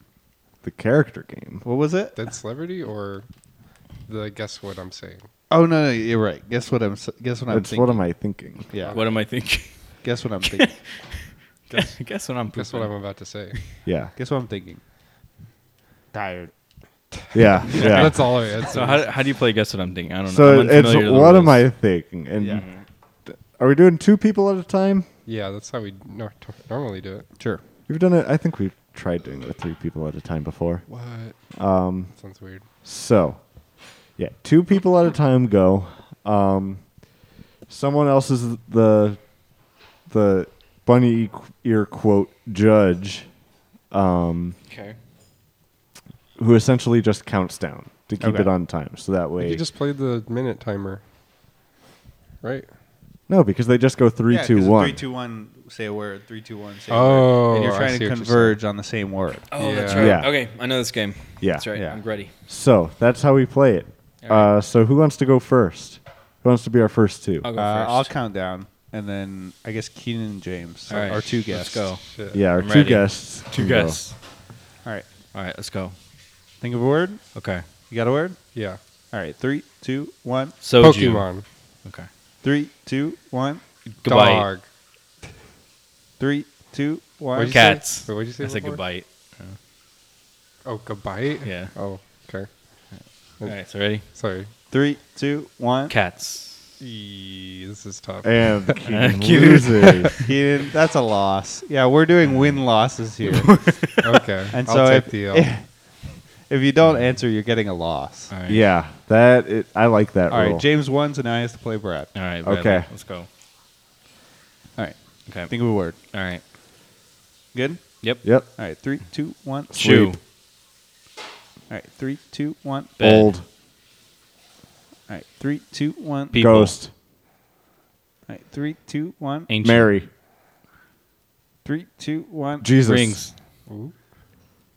Speaker 1: The character game.
Speaker 4: What was it?
Speaker 2: That's celebrity or the guess what I'm saying?
Speaker 4: Oh no, no, you're right. Guess what I'm s- guess what I'm
Speaker 1: That's
Speaker 4: thinking.
Speaker 1: what am I thinking?
Speaker 4: yeah.
Speaker 3: What am I thinking?
Speaker 4: Guess what I'm thinking.
Speaker 3: Guess, guess what I'm.
Speaker 2: Guess what I'm about to say.
Speaker 1: Yeah.
Speaker 4: guess what I'm thinking. Tired.
Speaker 1: Yeah. Yeah.
Speaker 2: That's all I had.
Speaker 3: So how, how do you play guess what I'm thinking? I don't know.
Speaker 1: So
Speaker 3: I'm
Speaker 1: it's
Speaker 3: unfamiliar to the
Speaker 1: what am
Speaker 3: rules.
Speaker 1: I thinking? And
Speaker 4: Yeah.
Speaker 1: are we doing two people at a time?
Speaker 2: yeah, that's how we nor- t- normally do it.
Speaker 4: Sure.
Speaker 1: We've done it. I think we've tried doing it with three people at a time before.
Speaker 2: What? Um, sounds weird.
Speaker 1: So, yeah, two people at a time go. Um, someone else is the the bunny ear quote judge,
Speaker 3: Okay.
Speaker 1: who essentially just counts down to keep
Speaker 4: Okay.
Speaker 1: it on time. So that way,
Speaker 2: You just played the minute timer, right?
Speaker 1: no, because they just go three, two, one.
Speaker 4: Three, two, one. Say a word. Three, two, one. Say
Speaker 2: a
Speaker 4: a
Speaker 2: word.
Speaker 4: word.
Speaker 2: Oh,
Speaker 4: And you're
Speaker 2: I
Speaker 4: trying
Speaker 2: see
Speaker 4: to
Speaker 2: what you're
Speaker 4: converge on the same word.
Speaker 3: Oh, that's
Speaker 2: Yeah.
Speaker 3: right.
Speaker 1: Yeah.
Speaker 3: Okay, I know this game.
Speaker 1: Yeah.
Speaker 3: That's right.
Speaker 1: Yeah.
Speaker 3: I'm ready.
Speaker 1: So that's how we play it. Uh, so who wants to go first? Who wants to be our first two?
Speaker 3: I'll go
Speaker 4: Uh,
Speaker 3: first.
Speaker 4: I'll count down, and then I guess Keenan and James
Speaker 3: All right,
Speaker 4: are two
Speaker 3: let's
Speaker 4: guests.
Speaker 3: go.
Speaker 2: Shit.
Speaker 1: Yeah, our
Speaker 3: I'm
Speaker 1: two
Speaker 3: ready.
Speaker 1: guests.
Speaker 3: Two
Speaker 1: can go.
Speaker 3: guests.
Speaker 4: All right.
Speaker 3: All right, let's go.
Speaker 4: Think of a word.
Speaker 3: Okay.
Speaker 4: You got a word?
Speaker 2: Yeah.
Speaker 4: All right. Three, two, one.
Speaker 3: Soju.
Speaker 2: Pokemon.
Speaker 3: Okay.
Speaker 4: Three, two, one.
Speaker 3: Goodbye.
Speaker 2: Dog.
Speaker 4: Three, two, one.
Speaker 2: What'd you say?
Speaker 3: Cats.
Speaker 2: Wait, what'd you say
Speaker 3: I said
Speaker 2: before?
Speaker 3: goodbye.
Speaker 2: Oh, Gabite?
Speaker 3: Yeah.
Speaker 2: Oh, okay.
Speaker 3: All right, so ready?
Speaker 2: Sorry.
Speaker 4: Three, two, one.
Speaker 3: Cats.
Speaker 2: Eee, this is tough.
Speaker 1: And Keenan
Speaker 3: Keenan.
Speaker 1: loses.
Speaker 4: Keenan, that's a loss. Yeah, we're doing win losses here.
Speaker 2: okay.
Speaker 4: And
Speaker 2: I'll
Speaker 4: so
Speaker 2: take
Speaker 4: if,
Speaker 2: the L.
Speaker 4: if you don't answer, you're getting a loss.
Speaker 3: All right.
Speaker 1: yeah, that it, I like that
Speaker 4: All right,
Speaker 1: rule.
Speaker 4: James won, so now he has to play Brad.
Speaker 3: All right.
Speaker 1: Okay.
Speaker 3: Bradley, Let's go.
Speaker 4: All right,
Speaker 3: Okay.
Speaker 4: think of a word.
Speaker 3: All right.
Speaker 4: Good.
Speaker 3: Yep.
Speaker 1: yep.
Speaker 4: All right, three, two, one.
Speaker 3: Shoe.
Speaker 4: All right, three, two, one.
Speaker 3: Bed.
Speaker 1: Old
Speaker 4: All right, three, two, one.
Speaker 3: People.
Speaker 1: ghost.
Speaker 4: All right, three, two, one.
Speaker 3: Ancient.
Speaker 1: Mary.
Speaker 4: Three, two, one.
Speaker 1: Jesus.
Speaker 3: Rings.
Speaker 2: Ooh.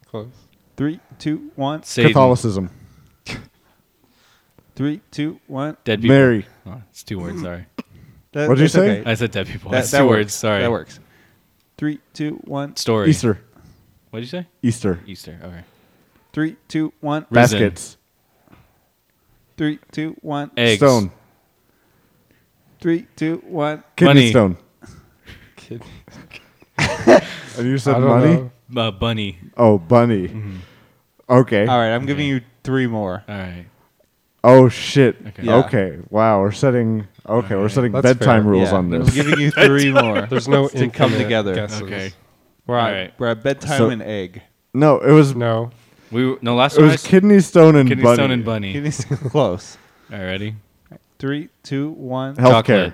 Speaker 2: Close.
Speaker 4: Three, two, one.
Speaker 3: Satan.
Speaker 1: Catholicism.
Speaker 4: Three, two, one.
Speaker 3: Dead people.
Speaker 1: Mary.
Speaker 3: Oh, it's two words. Sorry.
Speaker 4: That-
Speaker 1: What'd you
Speaker 4: that's
Speaker 1: say?
Speaker 4: okay.
Speaker 3: I said dead people.
Speaker 4: That-
Speaker 3: That's
Speaker 4: that
Speaker 3: two
Speaker 4: works.
Speaker 3: words. Sorry.
Speaker 4: That works. Three, two, one.
Speaker 3: Story.
Speaker 1: Easter.
Speaker 3: What did you say?
Speaker 1: Easter.
Speaker 3: Easter. Okay.
Speaker 4: Three, two, one.
Speaker 3: Risen.
Speaker 1: Baskets.
Speaker 4: Three, two, one.
Speaker 3: Eggs.
Speaker 1: Stone.
Speaker 4: Three, two, one.
Speaker 1: Kidney
Speaker 3: Money.
Speaker 1: stone.
Speaker 2: Kid.
Speaker 1: And you
Speaker 2: I
Speaker 1: said
Speaker 2: don't
Speaker 1: money?
Speaker 2: know.
Speaker 3: Uh, bunny.
Speaker 1: Oh, bunny.
Speaker 3: Mm-hmm.
Speaker 1: Okay.
Speaker 4: All right, I'm giving you three more.
Speaker 3: All right.
Speaker 1: Oh shit.
Speaker 3: Okay.
Speaker 1: Okay.
Speaker 4: Yeah.
Speaker 1: Wow. We're setting. Okay. We're setting
Speaker 2: That's
Speaker 1: bedtime
Speaker 2: fair.
Speaker 1: rules
Speaker 4: Yeah,
Speaker 1: on
Speaker 4: I'm
Speaker 1: this.
Speaker 4: giving you three more.
Speaker 2: There's no
Speaker 4: to come
Speaker 2: infinite
Speaker 4: together.
Speaker 2: guesses.
Speaker 3: Okay.
Speaker 4: We're
Speaker 3: All
Speaker 4: at,
Speaker 3: right.
Speaker 4: we're at bedtime
Speaker 1: So-
Speaker 4: and egg.
Speaker 1: No, it was
Speaker 2: No.
Speaker 3: We were- no last
Speaker 1: it
Speaker 3: one. I
Speaker 1: was
Speaker 3: said
Speaker 1: kidney stone and
Speaker 3: kidney
Speaker 1: bunny.
Speaker 3: stone and bunny.
Speaker 4: It is close.
Speaker 3: All right. Ready?
Speaker 4: Three, two, one.
Speaker 1: Healthcare.
Speaker 3: Chocolate.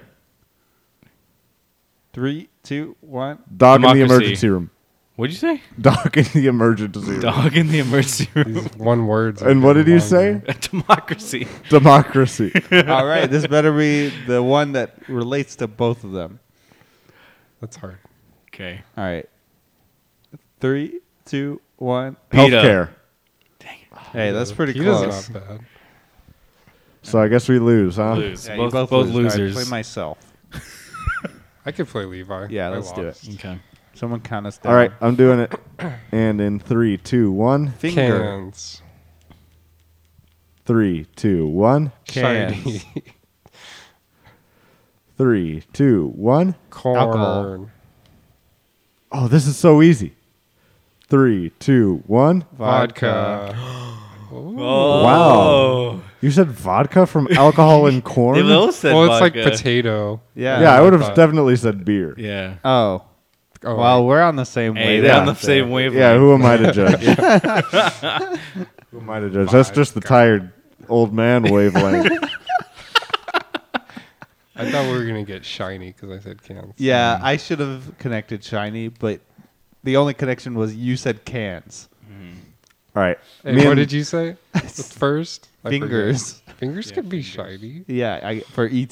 Speaker 4: Three, two, one.
Speaker 1: Dog in the
Speaker 3: Democracy.
Speaker 1: emergency room.
Speaker 3: What'd you say?
Speaker 1: Dog in the emergency room.
Speaker 3: Dog in the emergency room.
Speaker 2: These one words. are
Speaker 1: And what did you
Speaker 2: long,
Speaker 1: say?
Speaker 2: man.
Speaker 3: Democracy.
Speaker 1: Democracy.
Speaker 4: All right, this better be the one that relates to both of them.
Speaker 2: That's hard.
Speaker 3: Okay.
Speaker 4: All right. Three, two, one.
Speaker 3: Pita.
Speaker 1: Healthcare.
Speaker 4: Hey, that's pretty
Speaker 2: He
Speaker 4: close.
Speaker 2: is not bad.
Speaker 1: So I guess we lose, huh?
Speaker 3: Lose.
Speaker 4: Yeah, you
Speaker 3: both, both,
Speaker 4: lose. All right,
Speaker 3: losers.
Speaker 4: play myself.
Speaker 2: I could play Levi.
Speaker 4: Yeah,
Speaker 2: I
Speaker 4: let's do
Speaker 2: lost.
Speaker 4: it.
Speaker 3: okay.
Speaker 4: Someone count us down.
Speaker 1: All right, I'm doing it. And in three, two, one.
Speaker 4: Finger.
Speaker 2: Cans.
Speaker 1: Three, two, one.
Speaker 4: Cans.
Speaker 2: Shiny.
Speaker 1: Three, two, one.
Speaker 2: Corn.
Speaker 4: Alcohol.
Speaker 1: Oh, this is so easy. Three, two, one.
Speaker 2: Vodka.
Speaker 1: Wow. You said vodka from alcohol and corn?
Speaker 3: Oh. They both said
Speaker 2: Well, it's like
Speaker 3: vodka.
Speaker 2: potato.
Speaker 4: Yeah.
Speaker 1: yeah, I would have
Speaker 2: Vodka.
Speaker 1: definitely said beer. Yeah,
Speaker 3: Yeah.
Speaker 4: Oh.
Speaker 2: Oh,
Speaker 4: Well, we're on the same
Speaker 3: Hey,
Speaker 4: wave.
Speaker 3: they're on
Speaker 4: out
Speaker 3: the
Speaker 4: there.
Speaker 3: same wavelength.
Speaker 1: who am I to judge? who am I to judge? That's just the tired old man wavelength.
Speaker 2: I thought we were gonna get shiny because I said cans.
Speaker 4: Yeah, I should have connected shiny, but the only connection was you said cans.
Speaker 1: All right.
Speaker 2: Hey,
Speaker 1: me
Speaker 2: what
Speaker 1: and-
Speaker 2: did you say first? I forget.
Speaker 4: Fingers.
Speaker 2: Fingers could be shiny.
Speaker 4: Yeah, I, for ET.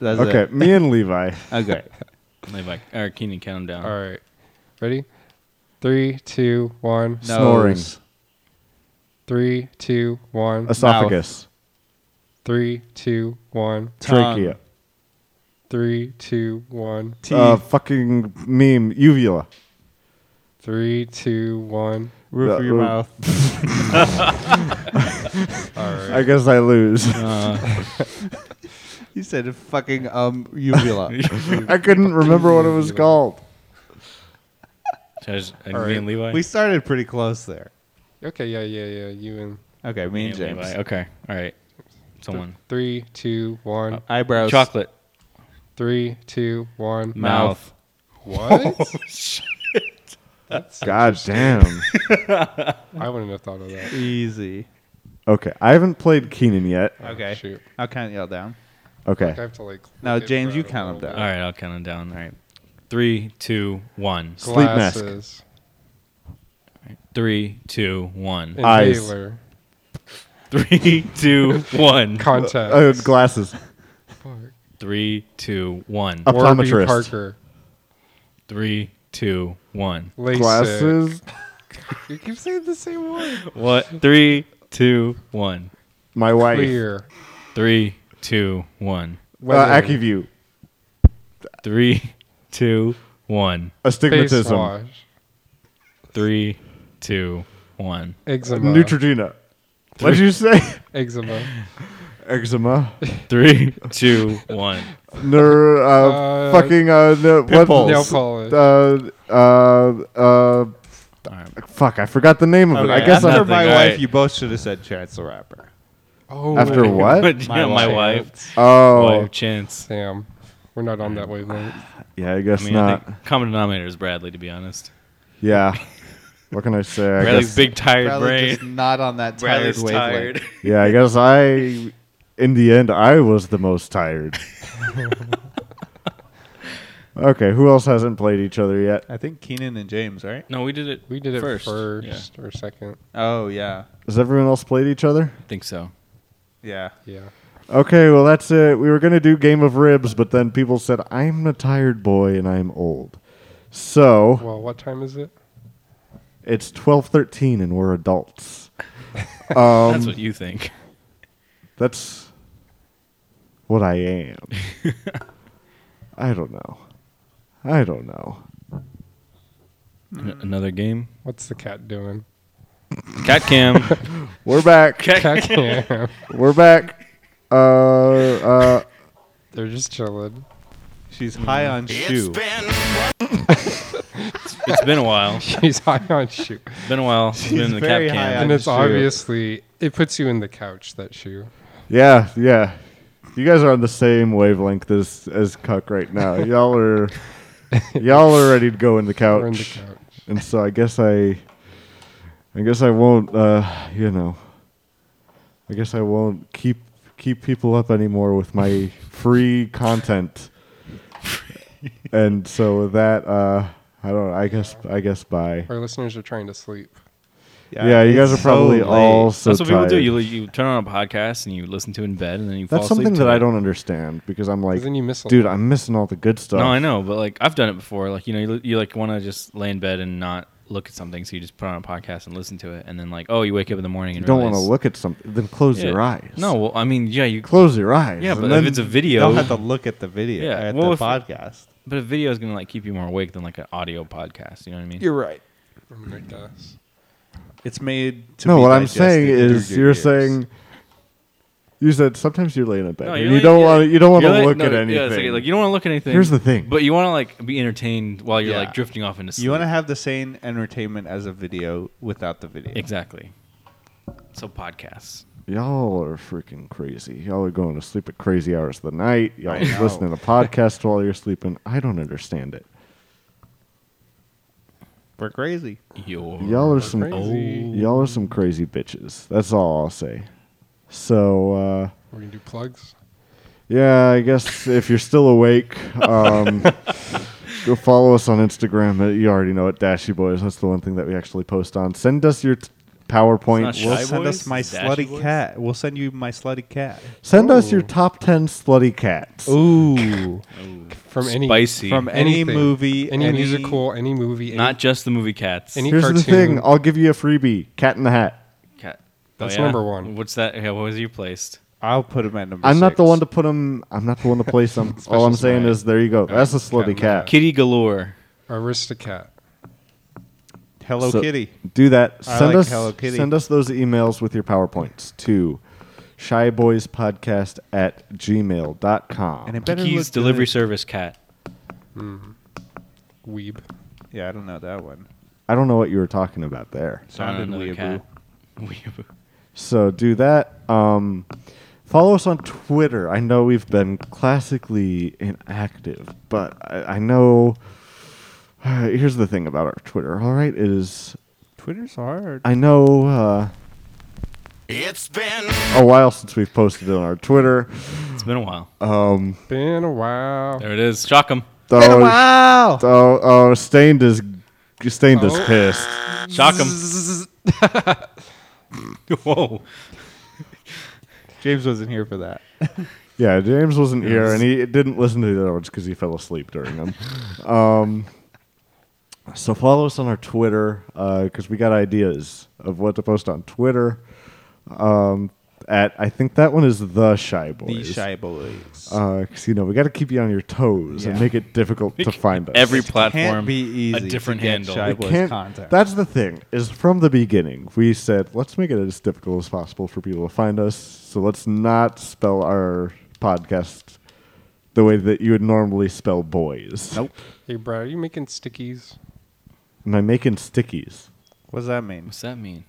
Speaker 4: That's
Speaker 1: Okay,
Speaker 4: it.
Speaker 1: me and Levi.
Speaker 4: Okay.
Speaker 3: Levi, or Keenan, count 'em down.
Speaker 2: All right, ready? Three, two, one.
Speaker 4: Nose.
Speaker 1: Snoring.
Speaker 2: Three, two, one.
Speaker 1: Esophagus.
Speaker 2: Three, two, one.
Speaker 4: Tongue.
Speaker 1: Trachea.
Speaker 2: Three, two, one.
Speaker 4: Teeth.
Speaker 1: Uh, fucking meme. Uvula.
Speaker 2: Three, two, one.
Speaker 4: roof
Speaker 1: uh,
Speaker 4: of your
Speaker 1: uh,
Speaker 4: mouth.
Speaker 2: All right. Uh,
Speaker 1: I guess I lose.
Speaker 4: You said fucking um uvula.
Speaker 1: I couldn't remember what it was called.
Speaker 3: Judge, and
Speaker 2: All
Speaker 3: uh, me
Speaker 2: right.
Speaker 3: and Levi.
Speaker 4: we started pretty close there.
Speaker 2: Okay, yeah, yeah, yeah. You and
Speaker 4: Okay, me
Speaker 3: Me
Speaker 4: and
Speaker 3: and
Speaker 4: James.
Speaker 3: Levi. Okay. All right. Someone.
Speaker 2: three, two, one.
Speaker 4: Eyebrows.
Speaker 3: Chocolate.
Speaker 2: Three, two, one.
Speaker 3: Mouth.
Speaker 2: What?
Speaker 1: God damn.
Speaker 2: I wouldn't have thought of that.
Speaker 4: Easy.
Speaker 1: Okay, I haven't played Keenan yet.
Speaker 4: Okay.
Speaker 2: Oh, Shoot.
Speaker 4: I'll count y'all down.
Speaker 1: Okay.
Speaker 2: I have to like.
Speaker 4: Now,
Speaker 2: look it
Speaker 4: James,
Speaker 2: for
Speaker 4: you
Speaker 2: a
Speaker 4: count 'em
Speaker 2: little
Speaker 4: down.
Speaker 3: All right, I'll count them down. All right. Three, two, one.
Speaker 2: bit.
Speaker 1: Sleep mask.
Speaker 2: Glasses.
Speaker 3: Three, two, one.
Speaker 1: Eyes.
Speaker 2: Inhaler.
Speaker 3: Three, two, one.
Speaker 2: Contact.
Speaker 1: Uh, glasses.
Speaker 3: Three, two, one.
Speaker 2: Oh.
Speaker 1: Up. Optometrist.
Speaker 2: Parker.
Speaker 3: Three, two, one.
Speaker 2: LASIK.
Speaker 1: Glasses.
Speaker 2: You keep saying the same word.
Speaker 3: What? Three, two, one.
Speaker 1: My wife.
Speaker 2: Clear.
Speaker 3: Three, two, one.
Speaker 1: Uh,
Speaker 2: Whether-
Speaker 1: AccuView,
Speaker 3: Three, two, one.
Speaker 2: face
Speaker 1: astigmatism,
Speaker 2: wash,
Speaker 3: Three, two, one.
Speaker 2: eczema,
Speaker 1: Neutrogena. What did you say?
Speaker 2: eczema,
Speaker 1: Eczema.
Speaker 3: Three, two, one.
Speaker 1: Ner, uh,
Speaker 2: Uh,
Speaker 1: fucking uh, no, what?
Speaker 3: pimples.
Speaker 2: nail polish.
Speaker 1: Uh, uh, uh,
Speaker 3: All right.
Speaker 1: fuck! I forgot the name of it. I
Speaker 3: Okay,
Speaker 1: guess
Speaker 3: I'm
Speaker 1: I'm
Speaker 3: not-
Speaker 9: after my
Speaker 3: nothing, all
Speaker 9: wife,
Speaker 3: right.
Speaker 9: you both should have said Chance the Rapper.
Speaker 2: oh,
Speaker 1: after what?
Speaker 3: But, yeah, my wife.
Speaker 1: Oh,
Speaker 3: Wife, chance.
Speaker 2: Sam, we're not on that wavelength.
Speaker 1: yeah, I guess
Speaker 3: I mean, I
Speaker 1: not.
Speaker 3: think common denominator is Bradley, to be honest.
Speaker 1: Yeah. What can I say? I
Speaker 3: Bradley's
Speaker 1: guess,
Speaker 3: big, tired
Speaker 9: Bradley
Speaker 3: brain.
Speaker 9: just not on that tired
Speaker 5: Bradley's
Speaker 9: wavelength.
Speaker 5: tired.
Speaker 1: yeah, I guess I. In the end, I was the most tired. okay, who else hasn't played each other yet?
Speaker 9: I think Keenan and James, right?
Speaker 3: No, we did it.
Speaker 2: We did it
Speaker 3: First,
Speaker 2: first,
Speaker 3: yeah.
Speaker 2: or second.
Speaker 9: Oh yeah,
Speaker 1: Has everyone else played each other?
Speaker 3: I think so.
Speaker 9: yeah.
Speaker 2: Yeah.
Speaker 1: Okay, well that's it. We were gonna do Game of Ribs, but then people said I'm a tired boy and I'm old. So
Speaker 2: Well, what time is it?
Speaker 1: it's twelve thirteen and we're adults. Um,
Speaker 3: That's what you think.
Speaker 1: That's what I am. I don't know. I don't know.
Speaker 3: An-
Speaker 2: Mm.
Speaker 3: Another game.
Speaker 2: What's the cat doing?
Speaker 3: Cat cam.
Speaker 1: We're back.
Speaker 2: Cat can't.
Speaker 1: We're back. Uh, uh,
Speaker 2: They're just chilling.
Speaker 9: She's high on shoe.
Speaker 3: it's been a while.
Speaker 2: He's high on shoe,
Speaker 3: Been a while. She's been in the
Speaker 9: very
Speaker 3: cat
Speaker 9: high
Speaker 3: cam.
Speaker 9: on-
Speaker 2: and it's
Speaker 9: shoe.
Speaker 2: obviously it puts you in the couch. That shoe.
Speaker 1: yeah, yeah. You guys are on the same wavelength as as Cuck right now. Y'all are y'all are ready to go in the
Speaker 2: We're in the
Speaker 1: couch.
Speaker 2: couch.
Speaker 1: and so I guess I, I guess I won't, uh, you know, I guess I won't keep keep people up anymore with my free content. and so with that, uh, I don't. know, I guess I guess bye.
Speaker 2: Our listeners are trying to sleep.
Speaker 1: Yeah, you guys are
Speaker 9: it's
Speaker 1: probably
Speaker 9: so
Speaker 1: all
Speaker 9: late.
Speaker 1: so
Speaker 3: That's what people
Speaker 1: tired.
Speaker 3: do. You, you turn on a podcast and you listen to it in bed, and then you
Speaker 1: That's
Speaker 3: fall asleep.
Speaker 1: something that
Speaker 3: to
Speaker 1: I
Speaker 3: it.
Speaker 1: don't understand because I'm like,
Speaker 2: then you miss a
Speaker 1: dude,
Speaker 2: lot.
Speaker 1: I'm missing all the good stuff.
Speaker 3: No, I know, but like I've done it before. Like you know, you, you like want to just lay in bed and not look at something, so you just put on a podcast and listen to it, and then like oh, you wake up in the morning
Speaker 1: You
Speaker 3: and
Speaker 1: don't want
Speaker 3: realize-
Speaker 1: to look at something. Then close
Speaker 3: Yeah.
Speaker 1: your eyes.
Speaker 3: No, well, I mean, yeah, you.
Speaker 1: close your eyes.
Speaker 3: yeah,
Speaker 1: and
Speaker 3: but
Speaker 1: then
Speaker 3: if it's a
Speaker 9: You
Speaker 3: video,
Speaker 9: don't have to look at the video
Speaker 3: Yeah,
Speaker 9: yeah. at
Speaker 3: well,
Speaker 9: the
Speaker 3: if-
Speaker 9: podcast.
Speaker 3: but a video is gonna like keep you more awake than like an audio podcast. You know what I mean?
Speaker 9: right.
Speaker 2: I guess.
Speaker 9: It's made to
Speaker 1: no,
Speaker 9: be
Speaker 1: what I'm
Speaker 9: digested
Speaker 1: saying
Speaker 9: through
Speaker 1: is,
Speaker 9: your
Speaker 1: you're
Speaker 9: ears.
Speaker 1: saying. You said sometimes you're laying in bed
Speaker 3: No,
Speaker 1: and
Speaker 3: you're
Speaker 1: you
Speaker 3: like-
Speaker 1: don't
Speaker 3: yeah,
Speaker 1: want to. You don't want
Speaker 3: you're
Speaker 1: to
Speaker 3: like-
Speaker 1: look
Speaker 3: no,
Speaker 1: at
Speaker 3: yeah,
Speaker 1: anything.
Speaker 3: it's like, like, you don't want to look at anything.
Speaker 1: Here's the thing.
Speaker 3: but you want to like be entertained while you're
Speaker 9: Yeah.
Speaker 3: like drifting off into sleep.
Speaker 9: you want to have the same entertainment as a video without the video.
Speaker 3: exactly. So podcasts.
Speaker 1: Y'all are freaking crazy. Y'all are going to sleep at crazy hours of the night. Y'all are listening to podcasts while you're sleeping. I don't understand it.
Speaker 9: We're crazy.
Speaker 3: Your
Speaker 1: Y'all are some
Speaker 2: Crazy.
Speaker 1: y'all are some crazy bitches. That's all I'll say. So uh,
Speaker 2: We're gonna do plugs.
Speaker 1: yeah, I guess if you're still awake, um, go follow us on Instagram. Uh, You already know it, Dashy Boys. That's the one thing that we actually post on. Send us your t- PowerPoint.
Speaker 3: It's not
Speaker 9: We'll
Speaker 3: Shy
Speaker 9: send us
Speaker 3: Boys?
Speaker 9: my
Speaker 3: Dashy
Speaker 9: slutty
Speaker 3: Boys?
Speaker 9: cat. We'll send you my slutty cat.
Speaker 1: Send us your top 10 slutty cats.
Speaker 9: Ooh.
Speaker 2: From any
Speaker 3: spicy.
Speaker 9: From any movie,
Speaker 2: any,
Speaker 9: any-
Speaker 2: musical, any movie, any,
Speaker 3: not just the movie Cats.
Speaker 2: any
Speaker 1: Here's
Speaker 2: cartoon.
Speaker 1: the thing I'll give you a freebie Cat in the Hat.
Speaker 3: Cat.
Speaker 2: That's number one.
Speaker 3: Oh, What's that? Yeah, what was you placed?
Speaker 9: I'll put him at number
Speaker 1: I'm not the
Speaker 9: six.
Speaker 1: one to put them, I'm not the one to place them. all
Speaker 2: Special
Speaker 1: I'm saying
Speaker 2: tonight.
Speaker 1: is there you go. That's a
Speaker 2: Cat
Speaker 1: slutty
Speaker 2: in the
Speaker 9: Uh,
Speaker 1: cat.
Speaker 3: Kitty galore.
Speaker 2: Aristocat.
Speaker 9: Hello
Speaker 1: So-
Speaker 9: Kitty.
Speaker 1: Do that.
Speaker 9: I
Speaker 1: Send
Speaker 9: like
Speaker 1: us
Speaker 9: Hello Kitty.
Speaker 1: send us those emails with your PowerPoints to shyboyspodcast at gmail.com.
Speaker 9: And it better
Speaker 3: Kiki's
Speaker 9: look
Speaker 3: delivery
Speaker 9: good.
Speaker 3: service cat.
Speaker 2: Weeb.
Speaker 9: Yeah, I don't know that one.
Speaker 1: I don't know what you were talking about there.
Speaker 9: Sounded
Speaker 3: Found Uh, another
Speaker 9: weeaboo.
Speaker 3: cat. Weeaboo.
Speaker 1: So do that. Um, follow us on Twitter. I know we've been classically inactive, but I, I know. Uh, here's the thing about our Twitter. All right, it is.
Speaker 9: Twitter's hard.
Speaker 1: I know. Uh, it's been a while since we've posted on our Twitter.
Speaker 3: It's been a while.
Speaker 2: Been a while.
Speaker 3: There it is. Shock him.
Speaker 1: Oh, oh, oh, stained is stained is
Speaker 2: Oh.
Speaker 1: pissed.
Speaker 3: Shock him. Whoa.
Speaker 9: James wasn't here for that.
Speaker 1: Yeah, James wasn't here, and he didn't listen to the other ones because he fell asleep during them. um, so follow us on our uh, Twitter because we got ideas of what to post on Twitter. Um, at I think that one is the shy boys. Uh,
Speaker 9: The Shy Boys.
Speaker 1: Because you know we got to keep you on your toes and
Speaker 9: Yeah.
Speaker 1: make it difficult to find us.
Speaker 3: Every platform
Speaker 9: Can't be easy.
Speaker 3: a different
Speaker 9: to get
Speaker 3: handle.
Speaker 9: Shy
Speaker 3: It
Speaker 9: Boys
Speaker 1: Can't-
Speaker 9: contact.
Speaker 1: That's the thing is from the beginning we said let's make it as difficult as possible for people to find us. So let's not spell our podcast the way that you would normally spell boys.
Speaker 9: Nope.
Speaker 2: Hey, Brad, are you making stickies?
Speaker 1: And I'm making stickies.
Speaker 9: What does that mean?
Speaker 3: What's that mean?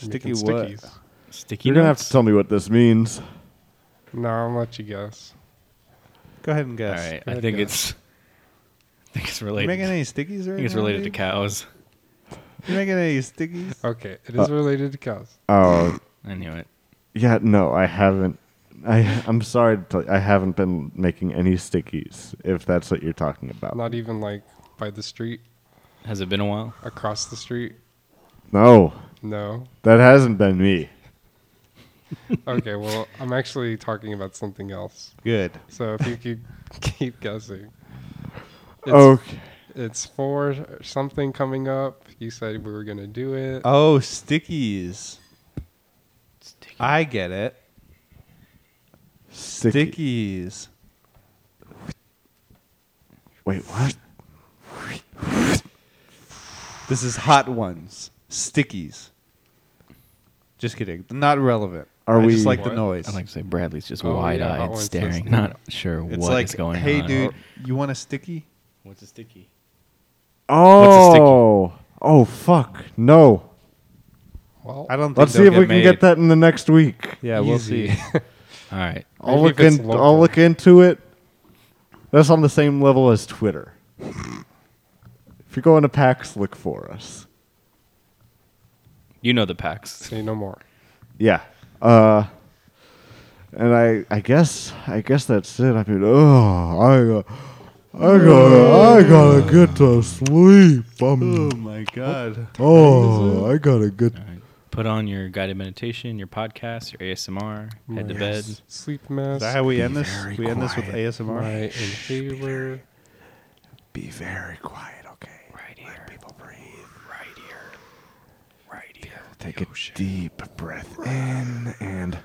Speaker 2: You're
Speaker 9: Sticky
Speaker 2: making
Speaker 9: what?
Speaker 3: Sticky
Speaker 1: You're gonna have
Speaker 3: notes?
Speaker 1: to tell me what this means.
Speaker 2: No, I'll let you guess.
Speaker 9: Go ahead and
Speaker 3: All
Speaker 9: guess.
Speaker 3: right,
Speaker 2: Go
Speaker 3: I
Speaker 2: ahead,
Speaker 3: think
Speaker 2: guess.
Speaker 3: it's. I think it's
Speaker 9: You
Speaker 3: related.
Speaker 9: making
Speaker 3: I
Speaker 9: any stickies right
Speaker 3: think it's
Speaker 9: now,
Speaker 3: related to
Speaker 9: dude?
Speaker 3: cows.
Speaker 9: You making any stickies?
Speaker 2: Okay, it is related to cows.
Speaker 1: Oh
Speaker 3: I knew it.
Speaker 1: yeah, no, I haven't. I I'm sorry to tell you, I haven't been making any stickies. If that's what you're talking about.
Speaker 2: Not even like by the street,
Speaker 3: Has it been a while?
Speaker 2: across the street.
Speaker 1: No,
Speaker 2: No.
Speaker 1: that hasn't been me.
Speaker 2: Okay, well, I'm actually talking about something else.
Speaker 9: Good.
Speaker 2: So if you keep keep guessing, it's,
Speaker 1: Okay.
Speaker 2: it's for something coming up. You said we were gonna do it.
Speaker 4: Uh,
Speaker 9: Oh, stickies. I get it.
Speaker 1: Sticky.
Speaker 9: Stickies.
Speaker 1: Wait, what?
Speaker 9: This is hot ones. Stickies. Just kidding. Not relevant.
Speaker 1: Are
Speaker 9: I
Speaker 1: we-
Speaker 9: just like the
Speaker 2: What?
Speaker 9: noise.
Speaker 3: I like to say Bradley's just
Speaker 2: Oh, yeah,
Speaker 3: wide
Speaker 2: that
Speaker 3: eyed,
Speaker 2: one's
Speaker 3: staring,
Speaker 2: just-
Speaker 3: not sure
Speaker 9: it's
Speaker 3: what's
Speaker 9: like,
Speaker 3: going
Speaker 9: hey,
Speaker 3: on.
Speaker 9: dude, you want a sticky?
Speaker 3: Oh, What's a sticky?
Speaker 1: Oh. Oh fuck. No.
Speaker 2: Well,
Speaker 9: I don't. Think
Speaker 1: Let's see
Speaker 9: they'll
Speaker 1: if we can get
Speaker 9: made.
Speaker 1: that in the next week.
Speaker 9: Yeah, we'll see.
Speaker 3: All right.
Speaker 1: I'll
Speaker 2: Maybe
Speaker 1: look
Speaker 2: if it's
Speaker 1: in,
Speaker 2: local.
Speaker 1: I'll look into it. That's on the same level as Twitter. if you're going to PAX, look for us.
Speaker 3: You know the packs.
Speaker 2: say no more.
Speaker 1: Yeah. Uh, and I, I guess, I guess that's it. I mean, oh, I, got- I gotta, I gotta get to sleep. I'm,
Speaker 9: Oh my god.
Speaker 1: oh, I gotta get.
Speaker 3: Put on your guided meditation, your podcast, your ASMR, head to bed.
Speaker 2: Sleep mask.
Speaker 9: Is that how we end this? We end this with ASMR.
Speaker 2: my inhaler.
Speaker 1: Be very quiet, okay?
Speaker 3: Right here.
Speaker 1: People breathe.
Speaker 3: Right here. Right here.
Speaker 1: Take a deep breath in and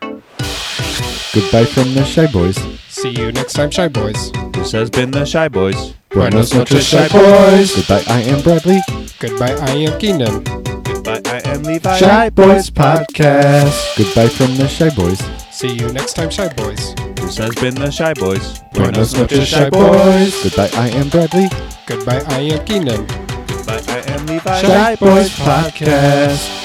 Speaker 1: goodbye from the shy boys.
Speaker 2: See you next time, shy boys.
Speaker 9: This has been the Shy Boys.
Speaker 2: Buenas noches, shy boys.
Speaker 1: Goodbye. I am Bradley.
Speaker 2: Goodbye, I am Kingdom.
Speaker 9: Goodbye. I am Levi.
Speaker 1: Boys podcast. Goodbye from the shy boys.
Speaker 2: See you next time, shy boys.
Speaker 9: This has been the Shy Boys.
Speaker 2: Buenas noches, shy
Speaker 1: boys. Goodbye. I am Bradley.
Speaker 2: Goodbye, I am Kingdom.
Speaker 9: Goodbye. I am Levi.
Speaker 2: Shy
Speaker 1: Boys podcast.